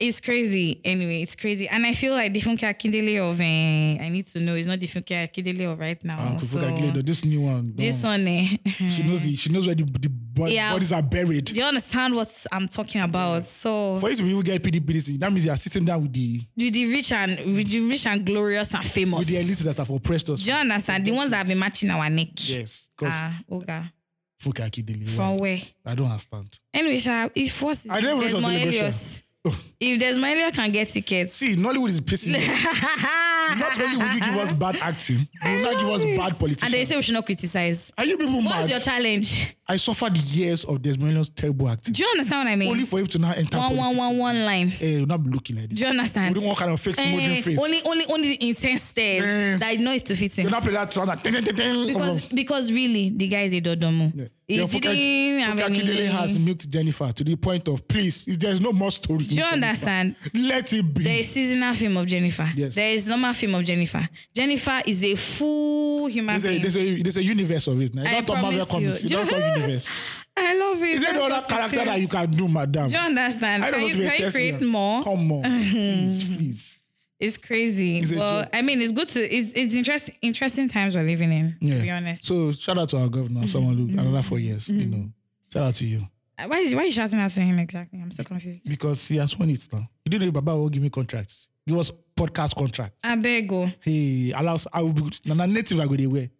Speaker 2: It's crazy. Anyway, it's crazy, and I feel like the Funke Akindele of eh, I need to know. It's not the Funke Akindele of right now.
Speaker 3: Ah,
Speaker 2: so
Speaker 3: Kufuor Akindele, this new one. don't-
Speaker 2: this one, eh,
Speaker 3: She knows the, she knows where the, the bod-
Speaker 2: Yeah.
Speaker 3: bodies are buried.
Speaker 2: do you understand what I'm talking about? So
Speaker 3: For you to even get PDP, this thing, that means you are sitting down with the
Speaker 2: with the rich and with the rich and glorious and famous.
Speaker 3: with the elites that have oppressed us.
Speaker 2: Do you understand? The ones that have been matching our neck.
Speaker 3: Yes, because
Speaker 2: Ah, Oga.
Speaker 3: Funke Akindele,
Speaker 2: From
Speaker 3: wow.
Speaker 2: where?
Speaker 3: I don't understand.
Speaker 2: Anyway, sha, if what's
Speaker 3: I don't even know
Speaker 2: Desmond
Speaker 3: if it's on
Speaker 2: Elliott. If Desmond Elliott can get tickets.
Speaker 3: Oh. See, Nollywood is pissing. me off. not only will you give us bad acting, you will not give us bad politics.
Speaker 2: and they say we should not criticize.
Speaker 3: Are you people
Speaker 2: What's
Speaker 3: mad?
Speaker 2: your challenge?
Speaker 3: I suffered years of Desmond Llewellyn's terrible acting.
Speaker 2: Do you understand what I mean?
Speaker 3: Only for him to now enter
Speaker 2: Mm. one, one,
Speaker 3: politics.
Speaker 2: one, one line.
Speaker 3: Eh, you're not looking like this.
Speaker 2: Do you understand?
Speaker 3: We don't want kind of fake smudging
Speaker 2: Eh,
Speaker 3: face.
Speaker 2: Only, only, only the intense stares
Speaker 3: Eh.
Speaker 2: that I know is to fit
Speaker 3: you
Speaker 2: him.
Speaker 3: not play that song. Like, ding, ding, ding, ding,
Speaker 2: Because,
Speaker 3: come on.
Speaker 2: because really, the guy is a dodomo.
Speaker 3: Yeah.
Speaker 2: He
Speaker 3: Yeah, Funke-
Speaker 2: didn't have
Speaker 3: Funke
Speaker 2: any.
Speaker 3: Akindele has milked Jennifer to the point of please, if there's no more story.
Speaker 2: Do you understand?
Speaker 3: Let it be.
Speaker 2: There is seasonal film of Jennifer.
Speaker 3: Yes.
Speaker 2: There is normal film of Jennifer. Jennifer is a full human
Speaker 3: there's, a,
Speaker 2: being.
Speaker 3: there's, a, there's a universe of it. Now. You
Speaker 2: I
Speaker 3: don't talk Marvel
Speaker 2: promise you.
Speaker 3: comics. You
Speaker 2: Do you-
Speaker 3: don't talk universe.
Speaker 2: I love it.
Speaker 3: Is there
Speaker 2: That's
Speaker 3: no other
Speaker 2: what it
Speaker 3: character that
Speaker 2: is.
Speaker 3: you can do, madam?
Speaker 2: Do you understand?
Speaker 3: I
Speaker 2: Can
Speaker 3: don't
Speaker 2: you,
Speaker 3: want to be a
Speaker 2: can you
Speaker 3: test
Speaker 2: create
Speaker 3: man.
Speaker 2: more?
Speaker 3: Come on, please, please.
Speaker 2: It's crazy.
Speaker 3: It's a
Speaker 2: well,
Speaker 3: joke.
Speaker 2: I mean, it's good to. It's it's interesting. Interesting times we're living in. To be honest, Mm-hmm.
Speaker 3: So shout out to our governor, someone who another four years. You know, shout out to you
Speaker 2: why is why are you shouting out to him exactly? I'm so confused.
Speaker 3: because he has won it now. You didn't know Baba will give me contracts. Give us podcast contract.
Speaker 2: I beg oh. you.
Speaker 3: He allows I will be na na native I go dey wear.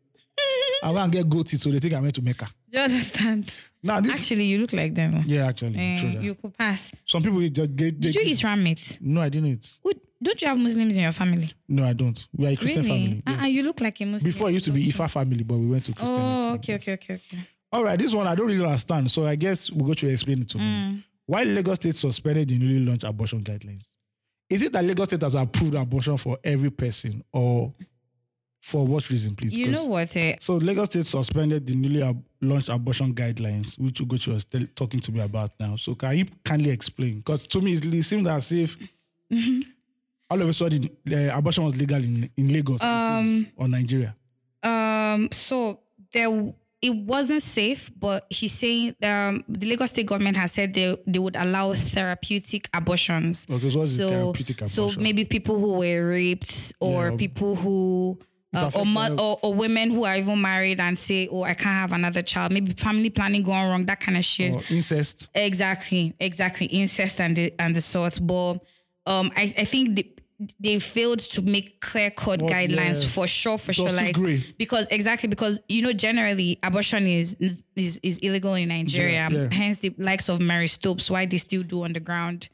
Speaker 3: I want to get goatee so they think I went to Mecca.
Speaker 2: Do you understand?
Speaker 3: Now this
Speaker 2: Actually, you look like them.
Speaker 3: yeah actually
Speaker 2: Eh,
Speaker 3: true that.
Speaker 2: you could pass.
Speaker 3: Some people they just get.
Speaker 2: Did
Speaker 3: they-
Speaker 2: you eat ram meat?
Speaker 3: No, I didn't.
Speaker 2: Who- Don't you have Muslims in your family?
Speaker 3: No, I don't. We are a Christian
Speaker 2: really?
Speaker 3: family.
Speaker 2: Ah, ah,
Speaker 3: yes.
Speaker 2: you look like a Muslim.
Speaker 3: Before it used to be Ifa family, but we went to Christianity.
Speaker 2: Oh, okay,
Speaker 3: yes.
Speaker 2: okay, okay, okay.
Speaker 3: All right, this one I don't really understand, so I guess we'll go to explain it to
Speaker 2: Mm.
Speaker 3: me. Why Lagos State suspended the newly launched abortion guidelines? Is it that Lagos State has approved abortion for every person, or for what reason, please?
Speaker 2: you
Speaker 3: 'Cause-
Speaker 2: know what? Eh?
Speaker 3: So Lagos State suspended the newly ab- launched abortion guidelines, which Ugochi was tell- talking to me about now. So can you kindly explain? Because to me, it seems as if all of a sudden the abortion was legal in, in Lagos it seems, or Nigeria.
Speaker 2: Um, so there it wasn't safe, but he's saying um, the Lagos state government has said they, they would allow therapeutic abortions.
Speaker 3: Okay, so what is
Speaker 2: so,
Speaker 3: therapeutic
Speaker 2: So
Speaker 3: abortion?
Speaker 2: maybe people who were raped or
Speaker 3: Yeah.
Speaker 2: people who uh, or,
Speaker 3: affects
Speaker 2: mo-
Speaker 3: their health.
Speaker 2: or or women who are even married and say, "Oh, I can't have another child." Maybe family planning gone wrong, that kind of shit.
Speaker 3: Or incest.
Speaker 2: Exactly, exactly. Incest and the, and the sort. But um, I, I think the, they failed to make clear cut
Speaker 3: Well,
Speaker 2: guidelines
Speaker 3: yeah.
Speaker 2: for sure, for
Speaker 3: It
Speaker 2: sure.
Speaker 3: was too
Speaker 2: Like
Speaker 3: grey.
Speaker 2: because exactly because you know generally abortion is is, is illegal in Nigeria.
Speaker 3: Yeah, yeah.
Speaker 2: Hence the likes of Mary Stopes, why they still do underground.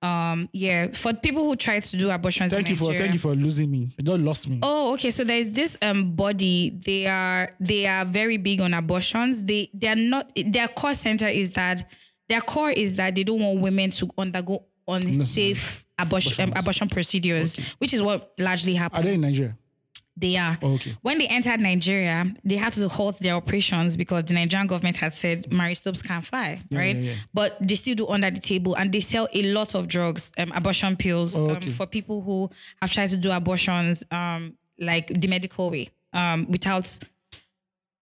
Speaker 2: Um, yeah, for people who try to do abortions.
Speaker 3: Thank
Speaker 2: in
Speaker 3: you for
Speaker 2: Nigeria.
Speaker 3: thank you for losing me. You just lost me.
Speaker 2: Oh, okay. So there's this um body. They are they are very big on abortions. They they are not. Their core center is that their core is that they don't want women to undergo unsafe abortion um, abortion procedures, which is what largely
Speaker 3: Are they in
Speaker 2: happens.
Speaker 3: Nigeria?
Speaker 2: They are.
Speaker 3: Oh, okay.
Speaker 2: When they entered Nigeria, they had to halt their operations because the Nigerian government had said Mary Stopes can't fly, right?
Speaker 3: yeah, yeah.
Speaker 2: But they still do under the table and they sell a lot of drugs, um, abortion pills
Speaker 3: Oh,
Speaker 2: um,
Speaker 3: okay.
Speaker 2: for people who have tried to do abortions um, like the medical way um, without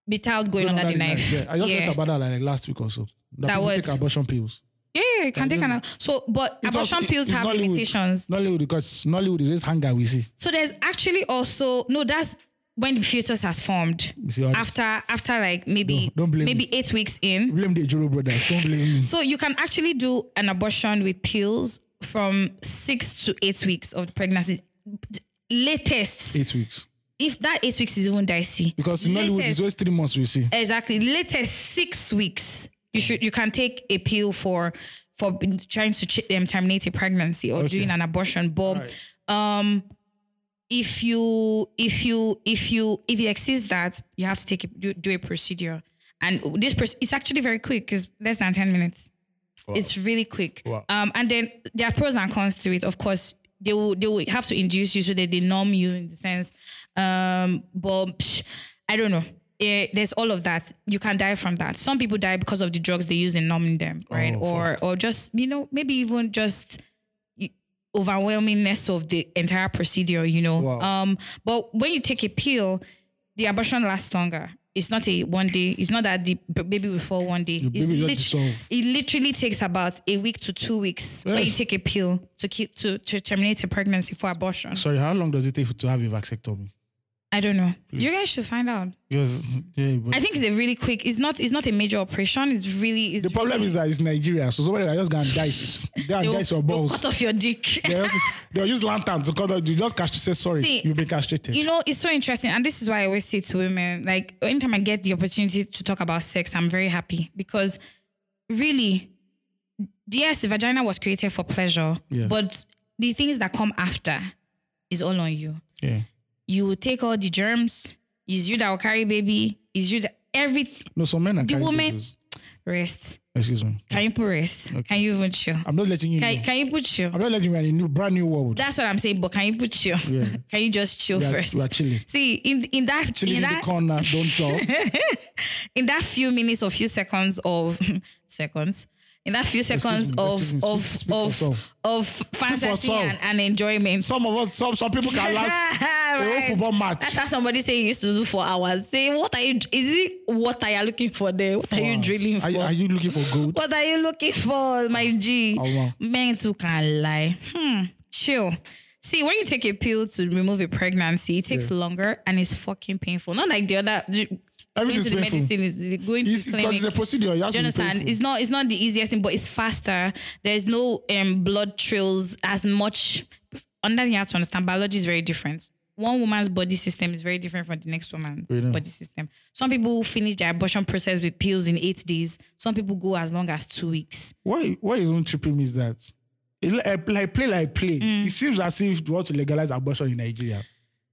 Speaker 2: without going under, the knife.
Speaker 3: Yeah, I just
Speaker 2: Yeah.
Speaker 3: read about that like last week or so. That,
Speaker 2: That
Speaker 3: people
Speaker 2: was-
Speaker 3: take abortion pills.
Speaker 2: Yeah, yeah, you can take an so but
Speaker 3: It was-
Speaker 2: abortion
Speaker 3: it-
Speaker 2: pills
Speaker 3: it's
Speaker 2: have
Speaker 3: Nollywood.
Speaker 2: limitations.
Speaker 3: Nollywood because Nollywood is this hunger we see.
Speaker 2: So there's actually also no. That's when the fetus has formed.
Speaker 3: see all this?
Speaker 2: After after like maybe
Speaker 3: No, don't blame
Speaker 2: maybe eight weeks in.
Speaker 3: Blame the Joro brothers. Don't blame me.
Speaker 2: So you can actually do an abortion with pills from six to eight weeks of pregnancy. Latest,
Speaker 3: Eight weeks.
Speaker 2: if that eight weeks is even dicey,
Speaker 3: Because in Nollywood it's
Speaker 2: Latest.
Speaker 3: always three months we see.
Speaker 2: exactly latest six weeks you should you can take a pill for for b- trying to ch- um, terminate a pregnancy or
Speaker 3: Okay.
Speaker 2: doing an abortion but um if you if you if you if it exceeds that you have to take a, do, do a procedure and this proc- it's actually very quick it's less than 10 minutes it's really quick um and then there are pros and cons to it of course they will they will have to induce you so that they numb you in the sense um but psh, i don't know Eh, there's all of that you can die from that some people die because of the drugs they use in numbing them right
Speaker 3: Oh,
Speaker 2: or or just you know maybe even just y- overwhelmingness of the entire procedure you know
Speaker 3: Wow.
Speaker 2: um but when you take a pill the abortion lasts longer it's not a one day it's not that the b- baby will fall one day
Speaker 3: The
Speaker 2: It's
Speaker 3: baby just dissolve.
Speaker 2: it literally takes about a week to two weeks when you
Speaker 3: Yes.
Speaker 2: take a pill to keep to, to terminate a pregnancy for abortion.
Speaker 3: Sorry, how long does it take to have a vasectomy?
Speaker 2: I don't know. You guys should find out.
Speaker 3: Because yeah, but
Speaker 2: I think it's a really quick. It's not. It's not a major operation. It's really. It's
Speaker 3: the problem is that it's Nigeria, so somebody are just gonna dice. They are
Speaker 2: they'll-
Speaker 3: dice
Speaker 2: they'll
Speaker 3: your balls.
Speaker 2: Cut off your dick.
Speaker 3: They'll, just, they'll use lantern to cut. off- You just cast. Say sorry,
Speaker 2: See,
Speaker 3: you've been castrated.
Speaker 2: You know, it's so interesting. And this is why I always say to women, like, anytime I get the opportunity to talk about sex, I'm very happy because really, yes, the vagina was created for pleasure,
Speaker 3: Yes.
Speaker 2: but the things that come after is all on you.
Speaker 3: yeah.
Speaker 2: You will take all the germs. It's you that will carry baby. It's you that every
Speaker 3: No, some men are
Speaker 2: The
Speaker 3: carrying
Speaker 2: woman-
Speaker 3: babies.
Speaker 2: rest.
Speaker 3: Excuse me.
Speaker 2: Can you put rest? Can you even chill?
Speaker 3: I'm not letting you.
Speaker 2: Can,
Speaker 3: know.
Speaker 2: can you put chill?
Speaker 3: I'm not letting you in a new, brand new world.
Speaker 2: That's what I'm saying. But can you put chill?
Speaker 3: Yeah.
Speaker 2: Can you just chill
Speaker 3: we are,
Speaker 2: first?
Speaker 3: we are chilling.
Speaker 2: See, in in that
Speaker 3: Chilling
Speaker 2: in
Speaker 3: in,
Speaker 2: that
Speaker 3: the corner. Don't talk.
Speaker 2: in that few minutes or few seconds of seconds in that few seconds
Speaker 3: me,
Speaker 2: of
Speaker 3: excuse me,
Speaker 2: of
Speaker 3: speak- speak for some.
Speaker 2: of of fantasy
Speaker 3: some.
Speaker 2: and, and enjoyment.
Speaker 3: some of us, some some people can last a whole
Speaker 2: Right.
Speaker 3: football match.
Speaker 2: That's how somebody say you used to do for hours. Say, what are you? Is it what are you looking for there? What are you drilling for?
Speaker 3: Are, are you looking for gold?
Speaker 2: what are you looking for, my G?
Speaker 3: Oh, wow.
Speaker 2: Men too can lie. Hmm. Chill. See, when you take a pill to remove a pregnancy, it takes longer and it's fucking painful. Not like the other. Going
Speaker 3: Everything's
Speaker 2: to the
Speaker 3: painful.
Speaker 2: medicine is is going to
Speaker 3: It's,
Speaker 2: the
Speaker 3: because
Speaker 2: clinic.
Speaker 3: it's a procedure. You have
Speaker 2: Do
Speaker 3: to
Speaker 2: you
Speaker 3: be
Speaker 2: understand?
Speaker 3: painful.
Speaker 2: It's not it's not the easiest thing, but it's faster. There's no um, blood trails as much. Under you have to understand, biology is very different. One woman's body system is very different from the next woman's
Speaker 3: Really?
Speaker 2: body system. Some people finish their abortion process with pills in eight days. Some people go as long as two weeks.
Speaker 3: Why? Why is even tripping me is that It li- eh, like play like play.
Speaker 2: Mm.
Speaker 3: It seems as if they want to legalize abortion in Nigeria.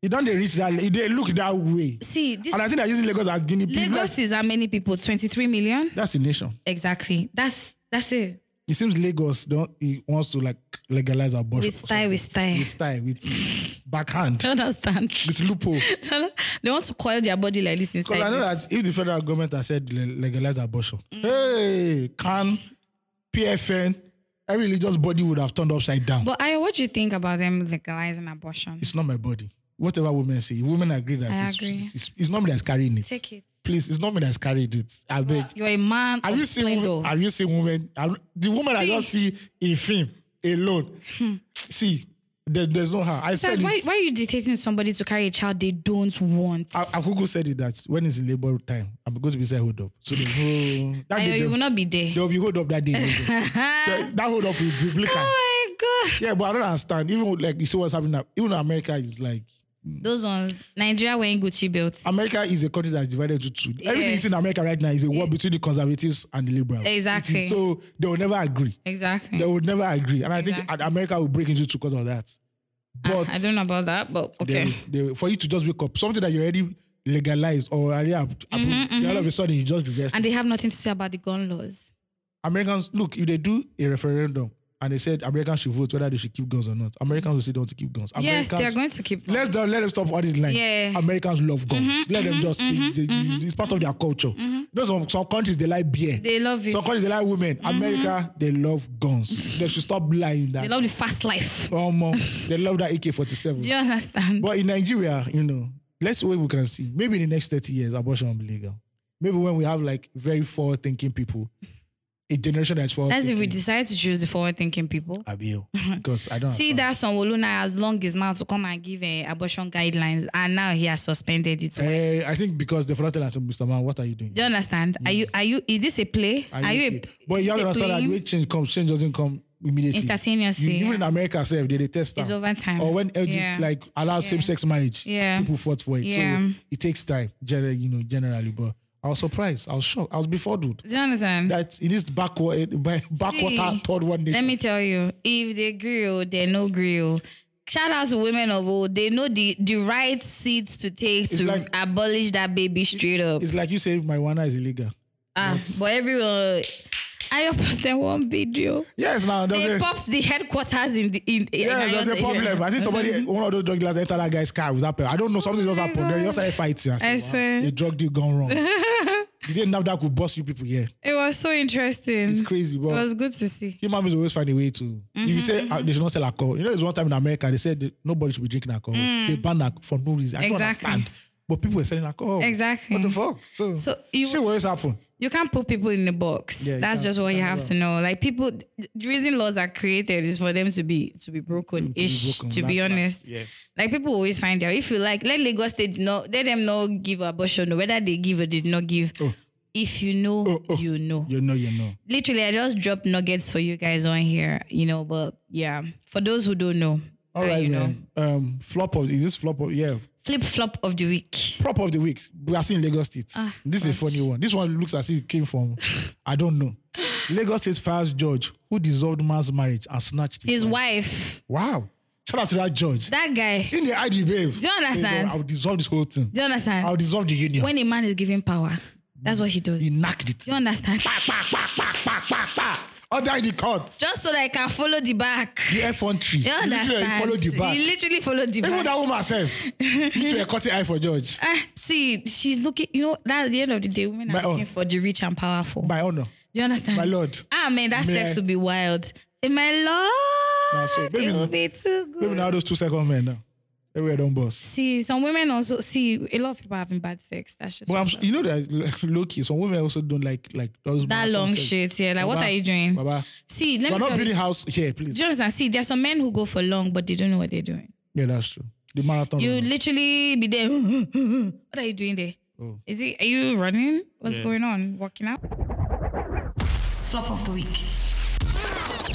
Speaker 3: It don't they reach that? They look that way.
Speaker 2: See, this
Speaker 3: and I think they're using Lagos as guinea pig.
Speaker 2: Lagos
Speaker 3: That's-
Speaker 2: is how many people? 23 million?
Speaker 3: That's a nation.
Speaker 2: Exactly. That's that's it.
Speaker 3: It seems Lagos don't. He wants to like legalize abortion.
Speaker 2: With style, with style.
Speaker 3: With style, with backhand,
Speaker 2: Do you understand?
Speaker 3: with loophole.
Speaker 2: they want to coil their body like this inside.
Speaker 3: Because I know
Speaker 2: this.
Speaker 3: that if the federal government has said le- legalize abortion,
Speaker 2: Mm.
Speaker 3: hey, can PFN, every religious body would have turned upside down.
Speaker 2: But I, what do you think about them legalizing abortion?
Speaker 3: it's not my body. Whatever women say, if women agree that
Speaker 2: I
Speaker 3: it's,
Speaker 2: agree.
Speaker 3: It's, it's not me that's carrying it.
Speaker 2: Take it.
Speaker 3: Please, it's not me that's carried it. I beg.
Speaker 2: You're a man.
Speaker 3: Have
Speaker 2: of
Speaker 3: you seen?
Speaker 2: splendor.
Speaker 3: Women, have you seen women? have- the woman I just see in film alone. See, there, there's no her. I
Speaker 2: Dad,
Speaker 3: said
Speaker 2: Hmm. why,
Speaker 3: it.
Speaker 2: why are you dictating somebody to carry a child they don't want?
Speaker 3: I, I Google said it that when it's in labor time, I'm going to be said hold up. So there's no that
Speaker 2: I know
Speaker 3: day
Speaker 2: you
Speaker 3: there-
Speaker 2: will not be there.
Speaker 3: there will be hold up that day. So that hold up will be blicker.
Speaker 2: Oh my god.
Speaker 3: Yeah, but I don't understand. Even with, like you see what's happening now. Even America is like Mm.
Speaker 2: Those ones, Nigeria wearing Gucci belts.
Speaker 3: America is a country that's divided into two. Everything you
Speaker 2: Yes.
Speaker 3: see in America right now is a war between the conservatives and the liberals. It is-
Speaker 2: Exactly.
Speaker 3: so they will never agree.
Speaker 2: exactly.
Speaker 3: They will never agree. And I think
Speaker 2: Exactly.
Speaker 3: and America will break into two because of that. But
Speaker 2: I don't know about that, but
Speaker 3: they
Speaker 2: okay.
Speaker 3: will- they will- for you to just wake up, something that you already legalized or already approved, all of a sudden you just reverse.
Speaker 2: Mm-hmm, And
Speaker 3: it.
Speaker 2: they have nothing to say about the gun laws.
Speaker 3: Americans, look, if they do a referendum and they said Americans should vote whether they should keep guns or not, Americans will say they want to keep guns.
Speaker 2: yes, they are
Speaker 3: Americans-
Speaker 2: going to keep.
Speaker 3: Let them let them stop all this line.
Speaker 2: Yeah. Mm-hmm,
Speaker 3: Americans love guns. let them just see. They- it's, it's part of their culture. Those some, some countries they like beer.
Speaker 2: They love it. Mm-hmm.
Speaker 3: some countries they like women. America they love guns. they should stop lying that.
Speaker 2: They love the fast life.
Speaker 3: Um, uh, they love that AK forty
Speaker 2: Do
Speaker 3: seven.
Speaker 2: you understand?
Speaker 3: But in Nigeria, you know, let's see what we can see. Maybe in the next thirty years, abortion will be legal. Maybe when we have like very forward thinking people, a generation that's forward.
Speaker 2: That's if we
Speaker 3: thinking,
Speaker 2: decide to choose the forward-thinking people.
Speaker 3: I'll be here. because I don't have
Speaker 2: See
Speaker 3: time.
Speaker 2: that son Woluna has long his mouth to come and give uh, abortion guidelines, and now he has suspended it.
Speaker 3: Eh, I think because the fraternal Mr. Man, what are you doing?
Speaker 2: Do you understand? Are you are you is this a play? Are, you,
Speaker 3: okay?
Speaker 2: a,
Speaker 3: but Mm. you
Speaker 2: is it
Speaker 3: have to understand that
Speaker 2: playing?
Speaker 3: when change comes, change doesn't come immediately.
Speaker 2: Instantaneously,
Speaker 3: You- even
Speaker 2: yeah.
Speaker 3: in America, self, they, they test
Speaker 2: It's
Speaker 3: am.
Speaker 2: over time.
Speaker 3: Or when LG
Speaker 2: Yeah.
Speaker 3: like allow same-sex marriage,
Speaker 2: Yeah.
Speaker 3: people fought for it.
Speaker 2: Yeah.
Speaker 3: So it takes time, generally, you know, generally. But I was surprised. I was shocked. I was befuddled
Speaker 2: Do you understand?
Speaker 3: that in this backward, by-
Speaker 2: See,
Speaker 3: backwater third one
Speaker 2: Let
Speaker 3: nation.
Speaker 2: me tell you, if they grill, they no grill. Shout out to women of old. They know the, the right seats to take
Speaker 3: It's
Speaker 2: to
Speaker 3: like-
Speaker 2: abolish that baby straight up.
Speaker 3: it's like you say marijuana is illegal.
Speaker 2: Ah, but everyone, I posted one video.
Speaker 3: Yes, now there's
Speaker 2: They
Speaker 3: a,
Speaker 2: popped the headquarters in the in.
Speaker 3: yeah,
Speaker 2: in
Speaker 3: there's a
Speaker 2: Ayodele.
Speaker 3: problem. I think somebody, one of those drug dealers entered that guy's car with that. pen. I don't know. Something just
Speaker 2: Oh my
Speaker 3: happened. They
Speaker 2: God.
Speaker 3: just started fighting. I, said,
Speaker 2: I
Speaker 3: wow,
Speaker 2: swear.
Speaker 3: the drug deal gone wrong. Did they know that could bust you people here?
Speaker 2: It was so interesting.
Speaker 3: It's crazy,
Speaker 2: It
Speaker 3: but
Speaker 2: was good to see.
Speaker 3: human beings always find a way to. if you say
Speaker 2: Mm-hmm.
Speaker 3: uh, they should not sell alcohol, you know, there's one time in America they said that nobody should be drinking alcohol. They banned that for no reason. I
Speaker 2: Mm. Exactly.
Speaker 3: don't understand. But people were selling alcohol.
Speaker 2: Exactly.
Speaker 3: What the fuck? So,
Speaker 2: So
Speaker 3: you,
Speaker 2: you-
Speaker 3: shit will always happen.
Speaker 2: You can't put people in a box.
Speaker 3: Yeah, you
Speaker 2: That's
Speaker 3: can't-
Speaker 2: just
Speaker 3: you
Speaker 2: what you
Speaker 3: can't
Speaker 2: have
Speaker 3: do
Speaker 2: to know. Like people, the reason laws are created is for them to be to be broken ish.
Speaker 3: broken.
Speaker 2: To be
Speaker 3: That's- that's-
Speaker 2: honest,
Speaker 3: yes.
Speaker 2: Like people always find out if you like let Lagos State know let them know give abortion whether they give or did not give.
Speaker 3: Oh.
Speaker 2: If you know,
Speaker 3: Oh, oh.
Speaker 2: you know.
Speaker 3: You know, you know.
Speaker 2: Literally, I just dropped nuggets for you guys on here, you know. But yeah, for those who don't know,
Speaker 3: All
Speaker 2: uh,
Speaker 3: right,
Speaker 2: you know,
Speaker 3: man. Um, flop of is this flop of yeah
Speaker 2: flip flop of the week.
Speaker 3: prop of the week. We are seeing Lagos State.
Speaker 2: Ah,
Speaker 3: this is a
Speaker 2: God.
Speaker 3: funny one. This one looks as if it came from I don't know. Lagos State fires judge who dissolved man's marriage and snatched
Speaker 2: His
Speaker 3: wife.
Speaker 2: wife,
Speaker 3: Wow. Shout out to that judge.
Speaker 2: that guy.
Speaker 3: in the ID, babe.
Speaker 2: Do you understand?
Speaker 3: I'll dissolve this whole thing.
Speaker 2: Do you understand?
Speaker 3: I'll dissolve the union.
Speaker 2: When a man is given power, that's what he does.
Speaker 3: he
Speaker 2: Do
Speaker 3: knocked it.
Speaker 2: you understand?
Speaker 3: Order in the court.
Speaker 2: Just so that I can follow the back.
Speaker 3: The effrontery.
Speaker 2: Do you
Speaker 3: He literally
Speaker 2: understand?
Speaker 3: followed the back.
Speaker 2: He literally followed the
Speaker 3: Even
Speaker 2: back.
Speaker 3: that woman herself. Literally a cutting eye for judge.
Speaker 2: Ah, see, she's looking, you know, that at the end of the day, women are
Speaker 3: My own.
Speaker 2: looking for the rich and powerful.
Speaker 3: My honor.
Speaker 2: Do you understand?
Speaker 3: My lord.
Speaker 2: Ah, man, that
Speaker 3: May
Speaker 2: sex
Speaker 3: I-
Speaker 2: will be wild. Say, my lord,
Speaker 3: Nah, so maybe
Speaker 2: it will
Speaker 3: now-
Speaker 2: be too good.
Speaker 3: Maybe now those two second men now. Everywhere don't boss.
Speaker 2: See, some women also, see, a lot of people having bad sex. That's just
Speaker 3: But I'm,
Speaker 2: what's
Speaker 3: su-
Speaker 2: up.
Speaker 3: you know that low key, some women also don't like like those
Speaker 2: that
Speaker 3: marathon
Speaker 2: long
Speaker 3: sex.
Speaker 2: shit. Yeah, like, what
Speaker 3: Baba,
Speaker 2: are you doing?
Speaker 3: Baba,
Speaker 2: See, let
Speaker 3: we're
Speaker 2: me
Speaker 3: not
Speaker 2: tell you.
Speaker 3: building house here,
Speaker 2: Do
Speaker 3: please.
Speaker 2: you understand? See, there's some men who go for long, but they don't know what they're doing.
Speaker 3: Yeah, that's true. The marathon.
Speaker 2: You
Speaker 3: run.
Speaker 2: literally be there. what are you doing there? Is
Speaker 3: Oh.
Speaker 2: it? Are you running? What's going on? Walking out?
Speaker 4: Flop of the week.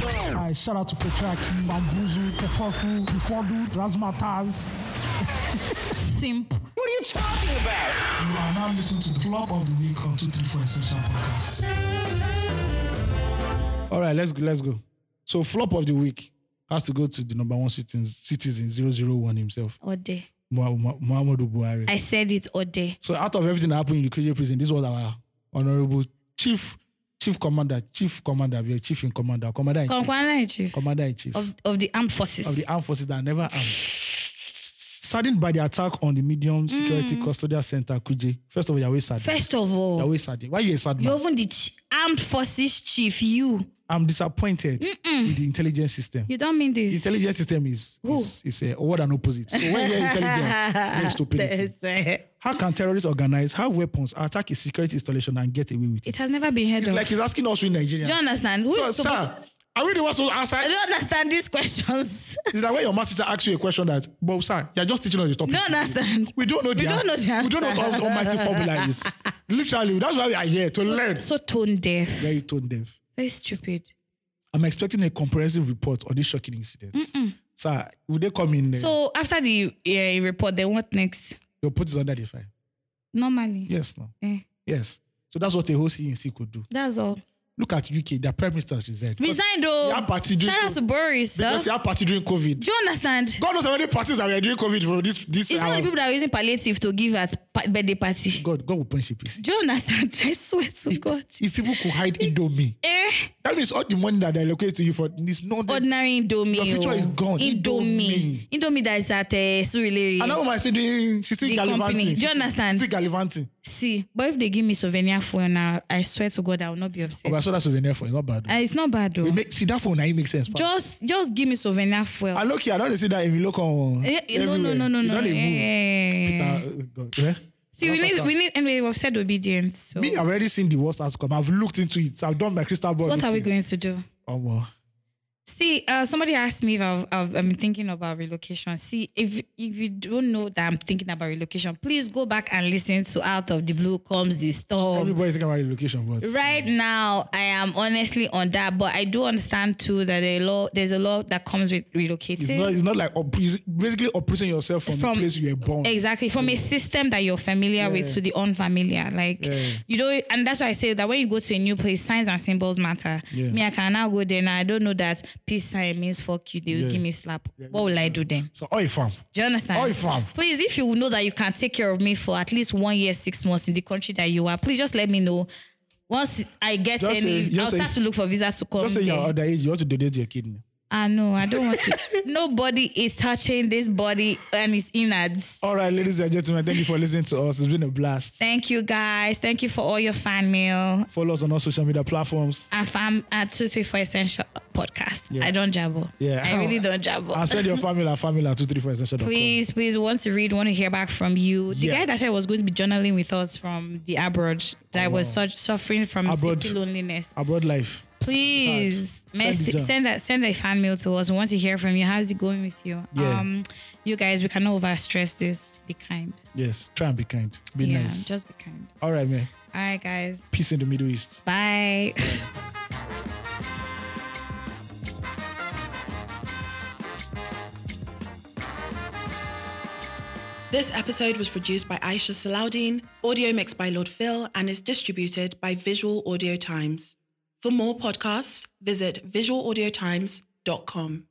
Speaker 6: I shout out to Petraki, Bambuzu, Kefofu, Ifodu, Razmataz.
Speaker 4: Simp.
Speaker 6: You are now listening to the Flop of the Week on 234 Essential Podcast.
Speaker 3: All right, let's go. Let's go. So flop of the week has to go to the number one citizen, citizen 001 himself,
Speaker 2: Ode.
Speaker 3: Muha- Muha- Muhammadu Buhari.
Speaker 2: I said it Ode.
Speaker 3: so out of everything that happened in the Kuje prison, this was our honorable chief, chief commander, chief commander, we are chief in commander, commander in chief,
Speaker 2: Konkwana in chief
Speaker 3: commander in chief
Speaker 2: of, of the armed forces.
Speaker 3: of the armed forces that are never armed. Saddened by the attack on the medium security custodial center, Kuje. First of all, you're always saddened.
Speaker 2: Mm. First of
Speaker 3: you're
Speaker 2: all,
Speaker 3: always saddened. Why are you a sad man?
Speaker 2: you're even the ch- armed forces chief. You.
Speaker 3: I'm disappointed with the intelligence system.
Speaker 2: You don't mean
Speaker 3: The
Speaker 2: this.
Speaker 3: intelligence system is
Speaker 2: Who?
Speaker 3: is, is a word and opposite. So when you hear intelligence, there's stupidity.
Speaker 2: There's, uh,
Speaker 3: How can terrorists organize, have weapons, attack a security installation and get away with it?
Speaker 2: it has never been heard
Speaker 3: It's
Speaker 2: of.
Speaker 3: like he's asking us in Nigeria.
Speaker 2: Do you understand? Who
Speaker 3: so,
Speaker 2: is supposed
Speaker 3: sir, are we the ones who answer?
Speaker 2: I don't understand these questions.
Speaker 3: It's like when your master teacher asks you a question that, but sir, you're just teaching us the topic.
Speaker 2: I don't understand.
Speaker 3: We don't know the
Speaker 2: We don't know the
Speaker 3: We don't know what
Speaker 2: answer.
Speaker 3: the almighty formula is. Literally, that's why we are here to learn.
Speaker 2: So tone deaf.
Speaker 3: Very tone deaf.
Speaker 2: Very stupid.
Speaker 3: I'm expecting a comprehensive report on this shocking incident. Sir, would they come in? Uh,
Speaker 2: So after the uh, report, then what next?
Speaker 3: they'll put it under the fire.
Speaker 2: Normally.
Speaker 3: Yes, no.
Speaker 2: Eh,
Speaker 3: Yes. So that's what a whole CNC could do.
Speaker 2: that's all.
Speaker 3: Look at UK, their prime minister resigned.
Speaker 2: Resign though.
Speaker 3: Yeah, party do-
Speaker 2: Shout out to Boris.
Speaker 3: Because
Speaker 2: Huh?
Speaker 3: they had party during COVID.
Speaker 2: Do you understand?
Speaker 3: God knows how many parties that were during COVID for this this
Speaker 2: It's not
Speaker 3: hour.
Speaker 2: the people that are using palliative to give at pa- birthday party.
Speaker 3: God, God will punish you, please.
Speaker 2: Do you understand? I swear to God.
Speaker 3: If people could hide Indomie,
Speaker 2: Eh,
Speaker 3: that means all the money that they allocate to you for this no And
Speaker 2: ordinary Indomie.
Speaker 3: Your future
Speaker 2: oh.
Speaker 3: is gone.
Speaker 2: Indomie. Indomie that is at uh,
Speaker 3: that
Speaker 2: Surulere.
Speaker 3: woman is still doing she's still
Speaker 2: The company.
Speaker 3: gallivanting.
Speaker 2: Do you understand?
Speaker 3: She's still gallivanting.
Speaker 2: See, but if they give me souvenir phone now, I swear to God, I will not be upset.
Speaker 3: Oh, but I saw that souvenir phone. It's not bad.
Speaker 2: Uh, it's not bad though.
Speaker 3: It make, see that phone now it makes sense. pal.
Speaker 2: just just give me souvenir fuel.
Speaker 3: I look here, I don't see that if you look on
Speaker 2: Eh, eh, no, no,
Speaker 3: everywhere.
Speaker 2: no, no,
Speaker 3: You
Speaker 2: no.
Speaker 3: don't dey move.
Speaker 2: eh.
Speaker 3: Peter, uh, God, eh?
Speaker 2: See, we
Speaker 3: Don't
Speaker 2: need
Speaker 3: talk
Speaker 2: we need anyway. We've said obedience. So,
Speaker 3: Me, I've already seen the worst has come. I've looked into it. I've done my crystal
Speaker 2: so
Speaker 3: ball.
Speaker 2: what are we
Speaker 3: looking.
Speaker 2: going to do?
Speaker 3: Oh, well.
Speaker 2: See, uh, somebody asked me if I've, I've, I've been thinking about relocation. See, if if you don't know that I'm thinking about relocation, please go back and listen to Out of the Blue Comes the Storm.
Speaker 3: Everybody's thinking about relocation, but
Speaker 2: Right now, I am honestly on that, but I do understand too that there are a lot, there's a lot that comes with relocating.
Speaker 3: it's not. It's not like up, it's basically uprooting yourself from,
Speaker 2: From-
Speaker 3: the place you were born.
Speaker 2: Exactly. From a system that you're familiar with to the unfamiliar. Like
Speaker 3: Yeah.
Speaker 2: you don't and that's why I say that when you go to a new place, signs and symbols matter.
Speaker 3: Yeah.
Speaker 2: Me, I can now go there and I don't know that peace sign means fuck you. They will
Speaker 3: Yeah.
Speaker 2: give me slap. What will I do then?
Speaker 3: So oil farm.
Speaker 2: Do you understand?
Speaker 3: Oil farm.
Speaker 2: Please, if you know that you can take care of me for at least one year, six months in the country that you are, please just let me know. Once I get
Speaker 3: Just say-
Speaker 2: any,
Speaker 3: just
Speaker 2: I'll
Speaker 3: say-
Speaker 2: start to look for visa to come.
Speaker 3: Just say you're
Speaker 2: there.
Speaker 3: underage. You want to donate your kidney.
Speaker 2: I know. I don't want to. Nobody is touching this body and its innards.
Speaker 3: All right, ladies and gentlemen, thank you for listening to us. It's been a blast.
Speaker 2: Thank you guys. Thank you for all your fan mail.
Speaker 3: Follow us on all social media platforms.
Speaker 2: And fam at 234 Essential Podcast.
Speaker 3: Yeah.
Speaker 2: I don't jabble.
Speaker 3: Yeah.
Speaker 2: I really don't jabble.
Speaker 3: And send your family at family at 234 essential.
Speaker 2: please, please want to read, want to hear back from you. The
Speaker 3: Yeah.
Speaker 2: guy that said was going to be journaling with us from the abroad that was such suffering from
Speaker 3: Oh, Abroad.
Speaker 2: city loneliness.
Speaker 3: Abroad life.
Speaker 2: Please
Speaker 3: Send
Speaker 2: mess-
Speaker 3: it down.
Speaker 2: send that send a fan mail to us. We want to hear from you. How's it going with you?
Speaker 3: Yeah.
Speaker 2: Um you guys, we cannot over stress this. Be kind.
Speaker 3: Yes. Try and be kind. Be
Speaker 2: yeah,
Speaker 3: nice.
Speaker 2: just be kind.
Speaker 3: All right, man.
Speaker 2: All right, guys.
Speaker 3: Peace in the Middle East.
Speaker 2: Bye.
Speaker 1: This episode was produced by Aisha Salaudin, audio mixed by Lord Phil, and is distributed by Visual Audio Times. For more podcasts, visit visualaudiotimes.com.